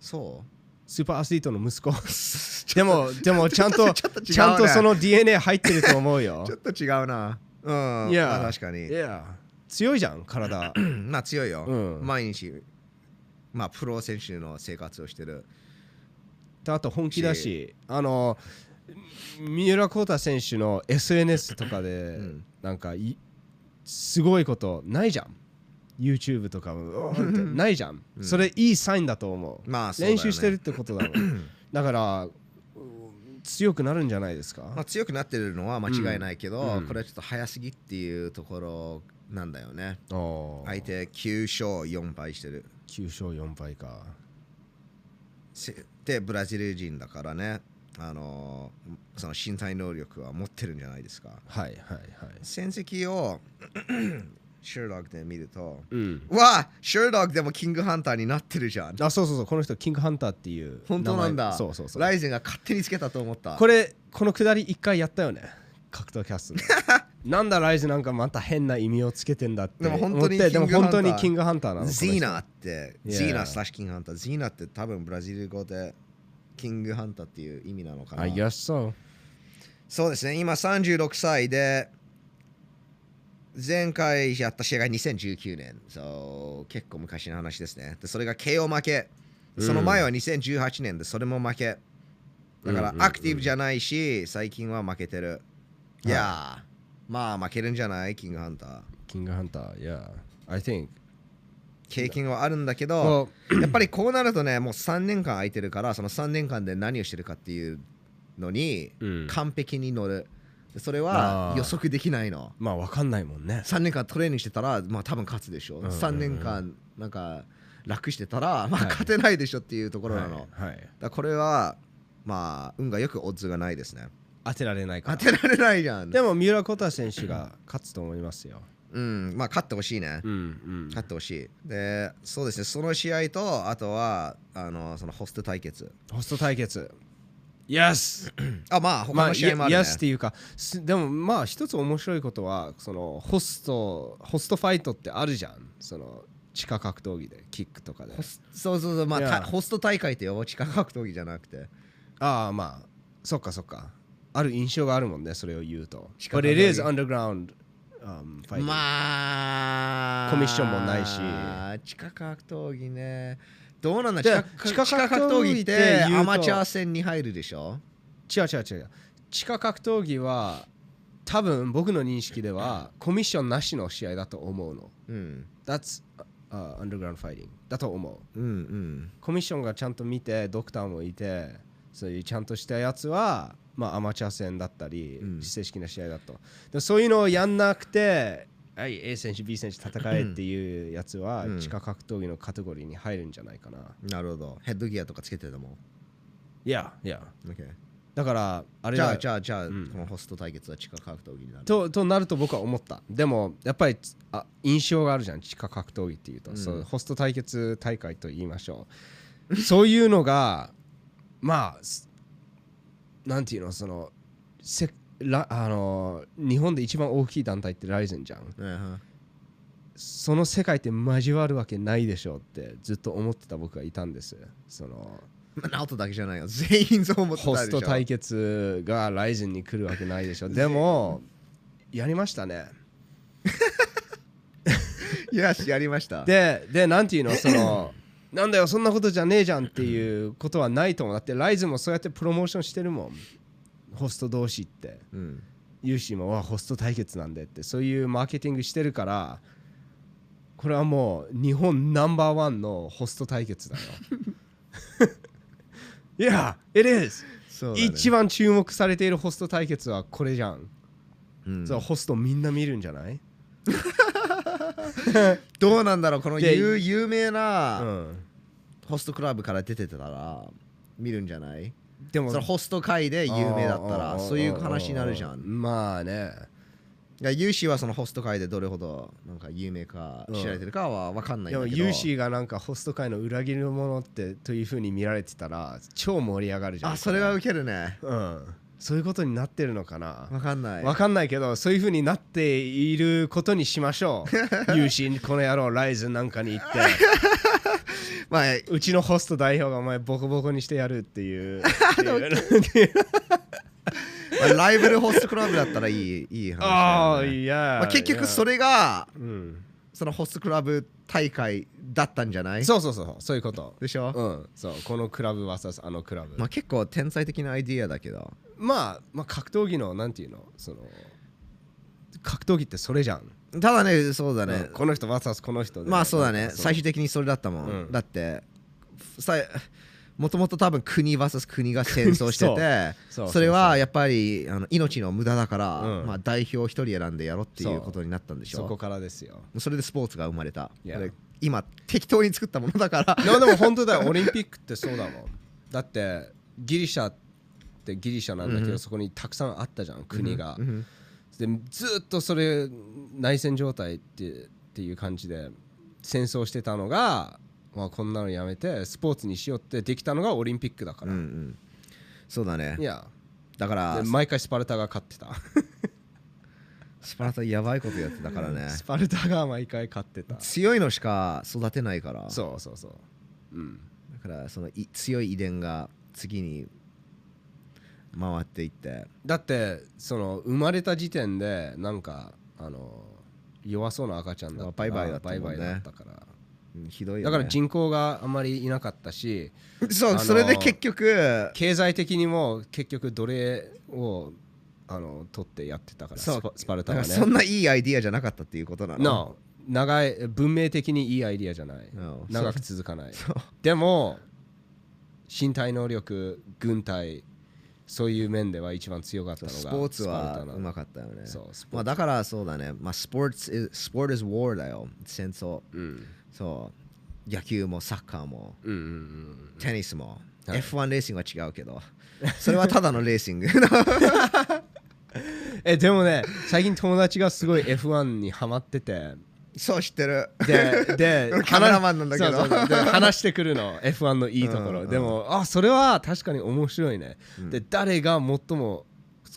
[SPEAKER 1] そ
[SPEAKER 2] スーパーアスリートの息 子。
[SPEAKER 1] うち
[SPEAKER 2] でも、でもちゃん と、
[SPEAKER 1] ょっと違うね
[SPEAKER 2] ちゃんとその DNA 入ってると思うよ
[SPEAKER 1] ちょ。っと違うなうん
[SPEAKER 2] いや
[SPEAKER 1] まあ確かに
[SPEAKER 2] いや、強いじゃん、 体。
[SPEAKER 1] うんまあ強いよ、
[SPEAKER 2] うん
[SPEAKER 1] 毎日まあプロ選手の生活をしてる
[SPEAKER 2] であと本気だし、あの、三浦コーター選手の SNS とかで
[SPEAKER 1] ん、
[SPEAKER 2] なんかい、すごいことないじゃん。YouTube とかもうおーってないじゃん。
[SPEAKER 1] うん
[SPEAKER 2] それいいサインだと思う。
[SPEAKER 1] まあそうだよ
[SPEAKER 2] 練
[SPEAKER 1] ね
[SPEAKER 2] 習してるってことだ もん。だから、うん強くなるんじゃないですか。
[SPEAKER 1] まあ、強くなってるのは間違いないけど、
[SPEAKER 2] うんうん
[SPEAKER 1] これはちょっと早すぎっていうところなんだよね
[SPEAKER 2] おー
[SPEAKER 1] 相手9勝4敗してる
[SPEAKER 2] 9勝4敗か。
[SPEAKER 1] せでブラジル人だからねあのーその身体能力は持ってるんじゃないですか
[SPEAKER 2] はいはいはい。
[SPEAKER 1] 戦績を シェルロックで見ると
[SPEAKER 2] うん。
[SPEAKER 1] うわあシェルロックでもキングハンターになってるじゃん
[SPEAKER 2] あそうそうそうこの人キングハンターっていう
[SPEAKER 1] 本当なんだ
[SPEAKER 2] 名前そうそうそう
[SPEAKER 1] ライゼンが勝手につけたと思った
[SPEAKER 2] これこのくだり一回やったよね格闘キャス トでなんだライズなんかまた変な意味をつけてんだって
[SPEAKER 1] でも本当に
[SPEAKER 2] 思って
[SPEAKER 1] キ
[SPEAKER 2] で
[SPEAKER 1] ン
[SPEAKER 2] も
[SPEAKER 1] グハンター
[SPEAKER 2] 本当にキングハンターなのこの人
[SPEAKER 1] ゼーナって、
[SPEAKER 2] Yeah
[SPEAKER 1] ゼーナスラッシュキングハンター、ゼーナって多分ブラジル語でキングハンターっていう意味なのかな。
[SPEAKER 2] I guess so
[SPEAKER 1] そうですね、今36歳で、前回やった試合が2019年、そう結構昔の話ですね。で、それが KO 負け、その前は2018年で、それも負け。だか
[SPEAKER 2] う
[SPEAKER 1] ら
[SPEAKER 2] んうんうん
[SPEAKER 1] アクティブじゃないし、最近は負けてる。いやー、まあ負けるんじゃない、キングハンター。
[SPEAKER 2] キングハンター Yeah I think
[SPEAKER 1] 経験はあるんだけど、
[SPEAKER 2] well
[SPEAKER 1] やっぱりこうなるとねもう3年間空いてるからその3年間で何をしてるかっていうのに
[SPEAKER 2] うん
[SPEAKER 1] 完璧に乗るでそれ
[SPEAKER 2] あ
[SPEAKER 1] は
[SPEAKER 2] ー
[SPEAKER 1] 予測できないの
[SPEAKER 2] まあわかんないもんね
[SPEAKER 1] 3年間トレーニングしてたらまあ多分勝つでしょ
[SPEAKER 2] んうんうん
[SPEAKER 1] 3年間なんか楽してたらまあ
[SPEAKER 2] はい
[SPEAKER 1] 勝てないでしょっていうところなの、だ
[SPEAKER 2] は
[SPEAKER 1] か
[SPEAKER 2] いはい
[SPEAKER 1] らこれはまあ運がよくオッズがないですね
[SPEAKER 2] 当てられないか
[SPEAKER 1] 当
[SPEAKER 2] ら
[SPEAKER 1] てられないじゃん
[SPEAKER 2] でも三浦コーター選手が勝つと思いますよ
[SPEAKER 1] うんまあ勝ってほしいね、
[SPEAKER 2] うんうん
[SPEAKER 1] 勝ってほしいでそうですねその試合とあとはあのそのホスト対決
[SPEAKER 2] ホスト対決 Yes
[SPEAKER 1] あまあ他の試合もあるね、
[SPEAKER 2] まあ、いやっていうかすでもまあ一つ面白いことはそのホストホストファイトってあるじゃんその地下格闘技でキックとかで
[SPEAKER 1] ホスそうそうそうまあ、
[SPEAKER 2] いや
[SPEAKER 1] たホスト大会ってよ地下格闘技じゃなくて
[SPEAKER 2] ああまあそっかそっかある印象があるもんねそれを言うと
[SPEAKER 1] 地下
[SPEAKER 2] But
[SPEAKER 1] 格闘技
[SPEAKER 2] it is underground、um, fighting、
[SPEAKER 1] まあ
[SPEAKER 2] コミッションもないし
[SPEAKER 1] 地下格闘技ねどうなんだ
[SPEAKER 2] で
[SPEAKER 1] 地下
[SPEAKER 2] 地下
[SPEAKER 1] 地下格
[SPEAKER 2] 格
[SPEAKER 1] 闘
[SPEAKER 2] 闘
[SPEAKER 1] 技
[SPEAKER 2] 技
[SPEAKER 1] っ
[SPEAKER 2] ってて
[SPEAKER 1] アマチュア戦に入るでしょ
[SPEAKER 2] 違う違う違う違う地下格闘技は多分僕の認識で はコミッションなしの試合だと思うの
[SPEAKER 1] うん。
[SPEAKER 2] That's、uh, underground fighting だと思う
[SPEAKER 1] うんうん。
[SPEAKER 2] コミッションがちゃんと見てドクターもいてそういうちゃんとしたやつは、まあ、アマチュア戦だったり、
[SPEAKER 1] うん
[SPEAKER 2] 正式な試合だとでそういうのをやんなくてはい A 選手 B 選手戦えっていうやつは、
[SPEAKER 1] うん
[SPEAKER 2] 地下格闘技のカテゴリーに入るんじゃないかな
[SPEAKER 1] なるほど。ヘッドギアとかつけてたもん。
[SPEAKER 2] いやいや
[SPEAKER 1] OK
[SPEAKER 2] だからあれ
[SPEAKER 1] じゃ
[SPEAKER 2] だ
[SPEAKER 1] あ、じゃあ、じゃあ、
[SPEAKER 2] うん
[SPEAKER 1] このホスト対決は地下格闘技になる。
[SPEAKER 2] ととなると僕は思ったでもやっぱりつあ印象があるじゃん地下格闘技っていうと、
[SPEAKER 1] うん
[SPEAKER 2] そうホスト対決大会と言いましょうそういうのが まあすなんていうのそのせらあの日本で一番大きい団体ってライゼンじゃん
[SPEAKER 1] うんうん
[SPEAKER 2] その世界って交わるわけないでしょうってずっと思ってた僕はいたんですその
[SPEAKER 1] まあ、ナオトだけじゃないよ。全員そう思ってた
[SPEAKER 2] ホ
[SPEAKER 1] でしょ。
[SPEAKER 2] スト対決がライゼンに来るわけないでしょ でもやりましたね
[SPEAKER 1] いや、やりました。
[SPEAKER 2] ででなんていうのそのなんだよそんなことじゃねえじゃんっていうことはないと思うだってライズもそうやってプロモーションしてるもんホスト同士って
[SPEAKER 1] うん。
[SPEAKER 2] ユーシーもわホスト対決なんでってそういうマーケティングしてるからこれはもう日本ナンバーワンのホスト対決だよ いや it is、
[SPEAKER 1] そうだね
[SPEAKER 2] 一番注目されているホスト対決はこれじゃん、
[SPEAKER 1] うん
[SPEAKER 2] そうホストみんな見るんじゃない
[SPEAKER 1] どうなんだろう、この
[SPEAKER 2] で
[SPEAKER 1] 有有名
[SPEAKER 2] う
[SPEAKER 1] なんホストクラブから出てたら、見るんじゃない
[SPEAKER 2] でも
[SPEAKER 1] それホスト界で有名だった
[SPEAKER 2] あ
[SPEAKER 1] ら、
[SPEAKER 2] ー
[SPEAKER 1] そういう話になるじゃ
[SPEAKER 2] あーあーあー
[SPEAKER 1] ん。
[SPEAKER 2] まあね
[SPEAKER 1] いや、ユーシーはそのホスト界でどれほどなんか有名か
[SPEAKER 2] うん
[SPEAKER 1] 知られてるかは分かんないん
[SPEAKER 2] で
[SPEAKER 1] だ
[SPEAKER 2] も
[SPEAKER 1] けど。
[SPEAKER 2] ユーシーがなんかホスト界の裏切り者ってというふうに見られてたら超盛り上がるじゃん
[SPEAKER 1] あ、それはウケるね。
[SPEAKER 2] うんそういうことになってるのかな
[SPEAKER 1] 分かんない。
[SPEAKER 2] わかんないけどそういうふうになっていることにしましょ うユーシーこの野郎ライズなんかに行って
[SPEAKER 1] まあ、
[SPEAKER 2] うちのホスト代表がお前ボコボコにしてやるっていうっていう
[SPEAKER 1] まあライブルホストクラブだったらいいいい話だよね、
[SPEAKER 2] ああいや、
[SPEAKER 1] ま あ、結局そ
[SPEAKER 2] れ、
[SPEAKER 1] れが
[SPEAKER 2] うん、
[SPEAKER 1] そのホストクラブ大会だったんじゃない
[SPEAKER 2] そうそうそうそういうこと
[SPEAKER 1] でしょ、
[SPEAKER 2] うんそうこのクラブ VS あのクラブ
[SPEAKER 1] まあ、結構天才的なアイディアだけど
[SPEAKER 2] まあ、まあ、格闘技のなんていうのその格闘技ってそれじゃん、
[SPEAKER 1] ただねそうだね
[SPEAKER 2] うん、この人 VS この人で
[SPEAKER 1] まあそうだね
[SPEAKER 2] なんか
[SPEAKER 1] 最終的にそれだったもん、
[SPEAKER 2] うん
[SPEAKER 1] だってさもともと多分国 VS 国が戦争してて
[SPEAKER 2] そうそうそうそう
[SPEAKER 1] それはやっぱりあの命の無駄だから、
[SPEAKER 2] うん
[SPEAKER 1] まあ、代表一人選んでやろうってい
[SPEAKER 2] そうう
[SPEAKER 1] ことになったんでし
[SPEAKER 2] そこ
[SPEAKER 1] ょ
[SPEAKER 2] からですよ
[SPEAKER 1] それでスポーツが生まれた、
[SPEAKER 2] Yeah
[SPEAKER 1] で今適当に作ったものだ から
[SPEAKER 2] でもでも本当 だよオリンピックってそうだもんだってギリシャってギリシャなんだけど、
[SPEAKER 1] うん
[SPEAKER 2] そこにたくさんあったじゃん国が、
[SPEAKER 1] うんうん
[SPEAKER 2] でずっとそれ内戦状態ってっていう感じで戦争してたのが、まあ、こんなのやめてスポーツにしようってできたのがオリンピックだか
[SPEAKER 1] うん
[SPEAKER 2] ら、
[SPEAKER 1] うんそうだね
[SPEAKER 2] いや
[SPEAKER 1] だから
[SPEAKER 2] で毎回スパルタが勝ってた
[SPEAKER 1] スパルタやばいことやってたからね
[SPEAKER 2] スパルタが毎回勝ってた
[SPEAKER 1] 強いのしか育てないからだ
[SPEAKER 2] そうそうそううん
[SPEAKER 1] からそのい強い遺伝が次に回っていって
[SPEAKER 2] だってその生まれた時点でなんかあの弱そうな赤ちゃんだったから
[SPEAKER 1] まあバイバイだったもんね
[SPEAKER 2] バイバイだったから
[SPEAKER 1] うんひどいよ、
[SPEAKER 2] だ
[SPEAKER 1] ね、
[SPEAKER 2] から人口があんまりいなかったし
[SPEAKER 1] そう、
[SPEAKER 2] あのー
[SPEAKER 1] それで結局
[SPEAKER 2] 経済的にも結局奴隷をあの取ってやってたから
[SPEAKER 1] そう
[SPEAKER 2] スパスパル
[SPEAKER 1] だか
[SPEAKER 2] タ
[SPEAKER 1] ら
[SPEAKER 2] はね
[SPEAKER 1] そんないいアイディアじゃなかったっていうことなの
[SPEAKER 2] No 長い文明的にいいアイディアじゃない、
[SPEAKER 1] No
[SPEAKER 2] 長く続かない
[SPEAKER 1] そう
[SPEAKER 2] でも身体能力軍隊そういう面では一番強かったのが
[SPEAKER 1] スポーツ
[SPEAKER 2] スパ
[SPEAKER 1] は
[SPEAKER 2] ルタな
[SPEAKER 1] うまかったよね
[SPEAKER 2] そうスポーツ
[SPEAKER 1] まあだからそうだねまあスポーツスポーツ is war だよ戦争
[SPEAKER 2] うん
[SPEAKER 1] そう野球もサッカーも
[SPEAKER 2] うんうんうん
[SPEAKER 1] テニスも、
[SPEAKER 2] はい
[SPEAKER 1] F1 レーシングは違うけどそれはただのレーシング
[SPEAKER 2] えでもね最近友達がすごい F1 にハマってて
[SPEAKER 1] そう知ってる
[SPEAKER 2] でで
[SPEAKER 1] カメラマンなんだけど
[SPEAKER 2] そうそうそうで話してくるの F1 のいいとこ
[SPEAKER 1] うんう
[SPEAKER 2] ろ
[SPEAKER 1] ん
[SPEAKER 2] でもあそれは確かに面白いね、で誰が最も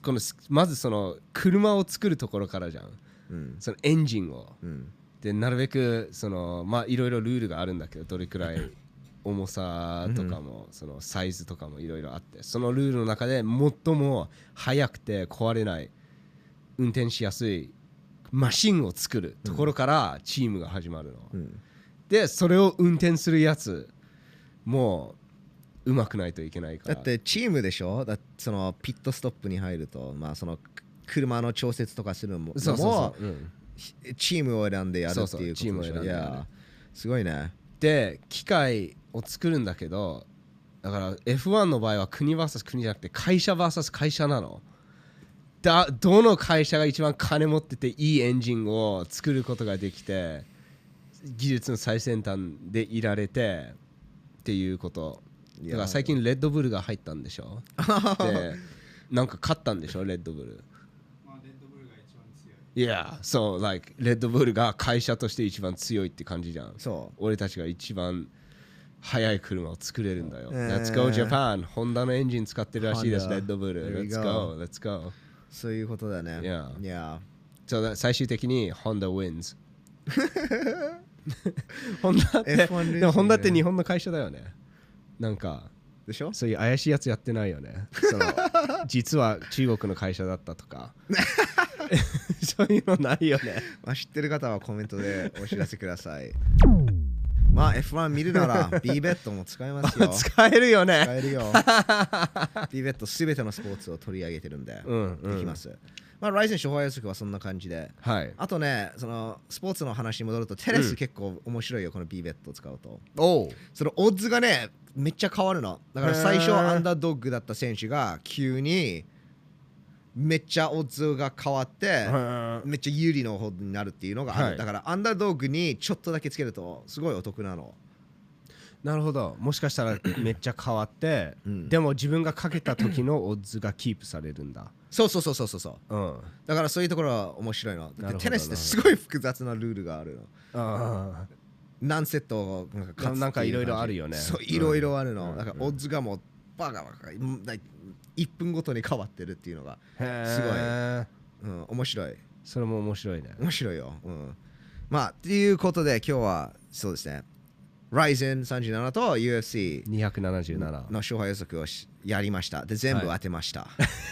[SPEAKER 2] このまずその車を作るところからじゃん
[SPEAKER 1] うん
[SPEAKER 2] そのエンジンを
[SPEAKER 1] うん
[SPEAKER 2] でなるべくそのまあいろいろルールがあるんだけどどれくらい 重さとかもそのサイズとかもいろいろあってそのルールの中で最も速くて壊れない運転しやすいマシンを作るところからチームが始まるの、
[SPEAKER 1] うん
[SPEAKER 2] でそれを運転するやつもううまくないといけないか
[SPEAKER 1] だ
[SPEAKER 2] ら
[SPEAKER 1] ってチームでしょだそのピットストップに入るとまあその車の調節とかするのも
[SPEAKER 2] そうそうそう、うん
[SPEAKER 1] ひチームを選んでやるっていうことでしょ
[SPEAKER 2] そうそうチームを選んで
[SPEAKER 1] いやすごい ね
[SPEAKER 2] で機械を作るんだけどだから F1 の場合は国 VS 国じゃなくて会社 VS 会社なのだどの会社が一番金持ってていいエンジンを作ることができて技術の最先端でいられてっていうこと
[SPEAKER 1] い
[SPEAKER 2] だ
[SPEAKER 1] や
[SPEAKER 2] から最近レッドブルが入ったんでし ょでなんか勝ったんでしょレッドブルいやそう like レッドブルが会社として一番強いって感じじゃん
[SPEAKER 1] そ
[SPEAKER 2] 俺たちが一番速い車を作れるんだよ。
[SPEAKER 1] えー
[SPEAKER 2] Let's go Japan! ホンダのエンジン使ってるらしいです、
[SPEAKER 1] Honda
[SPEAKER 2] レッドブ
[SPEAKER 1] There
[SPEAKER 2] ル。
[SPEAKER 1] we go
[SPEAKER 2] Let's go! Let's go!
[SPEAKER 1] うそういうことだね
[SPEAKER 2] Yeah
[SPEAKER 1] いや
[SPEAKER 2] そう最終的にホンダ wins。ホンダって、
[SPEAKER 1] F1
[SPEAKER 2] でもホンダって
[SPEAKER 1] レーシングね
[SPEAKER 2] 日本の会社だよね。なんか、
[SPEAKER 1] でしょ
[SPEAKER 2] そういう怪しいやつやってないよね。その実は中国の会社だった とか。そういうのないよね。
[SPEAKER 1] まあ、知ってる方はコメントでお知らせくだ さい。まあ F1 見るなら B ベットも使えますよ。
[SPEAKER 2] 使えるよ
[SPEAKER 1] 使
[SPEAKER 2] ね。
[SPEAKER 1] える よ。B ベットすべてのスポーツを取り上げてるんで、
[SPEAKER 2] うんうん
[SPEAKER 1] できます。まあ、ライセン処方予測はそんな感じで。
[SPEAKER 2] はい。
[SPEAKER 1] あとね、そのスポーツの話に戻ると、テレス結構面白いよ、この B ベットを使うと。
[SPEAKER 2] おう。
[SPEAKER 1] そのオッズがね、めっちゃ変わるの。だから最初
[SPEAKER 2] へー
[SPEAKER 1] アンダードッグだった選手が急にめっちゃオッズが変わって、めっちゃ有利の方になるっていうのがある、
[SPEAKER 2] はい
[SPEAKER 1] だからアンダードッグにちょっとだけつけるとすごいお得なの
[SPEAKER 2] なるほどもしかした らめっちゃ変わって、
[SPEAKER 1] うん
[SPEAKER 2] でも自分がかけた時のオッズがキープされるんだ
[SPEAKER 1] そうそうそうそうそうそう
[SPEAKER 2] うん
[SPEAKER 1] だからそういうところは面白いの
[SPEAKER 2] なるほど
[SPEAKER 1] テニスってすごい複雑なルールがあるの
[SPEAKER 2] あ
[SPEAKER 1] 何セットなんか勝つっていう感じ
[SPEAKER 2] なんかいろいろあるよね
[SPEAKER 1] そういろいろあるの、
[SPEAKER 2] うん
[SPEAKER 1] だからオッズがもうバカバカうんだい1分ごとに変わってるっていうのが、すごい
[SPEAKER 2] す
[SPEAKER 1] うん、面白い
[SPEAKER 2] ごいそれも面白いね
[SPEAKER 1] 面白いようんまあっていうことで今日はそうですね Ryzen37 と UFC
[SPEAKER 2] 277
[SPEAKER 1] の勝敗予測をしやりましたで全部当てました、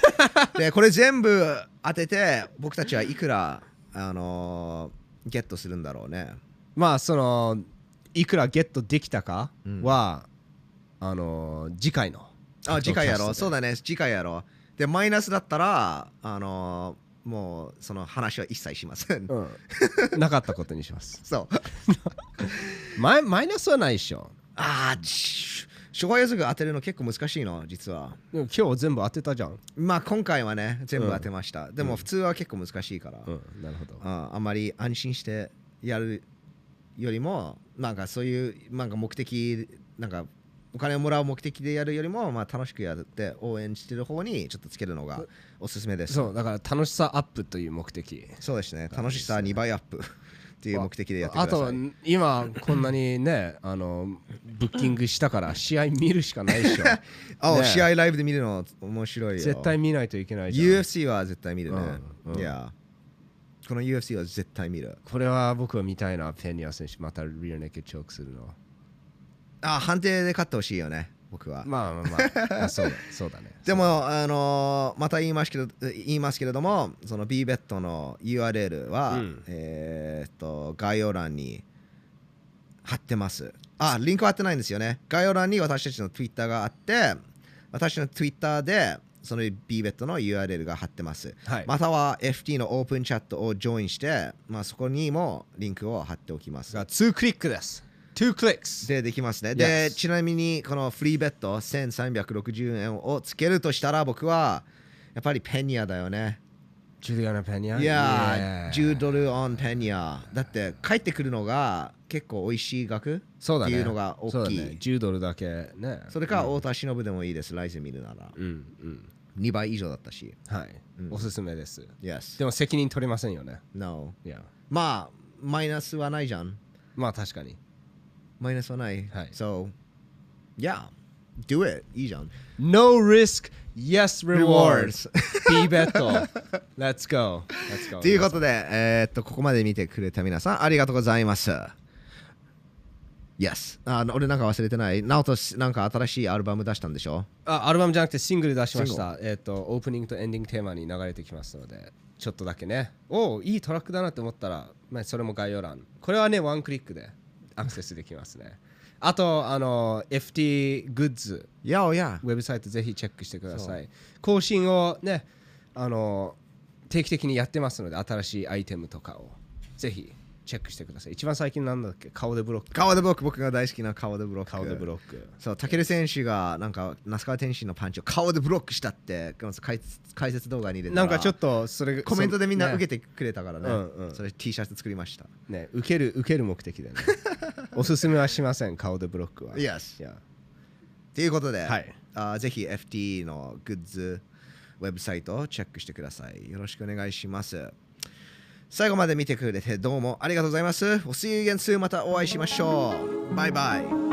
[SPEAKER 1] でこれ全部当てて僕たちはいくらあのーゲットするんだろうね
[SPEAKER 2] まあそのいくらゲットできたか
[SPEAKER 1] うん
[SPEAKER 2] は、あの次回の
[SPEAKER 1] あ次回やろうそう
[SPEAKER 2] だ
[SPEAKER 1] だね次回やろうでマイナスだったらあのーもうその話は一切しません
[SPEAKER 2] うん、 なかったことにします
[SPEAKER 1] そう
[SPEAKER 2] マイマイナスはないでしょ
[SPEAKER 1] ああ勝敗予測当てるの結構難しいの実は
[SPEAKER 2] でも今日全部当てたじゃん、
[SPEAKER 1] まあ今回はね全部当てました、でも普通は結構難しいから、
[SPEAKER 2] うん、なるほど
[SPEAKER 1] ああんまり安心してやるよりもなんかそういうなんか目的なんかお金をもらう目的でやるよりも、まあ、楽しくやって応援してる方にちょっとつけるのがおすすめです
[SPEAKER 2] そうだから楽しさアップという目的
[SPEAKER 1] そうですね楽しさ2倍アップ っていう目的でやってくだ
[SPEAKER 2] あ
[SPEAKER 1] さい
[SPEAKER 2] と今こんなにね あのブッキングしたから試合見るしかないでしょ
[SPEAKER 1] あと、
[SPEAKER 2] ね
[SPEAKER 1] 試合ライブで見るの面白いよ
[SPEAKER 2] 絶対見ないといけないじゃん
[SPEAKER 1] UFC は絶対見るね、
[SPEAKER 2] うんうん
[SPEAKER 1] いやこの UFC は絶対見る
[SPEAKER 2] これは僕は見たいなペニア選手またリアネックチョークするの
[SPEAKER 1] あ判定で勝ってほしいよね僕は
[SPEAKER 2] まあまあま ああそうだそうだね
[SPEAKER 1] でも、あのーまた言いますけど言いますけれどもその b ベットの URL は、
[SPEAKER 2] うん
[SPEAKER 1] えーっと概要欄に貼ってますあリンクは貼ってないんですよね概要欄に私たちの Twitter があって私の Twitter でその b ベットの URL が貼ってます、
[SPEAKER 2] はい、
[SPEAKER 1] または FT のオープンチャットをジョインして、まあ、そこにもリンクを貼っておきます
[SPEAKER 2] が2クリックです2クリックス
[SPEAKER 1] でできますね。で、
[SPEAKER 2] Yes
[SPEAKER 1] ちなみにこのフリーベット1360円をつけるとしたら僕はやっぱりペニアだよね。
[SPEAKER 2] ジュリアナ・ペニア
[SPEAKER 1] いやー、10
[SPEAKER 2] Yeah
[SPEAKER 1] ドルオンペニア。だって帰ってくるのが結構美味しい額
[SPEAKER 2] そうだ
[SPEAKER 1] っ
[SPEAKER 2] ね
[SPEAKER 1] ていうのが大きい
[SPEAKER 2] そうだね10ドルだけね
[SPEAKER 1] それか
[SPEAKER 2] うん
[SPEAKER 1] 太田忍でもいいです、ライゼミルなら。
[SPEAKER 2] うんうん
[SPEAKER 1] 2倍以上だったし。
[SPEAKER 2] はい、
[SPEAKER 1] うん
[SPEAKER 2] おすすめです
[SPEAKER 1] Yes。
[SPEAKER 2] でも責任取れませんよね
[SPEAKER 1] No。
[SPEAKER 2] いや
[SPEAKER 1] まあ、マイナスはないじゃん。
[SPEAKER 2] まあ確かに
[SPEAKER 1] マイナスはない。
[SPEAKER 2] はい
[SPEAKER 1] So, yeah. Do it. いいじゃん。
[SPEAKER 2] No risk, yes
[SPEAKER 1] Rewards.
[SPEAKER 2] rewards. Be better. Let's go. Let's go.
[SPEAKER 1] ということで、えーっと、ここまで見てくれた皆さん、ありがとうございます。Yes。あの俺なんか忘れてない。なおとし、なんか新しいアルバム出したんでしょ
[SPEAKER 2] あアルバムじゃなくてシングル出しまし
[SPEAKER 1] シ
[SPEAKER 2] た。えっ、と、オープニングとエンディングテーマに流れてきますので、ちょっとだけね。おお、いいトラックだなって思ったら、まあ、それも概要欄。これはね、ワンクリックでアクセスできますね。あと、あの、FT グッズ、
[SPEAKER 1] やおや。
[SPEAKER 2] ウェブサイトぜひチェックしてください。更新をね、あの、定期的にやってますので新しいアイテムとかをぜひチェックしてください一番最近なんだっけ顔でブロック
[SPEAKER 1] 顔でブロック僕が大好きな顔でブロック
[SPEAKER 2] 顔でブロック
[SPEAKER 1] そう、武尊選手がなんか那須川天心のパンチを顔でブロックしたってこの解説解説動画に入れた
[SPEAKER 2] な
[SPEAKER 1] ら
[SPEAKER 2] んかちょっとそれ
[SPEAKER 1] コメントでみんな受
[SPEAKER 2] け
[SPEAKER 1] けてくれたからね
[SPEAKER 2] うんうん
[SPEAKER 1] それ T シャツ作りました
[SPEAKER 2] ね受ける受ける目的で ねおすすめはしません顔でブロックは
[SPEAKER 1] Yes
[SPEAKER 2] いや
[SPEAKER 1] ということで、
[SPEAKER 2] はい
[SPEAKER 1] あーぜひ FT のグッズウェブサイトをチェックしてくださいよろしくお願いします最後まで見てくれてどうもありがとうございます We'll see you again soon またお会いしましょうバイバイ